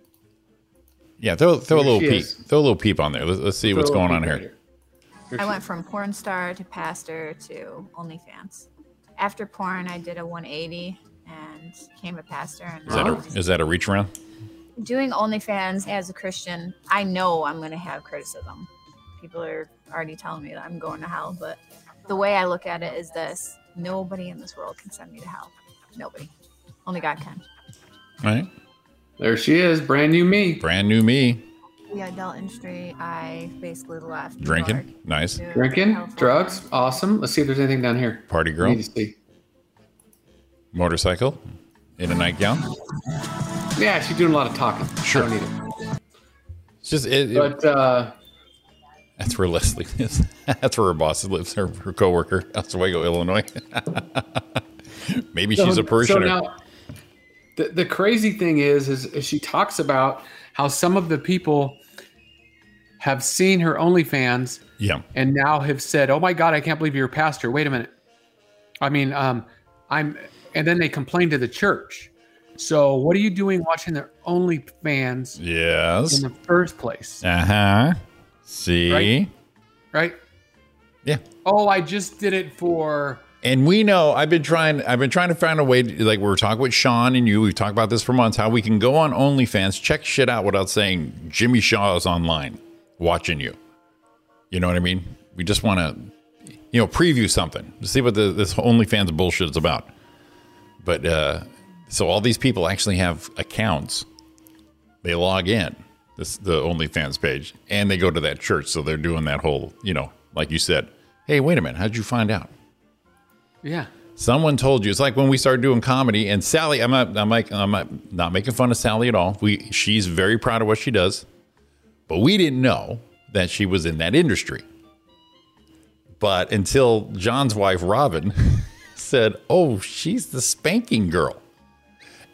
Speaker 7: Yeah, throw throw a
Speaker 9: Here
Speaker 7: little
Speaker 9: she
Speaker 7: peep,
Speaker 9: is.
Speaker 7: throw a little peep on there. Let's, let's see
Speaker 9: Throw
Speaker 7: what's
Speaker 9: a little
Speaker 7: going on
Speaker 9: peep
Speaker 7: here.
Speaker 9: right
Speaker 16: I went from porn star to pastor to OnlyFans. After porn, I did a 180 and became a pastor. And
Speaker 7: Is that
Speaker 16: now
Speaker 7: a is that a reach around?
Speaker 16: doing OnlyFans as a Christian, I know I'm going to have criticism. People are already telling me that I'm going to hell, but the way I look at it is this: nobody in this world can send me to hell. Nobody. Only God can.
Speaker 7: Right.
Speaker 9: There she is, brand new me.
Speaker 7: Brand new me.
Speaker 16: The adult industry, I basically left.
Speaker 7: Drinking. Nice.
Speaker 9: Drinking,
Speaker 16: Oh.
Speaker 9: drugs, awesome. Let's see if there's anything down here.
Speaker 7: Party girl.
Speaker 9: Need to see.
Speaker 7: Motorcycle. In a nightgown.
Speaker 9: Yeah, she's doing a lot of talking.
Speaker 7: Sure.
Speaker 9: I don't need it.
Speaker 7: It's just it, it-
Speaker 9: But uh,
Speaker 7: that's where Leslie lives. (laughs) that's where her boss lives. Her, her coworker, Oswego, Illinois. (laughs) Maybe she's
Speaker 9: so-
Speaker 7: a parishioner.
Speaker 9: So now, the, the crazy thing is, is, is she talks about how some of the people have seen her OnlyFans
Speaker 7: yeah.
Speaker 9: and now have said, "Oh my God, I can't believe you're a pastor." Wait a minute. I mean, um, I'm, and then they complain to the church. So what are you doing watching their OnlyFans
Speaker 7: Yes.
Speaker 9: in the first place,
Speaker 7: Uh huh. See.
Speaker 9: Right. right?
Speaker 7: Yeah.
Speaker 9: Oh, I just did it for.
Speaker 7: And we know I've been trying. I've been trying to find a way. To, like we were talking with Sean and you. We've talked about this for months. How we can go on OnlyFans, check shit out without saying Jimmy Shaw is online watching you. You know what I mean? We just want to, you know, preview something to see what the, this OnlyFans bullshit is about. But uh, so all these people actually have accounts. They log in this the OnlyFans page and they go to that church. So they're doing that whole, you know, like you said. Hey, wait a minute. How'd you find out?
Speaker 9: Yeah.
Speaker 7: Someone told you. It's like when we started doing comedy, and Sally. I'm not. I'm like. I'm not, not making fun of Sally at all. We. She's very proud of what she does, but we didn't know that she was in that industry. But until John's wife Robin (laughs) said, "Oh, she's the spanking girl,"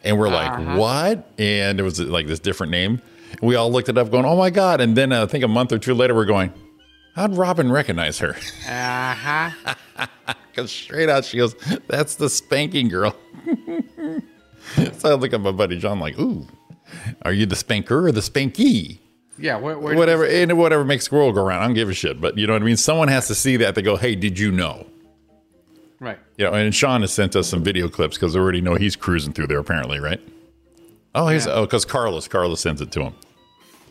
Speaker 7: and we're like,
Speaker 17: Uh-huh.
Speaker 7: "What?" And it was like this different name. We all looked it up, going, "Oh my god!" And then uh, I think a month or two later, we're going, "How'd Robin recognize her?"
Speaker 9: Uh huh.
Speaker 7: Because straight out, she goes, "That's the spanking girl." (laughs) so I look at my buddy John, like, "Ooh, are you the spanker or the spanky?"
Speaker 9: Yeah. Where, where
Speaker 7: Whatever, and whatever makes the world go round. I don't give a shit, but you know what I mean. Someone has to see that. They go, "Hey, did you know?"
Speaker 9: Right.
Speaker 7: You know, and Sean has sent us some video clips because we already know he's cruising through there, apparently, right? Oh, he's oh, because Carlos, Carlos sends it to him,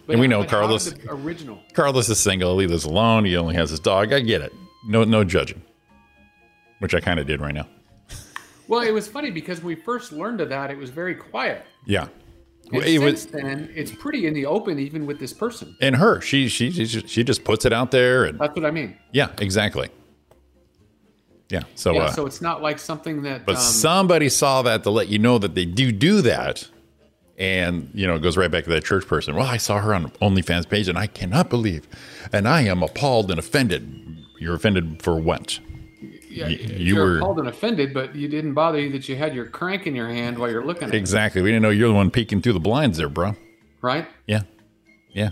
Speaker 7: and we know
Speaker 9: But how did
Speaker 7: Carlos.
Speaker 9: the original.
Speaker 7: Carlos is single. He lives alone. He only has his dog. I get it. No, no judging, which I kind of did right now.
Speaker 9: Well, it was funny because when we first learned of that, it was very quiet.
Speaker 7: Yeah.
Speaker 9: And
Speaker 7: It was-
Speaker 9: since then, it's pretty in the open, even with this person.
Speaker 7: and her, she, she she just- she just puts it out there, and
Speaker 9: That's what I mean.
Speaker 7: yeah, exactly. Yeah. So,
Speaker 9: yeah,
Speaker 7: uh,
Speaker 9: so it's not like something that.
Speaker 7: but
Speaker 9: um,
Speaker 7: somebody saw that to let you know that they do do that, and you know it goes right back to that church person. Well, I saw her on OnlyFans page, and I cannot believe, and I am appalled and offended. You're offended for what?
Speaker 9: yeah,
Speaker 7: y-
Speaker 9: you
Speaker 7: you
Speaker 9: were
Speaker 7: were-
Speaker 9: appalled and offended, but you didn't bother you that you had your crank in your hand while you're looking at it,
Speaker 7: Exactly. We didn't know you're the one peeking through the blinds there, bro.
Speaker 9: right?
Speaker 7: Yeah. Yeah.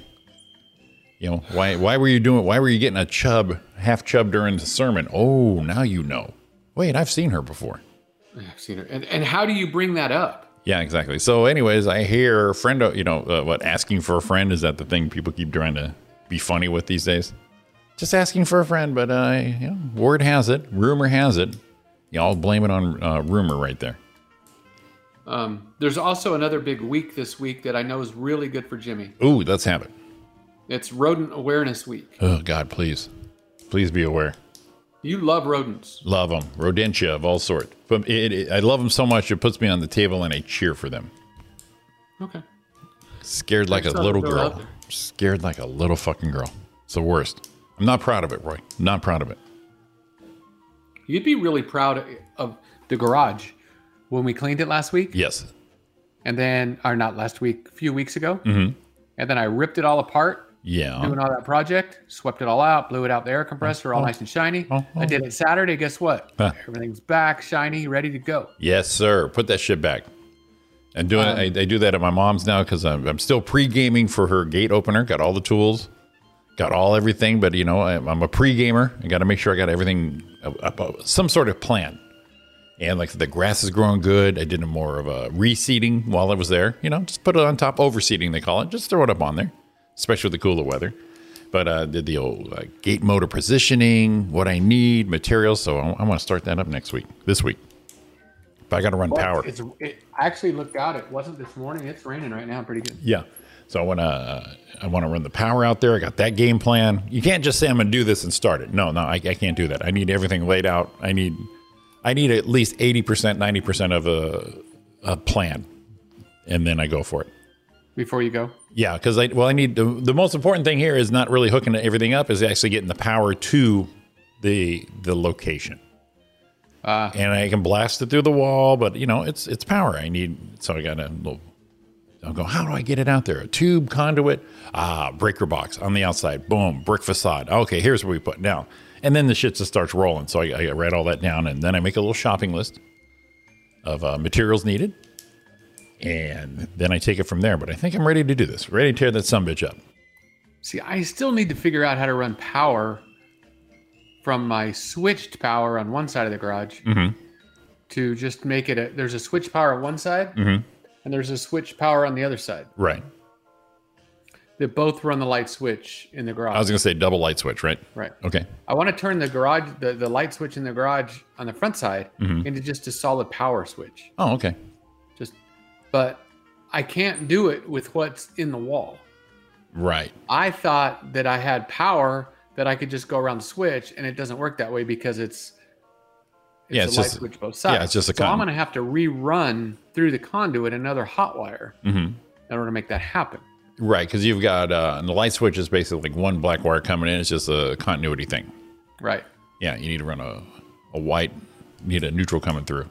Speaker 7: You know, why why were you doing why were you getting a chub, half chub during the sermon? Oh, now you know. Wait, I've seen her before.
Speaker 9: I've seen her. And, and how do you bring that up?
Speaker 7: Yeah, exactly. So anyways, I hear friend, you know, uh, what asking for a friend is that the thing people keep trying to be funny with these days? Just asking for a friend, but uh, you know, word has it, rumor has it. Y'all blame it on uh, rumor right there.
Speaker 9: Um, there's also another big week this week that I know is really good for Jimmy.
Speaker 7: Ooh, let's have it.
Speaker 9: It's Rodent Awareness Week.
Speaker 7: Oh God, please, please be aware.
Speaker 9: You love rodents.
Speaker 7: Love them. Rodentia of all sort. But it, it, I love them so much, it puts me on the table and I cheer for them.
Speaker 9: Okay.
Speaker 7: Scared like a
Speaker 9: That's how
Speaker 7: little
Speaker 9: they're out
Speaker 7: girl. Scared like a little fucking girl. It's the worst. I'm not proud of it, Roy. Not proud of it.
Speaker 9: You'd be really proud of the garage when we cleaned it last week.
Speaker 7: Yes.
Speaker 9: And then, or not last week, a few weeks ago.
Speaker 7: Mm-hmm. Uh-huh.
Speaker 9: And then I ripped it all apart
Speaker 7: Yeah.
Speaker 9: doing all that project, swept it all out, blew it out the air compressor, all
Speaker 7: Oh.
Speaker 9: nice and shiny. I did it Saturday. Guess what?
Speaker 7: Huh.
Speaker 9: Everything's back, shiny, ready to go.
Speaker 7: Yes, sir. Put that shit back. And doing, I, I do that at my mom's now because I'm, I'm still pre gaming for her gate opener. Got all the tools, got all everything. But you know, I, I'm a pre gamer. I got to make sure I got everything, uh, up, up, some sort of plan. And like the grass is growing good. I did a more of a reseeding while I was there. You know, just put it on top, overseeding they call it. Just throw it up on there, especially with the cooler weather. But uh, did the old uh, gate motor positioning, what I need, materials. So I, I want to start that up next week, this week. But I got to run
Speaker 9: But
Speaker 7: power.
Speaker 9: It's, it, I actually looked out. It wasn't this morning. It's raining right now, pretty good.
Speaker 7: Yeah. So I want to I want to run the power out there. I got that game plan. You can't just say I'm going to do this and start it. No, no, I, I can't do that. I need everything laid out. I need I need at least 80%, 90% of a a plan and then I go for it.
Speaker 9: Before you go,
Speaker 7: Yeah, cuz I well I need the, the most important thing here is not really hooking everything up is actually getting the power to the the location.
Speaker 9: Uh,
Speaker 7: and I can blast it through the wall, but you know, it's it's power. I need so I got a little I'll go, how do I get it out there? A tube, conduit, ah, breaker box on the outside, boom, brick facade. Okay, here's what we put now. And then the shit just starts rolling. So I, I write all that down and then I make a little shopping list of uh, materials needed. And then I take it from there. But I think I'm ready to do this, ready to tear that sumbitch up.
Speaker 9: see, I still need to figure out how to run power from my switched power on one side of the garage
Speaker 7: Mm
Speaker 9: to just make it a. There's a switch power on one side,
Speaker 7: hmm. Mm
Speaker 9: and there's a switch power on the other side.
Speaker 7: hmm. Right.
Speaker 9: that both run the light switch in the garage.
Speaker 7: I was going to say double light switch, right?
Speaker 9: Right.
Speaker 7: Okay.
Speaker 9: I want to turn the garage, the, the light switch in the garage on the front side
Speaker 7: Mhm.
Speaker 9: into just a solid power switch.
Speaker 7: Oh, okay.
Speaker 9: Just, but I can't do it with what's in the wall.
Speaker 7: Right.
Speaker 9: I thought that I had power that I could just go around the switch, and it doesn't work that way because it's, it's
Speaker 7: Yeah,
Speaker 9: a
Speaker 7: it's
Speaker 9: light
Speaker 7: just-
Speaker 9: switch both
Speaker 7: yeah,
Speaker 9: sides.
Speaker 7: it's just a
Speaker 9: so I'm
Speaker 7: cotton.
Speaker 9: going to have to rerun through the conduit another hot wire
Speaker 7: Mm hmm.
Speaker 9: in order to make that happen.
Speaker 7: Right, because you've got uh, and the light switch is basically like one black wire coming in. It's just a continuity thing.
Speaker 9: Right.
Speaker 7: Yeah, you need to run a, a white, you need a neutral coming through.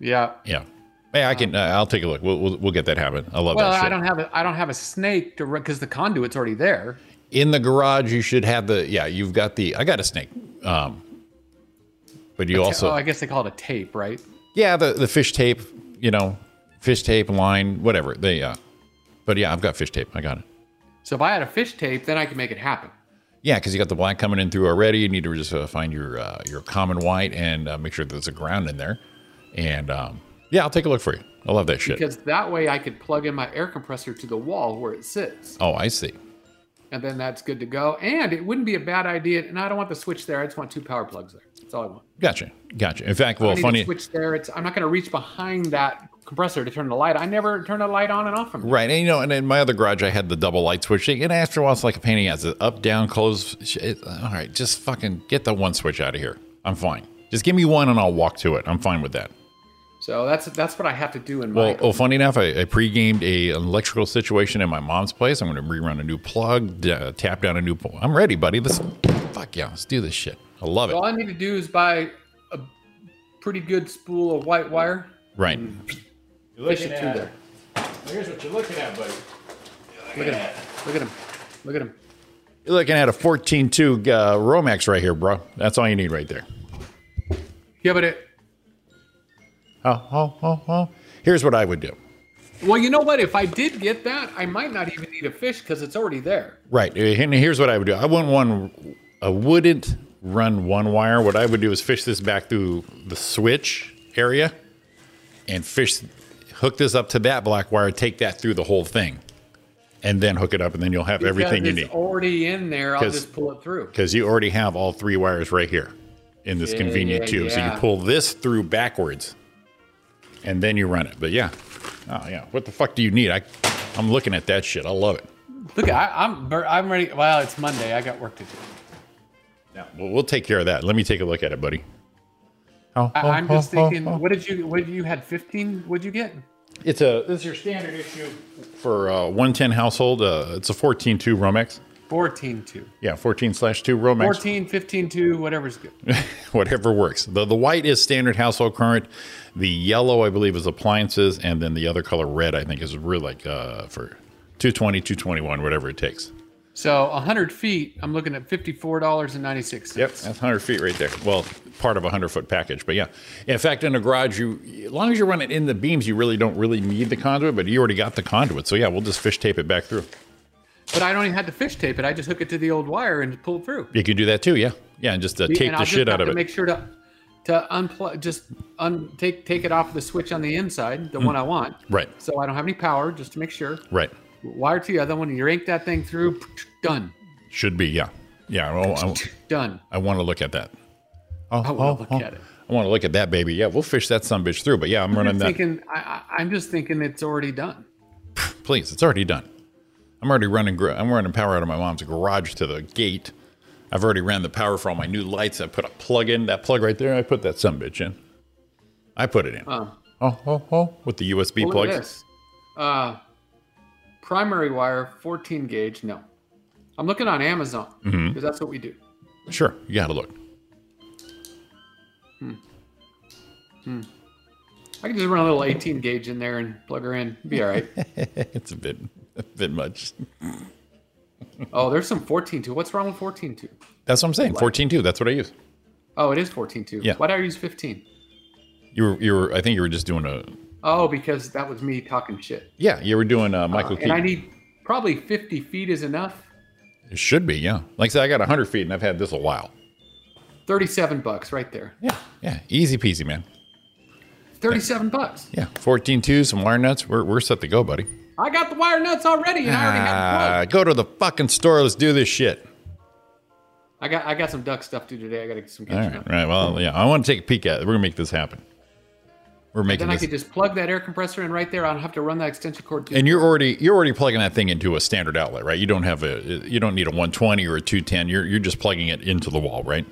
Speaker 9: Yeah.
Speaker 7: Yeah, hey, I can. Uh, I'll take a look. We'll, we'll we'll get that happen. I love
Speaker 9: well,
Speaker 7: that
Speaker 9: I
Speaker 7: shit.
Speaker 9: don't have a I don't have a snake to run because the conduit's already there.
Speaker 7: In the garage, you should have the. Yeah, you've got the. I got a snake. Um, but you
Speaker 9: A ta-
Speaker 7: also
Speaker 9: oh, I guess they call it a tape, right?
Speaker 7: yeah the the fish tape. You know, fish tape line, whatever they. Uh, but yeah, I've got fish tape. I got it.
Speaker 9: So if I had a fish tape, then I could make it happen.
Speaker 7: Yeah, because you got the black coming in through already. You need to just uh, find your uh, your common white and uh, make sure there's a ground in there. And um, yeah, I'll take a look for you. I love that shit.
Speaker 9: Because that way I could plug in my air compressor to the wall where it sits.
Speaker 7: oh, I see.
Speaker 9: And then that's good to go. And it wouldn't be a bad idea. And I don't want the switch there. I just want two power plugs there. That's all I want.
Speaker 7: Gotcha. Gotcha. In fact,
Speaker 9: I
Speaker 7: well,
Speaker 9: don't need a
Speaker 7: funny.
Speaker 9: switch there. It's I'm not going to reach behind that compressor to turn the light. I never turn the light on and off from there.
Speaker 7: Right, and you know, and in my other garage, I had the double light switch thing, and after a while, it's like a pain in the ass. It's up, down, close. sh- It, all right, just fucking get the one switch out of here. I'm fine. Just give me one, and I'll walk to it. I'm fine with that.
Speaker 9: So that's that's what I have to do in
Speaker 7: Well, oh.
Speaker 9: my
Speaker 7: well, funny enough, I, I pre-gamed a an electrical situation in my mom's place. I'm going to rerun a new plug, d- uh, tap down a new pole. I'm ready, buddy. Let's fuck yeah, let's do this shit. I love it.
Speaker 9: all I need to do is buy a pretty good spool of white wire.
Speaker 7: Right.
Speaker 9: You're looking Fish it through at- there.
Speaker 7: Here's what you're looking at, buddy.
Speaker 9: Look at him. Look at him. Look at him.
Speaker 7: You're looking at a 14.2 uh, Romex right here, bro. That's all you need right there.
Speaker 9: Yeah, but it.
Speaker 7: Oh, oh, oh, oh. Here's what I would do.
Speaker 9: Well, you know what? If I did get that, I might not even need a fish because it's already there.
Speaker 7: Right. And here's what I would do. I wouldn't one I wouldn't run one wire. What I would do is fish this back through the switch area and fish hook this up to that black wire, take that through the whole thing. And then hook it up and then you'll have everything you
Speaker 9: Because
Speaker 7: need.
Speaker 9: It's already in there. I'll
Speaker 7: 'Cause-
Speaker 9: just pull it through.
Speaker 7: Because you already have all three wires right here in this
Speaker 9: Yeah,
Speaker 7: convenient
Speaker 9: yeah,
Speaker 7: tube. So
Speaker 9: yeah.
Speaker 7: you pull this through backwards and then you run it. But yeah. Oh yeah. What the fuck do you need? I I'm looking at that shit. I love it.
Speaker 9: Look, I, I'm bur- I'm ready. Well, it's Monday. I got work to do.
Speaker 7: Yeah, well, we'll take care of that. Let me take a look at it, buddy.
Speaker 9: I,
Speaker 7: oh,
Speaker 9: I'm just
Speaker 7: oh, oh,
Speaker 9: thinking. What did you? What did you had? Fifteen? What'd you get?
Speaker 7: It's a. This is your standard issue. for uh, 110 household. Uh, it's a 14 2 Romex.
Speaker 9: 14 2.
Speaker 7: Yeah, 14 slash 2 Romex.
Speaker 9: 14, 15, 2, whatever's good.
Speaker 7: (laughs) Whatever works. The, the white is standard household current. The yellow, I believe, is appliances. And then the other color, red, I think, is really like uh, for 220, 221, whatever it takes.
Speaker 9: So 100 feet, I'm looking at $54.96.
Speaker 7: Yep, that's 100 feet right there. Well, part of a 100 foot package, but yeah. In fact, in a garage, you as long as you run it in the beams, you really don't really need the conduit, but you already got the conduit. So yeah, we'll just fish tape it back through.
Speaker 9: But I don't even have to fish tape it. I just hook it to the old wire and pull it through.
Speaker 7: You can do that too, yeah. Yeah, and just uh,
Speaker 9: And
Speaker 7: tape
Speaker 9: I'll
Speaker 7: the
Speaker 9: just
Speaker 7: shit
Speaker 9: have
Speaker 7: out of
Speaker 9: to
Speaker 7: it.
Speaker 9: Make sure to to unplug, just un, take take it off the switch on the inside, the
Speaker 7: Mm.
Speaker 9: one I want.
Speaker 7: Right.
Speaker 9: So I don't have any power, just to make sure.
Speaker 7: Right.
Speaker 9: Wire to the other one, you yank that thing through. Done.
Speaker 7: Should be, yeah. Yeah. well, I,
Speaker 9: Done.
Speaker 7: I want to look at that. Oh, I
Speaker 9: wanna look at it.
Speaker 7: I want to look at that baby. Yeah, we'll fish that some bitch through. But yeah, I'm running
Speaker 9: just
Speaker 7: that.
Speaker 9: thinking, I, I, I'm just thinking it's already done.
Speaker 7: Please, it's already done. I'm already running. gra- I'm running power out of my mom's garage to the gate. I've already ran the power for all my new lights. I put a plug in that plug right there. I put that some bitch in. I put it in
Speaker 9: Oh,
Speaker 7: oh, oh, oh. with the USB
Speaker 9: look at
Speaker 7: plugs.
Speaker 9: this. Uh, primary wire, 14 gauge. No, I'm looking on Amazon because
Speaker 7: Mhm.
Speaker 9: that's what we do.
Speaker 7: Sure, you got to look. (laughs)
Speaker 9: Hmm. I can just run a little 18 gauge in there and plug her in. Be all
Speaker 7: (laughs)
Speaker 9: right.
Speaker 7: it's a bit, a bit much.
Speaker 9: oh, there's some 14 too. What's wrong with 14 too?
Speaker 7: That's what I'm saying.
Speaker 9: Light.
Speaker 7: 14 too. That's what I use.
Speaker 9: Oh, it is 14 too.
Speaker 7: Yeah.
Speaker 9: Why did I use 15?
Speaker 7: You were, you were. I think you were just doing a.
Speaker 9: Oh, because that was me talking shit.
Speaker 7: Yeah, you were doing uh, Michael
Speaker 9: Uh,
Speaker 7: Keaton.
Speaker 9: and I need probably 50 feet is enough.
Speaker 7: It should be, yeah. Like I said, I got 100 feet and I've had this a while.
Speaker 9: 37 bucks right there.
Speaker 7: Yeah. Yeah, easy peasy, man.
Speaker 9: 37 bucks.
Speaker 7: Yeah, 14 2, some wire nuts. We're, we're set to go, buddy.
Speaker 9: I got the wire nuts already, and I already have.
Speaker 7: Ah, go to the fucking store. Let's do this shit.
Speaker 9: I got I got some duck stuff to do today. I got to get some
Speaker 7: Ah, All
Speaker 9: kitchen
Speaker 7: right, right. Well, yeah, I want to take a peek at it. We're going to make this happen. We're making
Speaker 9: Then I
Speaker 7: this.
Speaker 9: could just plug that air compressor in right there. I don't have to run that extension cord. through.
Speaker 7: And you're already you're already plugging that thing into a standard outlet, right? You don't have a you don't need a 120 or a 210. You're you're just plugging it into the wall, right?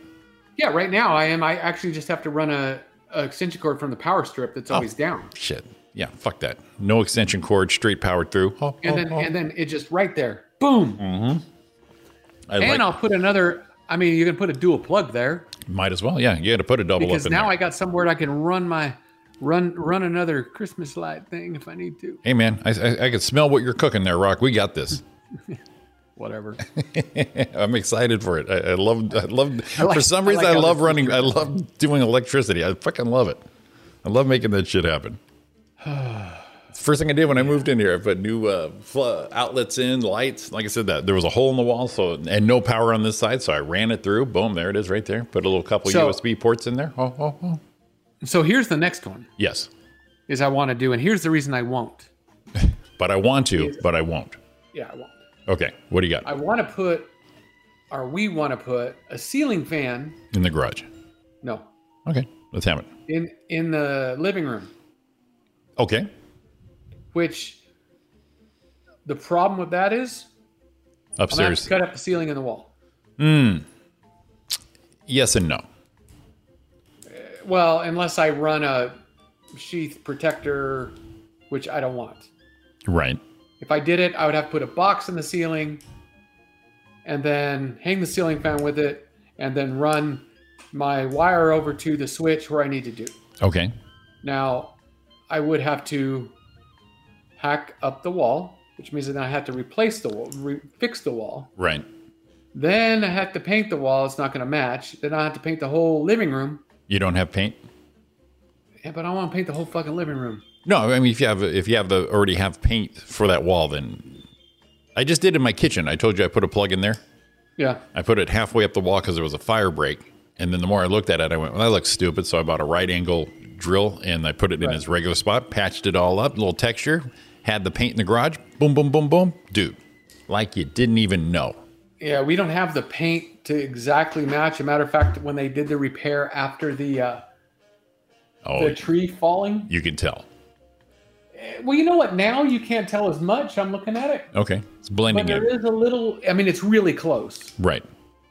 Speaker 9: yeah, right now I am. I actually just have to run a, a extension cord from the power strip
Speaker 7: Oh.
Speaker 9: that's always down,
Speaker 7: Shit. Yeah, fuck that. No extension cord, straight powered through. Oh,
Speaker 9: and then and then it just right there, boom.
Speaker 7: Mm-hmm. I
Speaker 9: and
Speaker 7: like.
Speaker 9: I'll put another. I mean, you can put a dual plug there
Speaker 7: might as well. Yeah, you got to put a double up
Speaker 9: because
Speaker 7: in
Speaker 9: now
Speaker 7: there.
Speaker 9: I got somewhere I can run my run run another Christmas light thing if I need to.
Speaker 7: Hey man, I, I, I can smell what you're cooking there, Rock. We got this.
Speaker 9: Whatever.
Speaker 7: (laughs) I'm excited for it. I, I love, I love.
Speaker 9: (laughs) I like-
Speaker 7: for some
Speaker 9: I
Speaker 7: reason, I,
Speaker 9: like how
Speaker 7: love
Speaker 9: this is
Speaker 7: running. I love doing electricity. I fucking love it. I love making that shit happen. (sighs) First thing I did when I moved in here, I put new uh, fl- outlets in, lights. Like I said, that there was a hole in the wall, so and no power on this side, so I ran it through. Boom, there it is, right there. Put a little couple
Speaker 9: So-
Speaker 7: USB ports in there. Oh, oh, oh.
Speaker 9: so here's the next one
Speaker 7: Yes,
Speaker 9: is I want to do, and here's the reason I won't.
Speaker 7: but I want to, but I won't.
Speaker 9: Yeah, I won't.
Speaker 7: Okay, what do you got
Speaker 9: I want to put, or we want to put a ceiling fan.
Speaker 7: in the garage?
Speaker 9: No,
Speaker 7: Okay, let's have it.
Speaker 9: in in the living room.
Speaker 7: Okay,
Speaker 9: Which the problem with that is I'm gonna have
Speaker 7: upstairs.
Speaker 9: to cut up the ceiling in the wall.
Speaker 7: Hmm. Yes and no.
Speaker 9: Well, unless I run a sheath protector, which I don't want.
Speaker 7: Right.
Speaker 9: If I did it, I would have to put a box in the ceiling, and then hang the ceiling fan with it, and then run my wire over to the switch where I need to do.
Speaker 7: Okay.
Speaker 9: Now, I would have to hack up the wall, which means that I have to replace the wall, re- fix the wall.
Speaker 7: Right.
Speaker 9: Then I have to paint the wall. It's not going to match. Then I have to paint the whole living room.
Speaker 7: You don't have paint.
Speaker 9: Yeah, but I want to paint the whole fucking living room.
Speaker 7: No, I mean if you have if you have the already have paint for that wall, then I just did in my kitchen. I told you I put a plug in there.
Speaker 9: Yeah.
Speaker 7: I put it halfway up the wall because there was a fire break. And then the more I looked at it, I went, "Well, that looks stupid." So I bought a right angle drill and I put it in its regular spot, patched it all up, little texture, had the paint in the garage. Boom, boom, boom, boom, dude, like you didn't even know.
Speaker 9: Yeah, we don't have the paint to exactly match. A matter of fact, when they did the repair after the uh,
Speaker 7: Oh,
Speaker 9: the tree falling,
Speaker 7: you can tell.
Speaker 9: eh, well, you know what? Now you can't tell as much. I'm looking at it,
Speaker 7: Okay, it's
Speaker 9: but
Speaker 7: blending
Speaker 9: there
Speaker 7: in.
Speaker 9: is a little. I mean, it's really close.
Speaker 7: Right.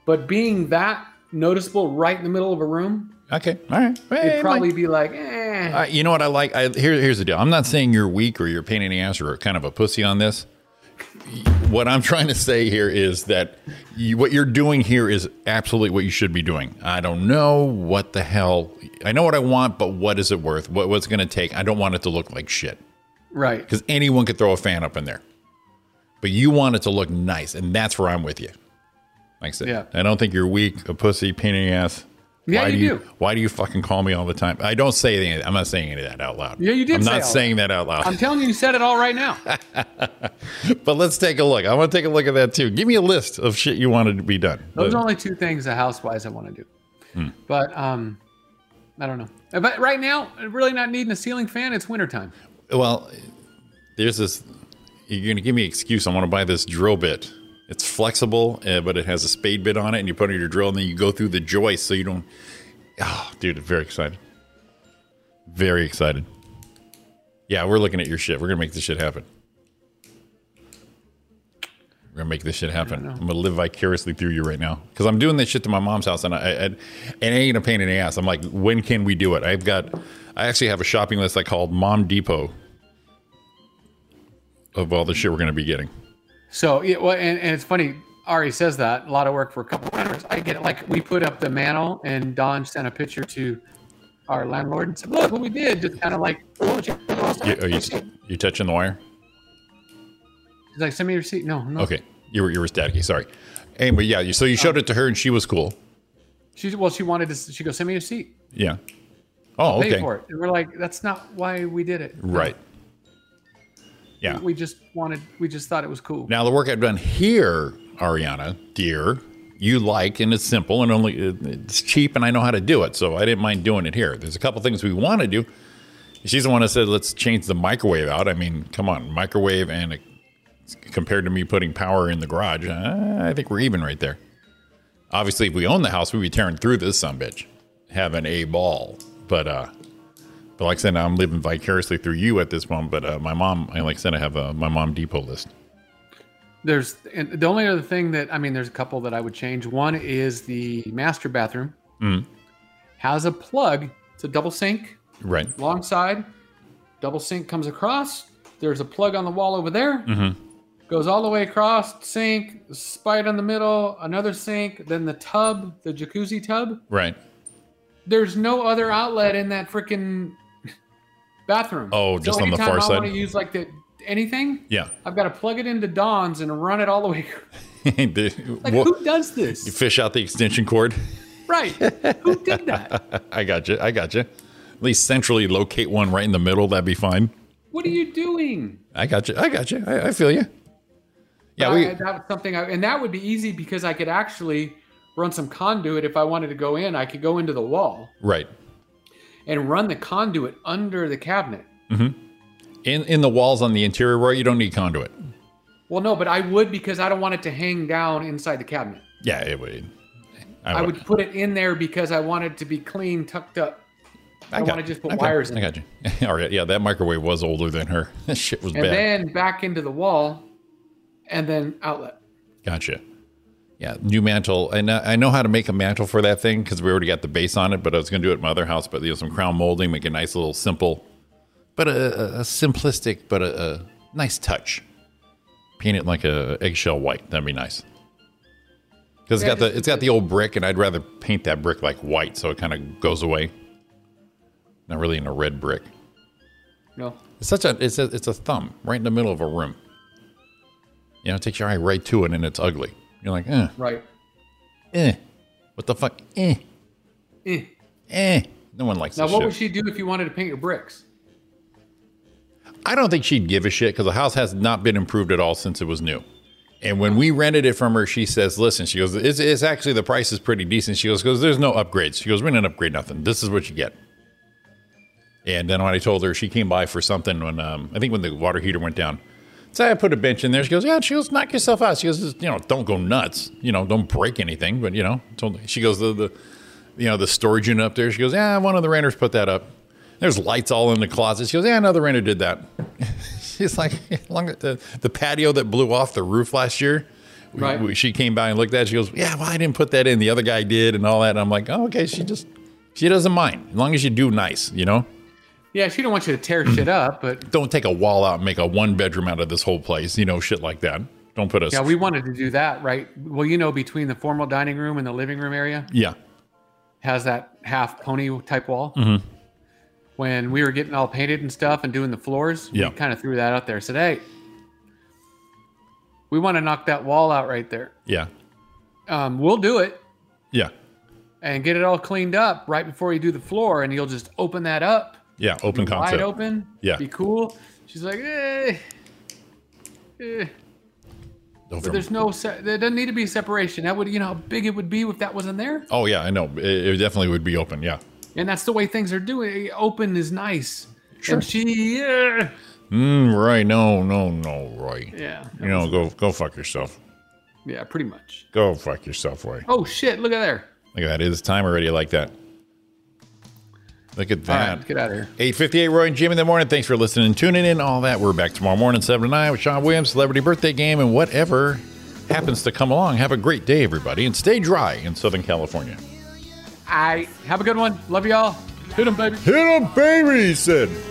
Speaker 9: But being that noticeable right in the middle of a room,
Speaker 7: Okay. All right.
Speaker 9: it'd
Speaker 7: Hey,
Speaker 9: probably be like, eh.
Speaker 7: Uh, you know what I like? I, here, here's the deal. I'm not saying you're weak or you're a pain in the ass or kind of a pussy on this. What I'm trying to say here is that you, what you're doing here is absolutely what you should be doing. I don't know what the hell. I know what I want, but what is it worth? What, what's going to take? I don't want it to look like shit
Speaker 9: right.
Speaker 7: because anyone could throw a fan up in there. but you want it to look nice, and that's where I'm with you. Like I said,
Speaker 9: Yeah.
Speaker 7: I don't think you're weak, a pussy, pain in the ass.
Speaker 9: Yeah,
Speaker 7: why
Speaker 9: you
Speaker 7: do. Why do you fucking call me all the time? I don't say any, I'm not saying any of that out loud.
Speaker 9: Yeah, you did
Speaker 7: I'm
Speaker 9: say all
Speaker 7: not
Speaker 9: that.
Speaker 7: saying that out loud.
Speaker 9: I'm telling you, you said it all right
Speaker 7: (laughs)
Speaker 9: now.
Speaker 7: but let's take a look. I want to take a look at that too. Give me a list of shit you wanted to be done.
Speaker 9: Those are only two things the housewives I want to do.
Speaker 7: Hmm.
Speaker 9: But um, I don't know. But right now, really not needing a ceiling fan. It's wintertime.
Speaker 7: Well, there's this. You're gonna give me an excuse. I want to buy this drill bit. It's flexible, uh, but it has a spade bit on it, and you put it in your drill, and then you go through the joist so you don't. Oh, dude, I'm very excited. Very excited. Yeah, we're looking at your shit. We're gonna make this shit happen. We're gonna make this shit happen. I'm gonna live vicariously through you right now because I'm doing this shit to my mom's house, and I, I and it ain't a pain in the ass. I'm like, when can we do it? I've got, I actually have a shopping list I called Mom Depot of all the shit we're gonna be getting.
Speaker 9: So yeah, well, and, and it's funny. Ari says that a lot of work for a couple hours. I get it. Like we put up the mantle, and Don sent a picture to our landlord and said, "Look what we did." Just kind of like, "Oh, check the house out."
Speaker 7: You, are you you touching the wire?
Speaker 9: He's like, "Send me your receipt." No, no.
Speaker 7: Okay, you were you were staticky. Sorry. Anyway, yeah. you- So you showed it to her, and she was cool.
Speaker 9: She well, she wanted to. She goes, "Send me your receipt."
Speaker 7: Yeah. Oh,
Speaker 9: I'll pay
Speaker 7: okay.
Speaker 9: for it. And we're like, "That's not why we did it."
Speaker 7: Right. Yeah.
Speaker 9: We just wanted. We just thought it was cool.
Speaker 7: Now the work I've done here, Ariana, dear, you like, and it's simple and only it's cheap, and I know how to do it, so I didn't mind doing it here. There's a couple things we want to do. She's the one that said let's change the microwave out. I mean, come on, microwave and a, compared to me putting power in the garage, uh, I think we're even right there. Obviously, if we own the house, we'd be tearing through this some bitch, having a ball. But uh, but like I said, I'm living vicariously through you at this moment. But uh, my mom, I like I said, I have uh, my mom depot list.
Speaker 9: There's and the only other thing that I mean, there's a couple that I would change. One is the master bathroom
Speaker 7: Mm,
Speaker 9: has a plug. It's a double sink,
Speaker 7: right.
Speaker 9: long side. Double sink comes across. There's a plug on the wall over there.
Speaker 7: Mm-hmm.
Speaker 9: Goes all the way across. Sink, spite in the middle, another sink, then the tub, the jacuzzi tub.
Speaker 7: Right. (laughs)
Speaker 9: There's no other outlet in that freaking bathroom.
Speaker 7: Oh, just on the far
Speaker 9: anytime I
Speaker 7: side?
Speaker 9: want to use like the anything.
Speaker 7: Yeah.
Speaker 9: I've got to plug it into Don's and run it all the way.
Speaker 7: The-
Speaker 9: Like,
Speaker 7: wha-
Speaker 9: who does this?
Speaker 7: you fish out the extension cord. (laughs)
Speaker 9: Right. Who did that?
Speaker 7: I got you. I got you. At least centrally locate one right in the middle. That'd be fine.
Speaker 9: What are you doing?
Speaker 7: I got you. I got you. I, I feel you. Yeah,
Speaker 9: But
Speaker 7: we.
Speaker 9: I, that was something, I, and that would be easy because I could actually run some conduit if I wanted to go in. I could go into the wall
Speaker 7: Right.
Speaker 9: and run the conduit under the cabinet.
Speaker 7: hmm In in the walls on the interior, right? You don't need conduit.
Speaker 9: Well, no, but I would because I don't want it to hang down inside the cabinet.
Speaker 7: Yeah, it would.
Speaker 9: I, would put it in there because I wanted to be clean, tucked up. I,
Speaker 7: got-
Speaker 9: want to just put
Speaker 7: I got-
Speaker 9: wires in.
Speaker 7: I got you. (laughs) All right. Yeah, that microwave was older than her. (laughs) That shit was
Speaker 9: and
Speaker 7: bad.
Speaker 9: then back into the wall, and then outlet.
Speaker 7: Gotcha. Yeah, new mantle. And I I know how to make a mantle for that thing because we already got the base on it, but I was going to do it at my other house. But you know, some crown molding, make a nice little simple, but a, a- a simplistic, but a, a nice touch. Paint it like a eggshell white. That'd be nice. Because it's
Speaker 9: Yeah,
Speaker 7: got the it's got the old brick, and I'd rather paint that brick like white, so it kind of goes away. Not really in a red brick.
Speaker 9: No.
Speaker 7: It's such a it's a it's a thumb right in the middle of a room. You know, it takes your eye right to it, and it's ugly. You're like, eh,
Speaker 9: Right.
Speaker 7: eh, what the fuck, eh,
Speaker 9: Eh.
Speaker 7: eh. No one likes
Speaker 9: Now,
Speaker 7: this
Speaker 9: what
Speaker 7: shit.
Speaker 9: would she do if you wanted to paint your bricks?
Speaker 7: I don't think she'd give a shit because the house has not been improved at all since it was new. And when we rented it from her, she says, "Listen, she goes, it's, it's actually the price is pretty decent." She goes, "Because there's no upgrades." She goes, "We didn't upgrade nothing. This is what you get." And then when I told her, she came by for something when um, I think when the water heater went down. So I put a bench in there. She goes, "Yeah." She goes, "Knock yourself out." She goes, "Just, "You know, don't go nuts. You know, don't break anything." But you know, told, she goes, "The the you know the storage unit up there." She goes, "Yeah, one of the renters put that up." There's lights all in the closet. She goes, "Yeah, another renter did that." (laughs) She's like, (laughs) along the, the patio that blew off the roof last year. we-
Speaker 9: Right.
Speaker 7: we- she came by and looked at. it. She goes, "Yeah, well, I didn't put that in. The other guy did, and all that." And I'm like, "Oh, okay." She just she doesn't mind as long as you do nice, you know.
Speaker 9: Yeah, she don't want you to tear
Speaker 7: Hmm.
Speaker 9: shit up, but
Speaker 7: Don't take a wall out and make a one bedroom out of this whole place, you know, shit like that. Don't put us.
Speaker 9: yeah, we wanted to do that, right? Well, you know, between the formal dining room and the living room area
Speaker 7: yeah.
Speaker 9: has that half pony type wall.
Speaker 7: Mm-hmm.
Speaker 9: When we were getting all painted and stuff and doing the floors,
Speaker 7: Yeah.
Speaker 9: we kind of threw that out there. Said, hey, we want to knock that wall out right there.
Speaker 7: Yeah.
Speaker 9: Um, we'll do it.
Speaker 7: Yeah.
Speaker 9: And get it all cleaned up right before you do the floor, and you'll just open that up.
Speaker 7: Yeah. Open concept.
Speaker 9: Wide open.
Speaker 7: Yeah.
Speaker 9: Be cool. She's like, eh. eh.
Speaker 7: Don't
Speaker 9: But there's no, se- there doesn't need to be separation. That would, you know, how big it would be if that wasn't there.
Speaker 7: Oh yeah, I know. It, it definitely would be open. Yeah.
Speaker 9: And that's the way things are doing. eh, Open is nice. And she, eh.
Speaker 7: Mm, right. No. No. No. Right.
Speaker 9: Yeah,
Speaker 7: You know, go go fuck yourself.
Speaker 9: yeah, pretty much.
Speaker 7: Go fuck yourself, Roy.
Speaker 9: Oh shit! Look at there.
Speaker 7: Look at that. It's time already like that. Look at
Speaker 9: All
Speaker 7: that.
Speaker 9: right, get out of here.
Speaker 7: 858 Roy and Jim in the morning. Thanks for listening, tuning in, all that. We're back tomorrow morning, 7 to 9 with Sean Williams, Celebrity Birthday Game, and whatever happens to come along. Have a great day, everybody, and stay dry in Southern California.
Speaker 9: I have a good one. Love y'all. Hit 'em, baby.
Speaker 7: Hit 'em, baby, he said.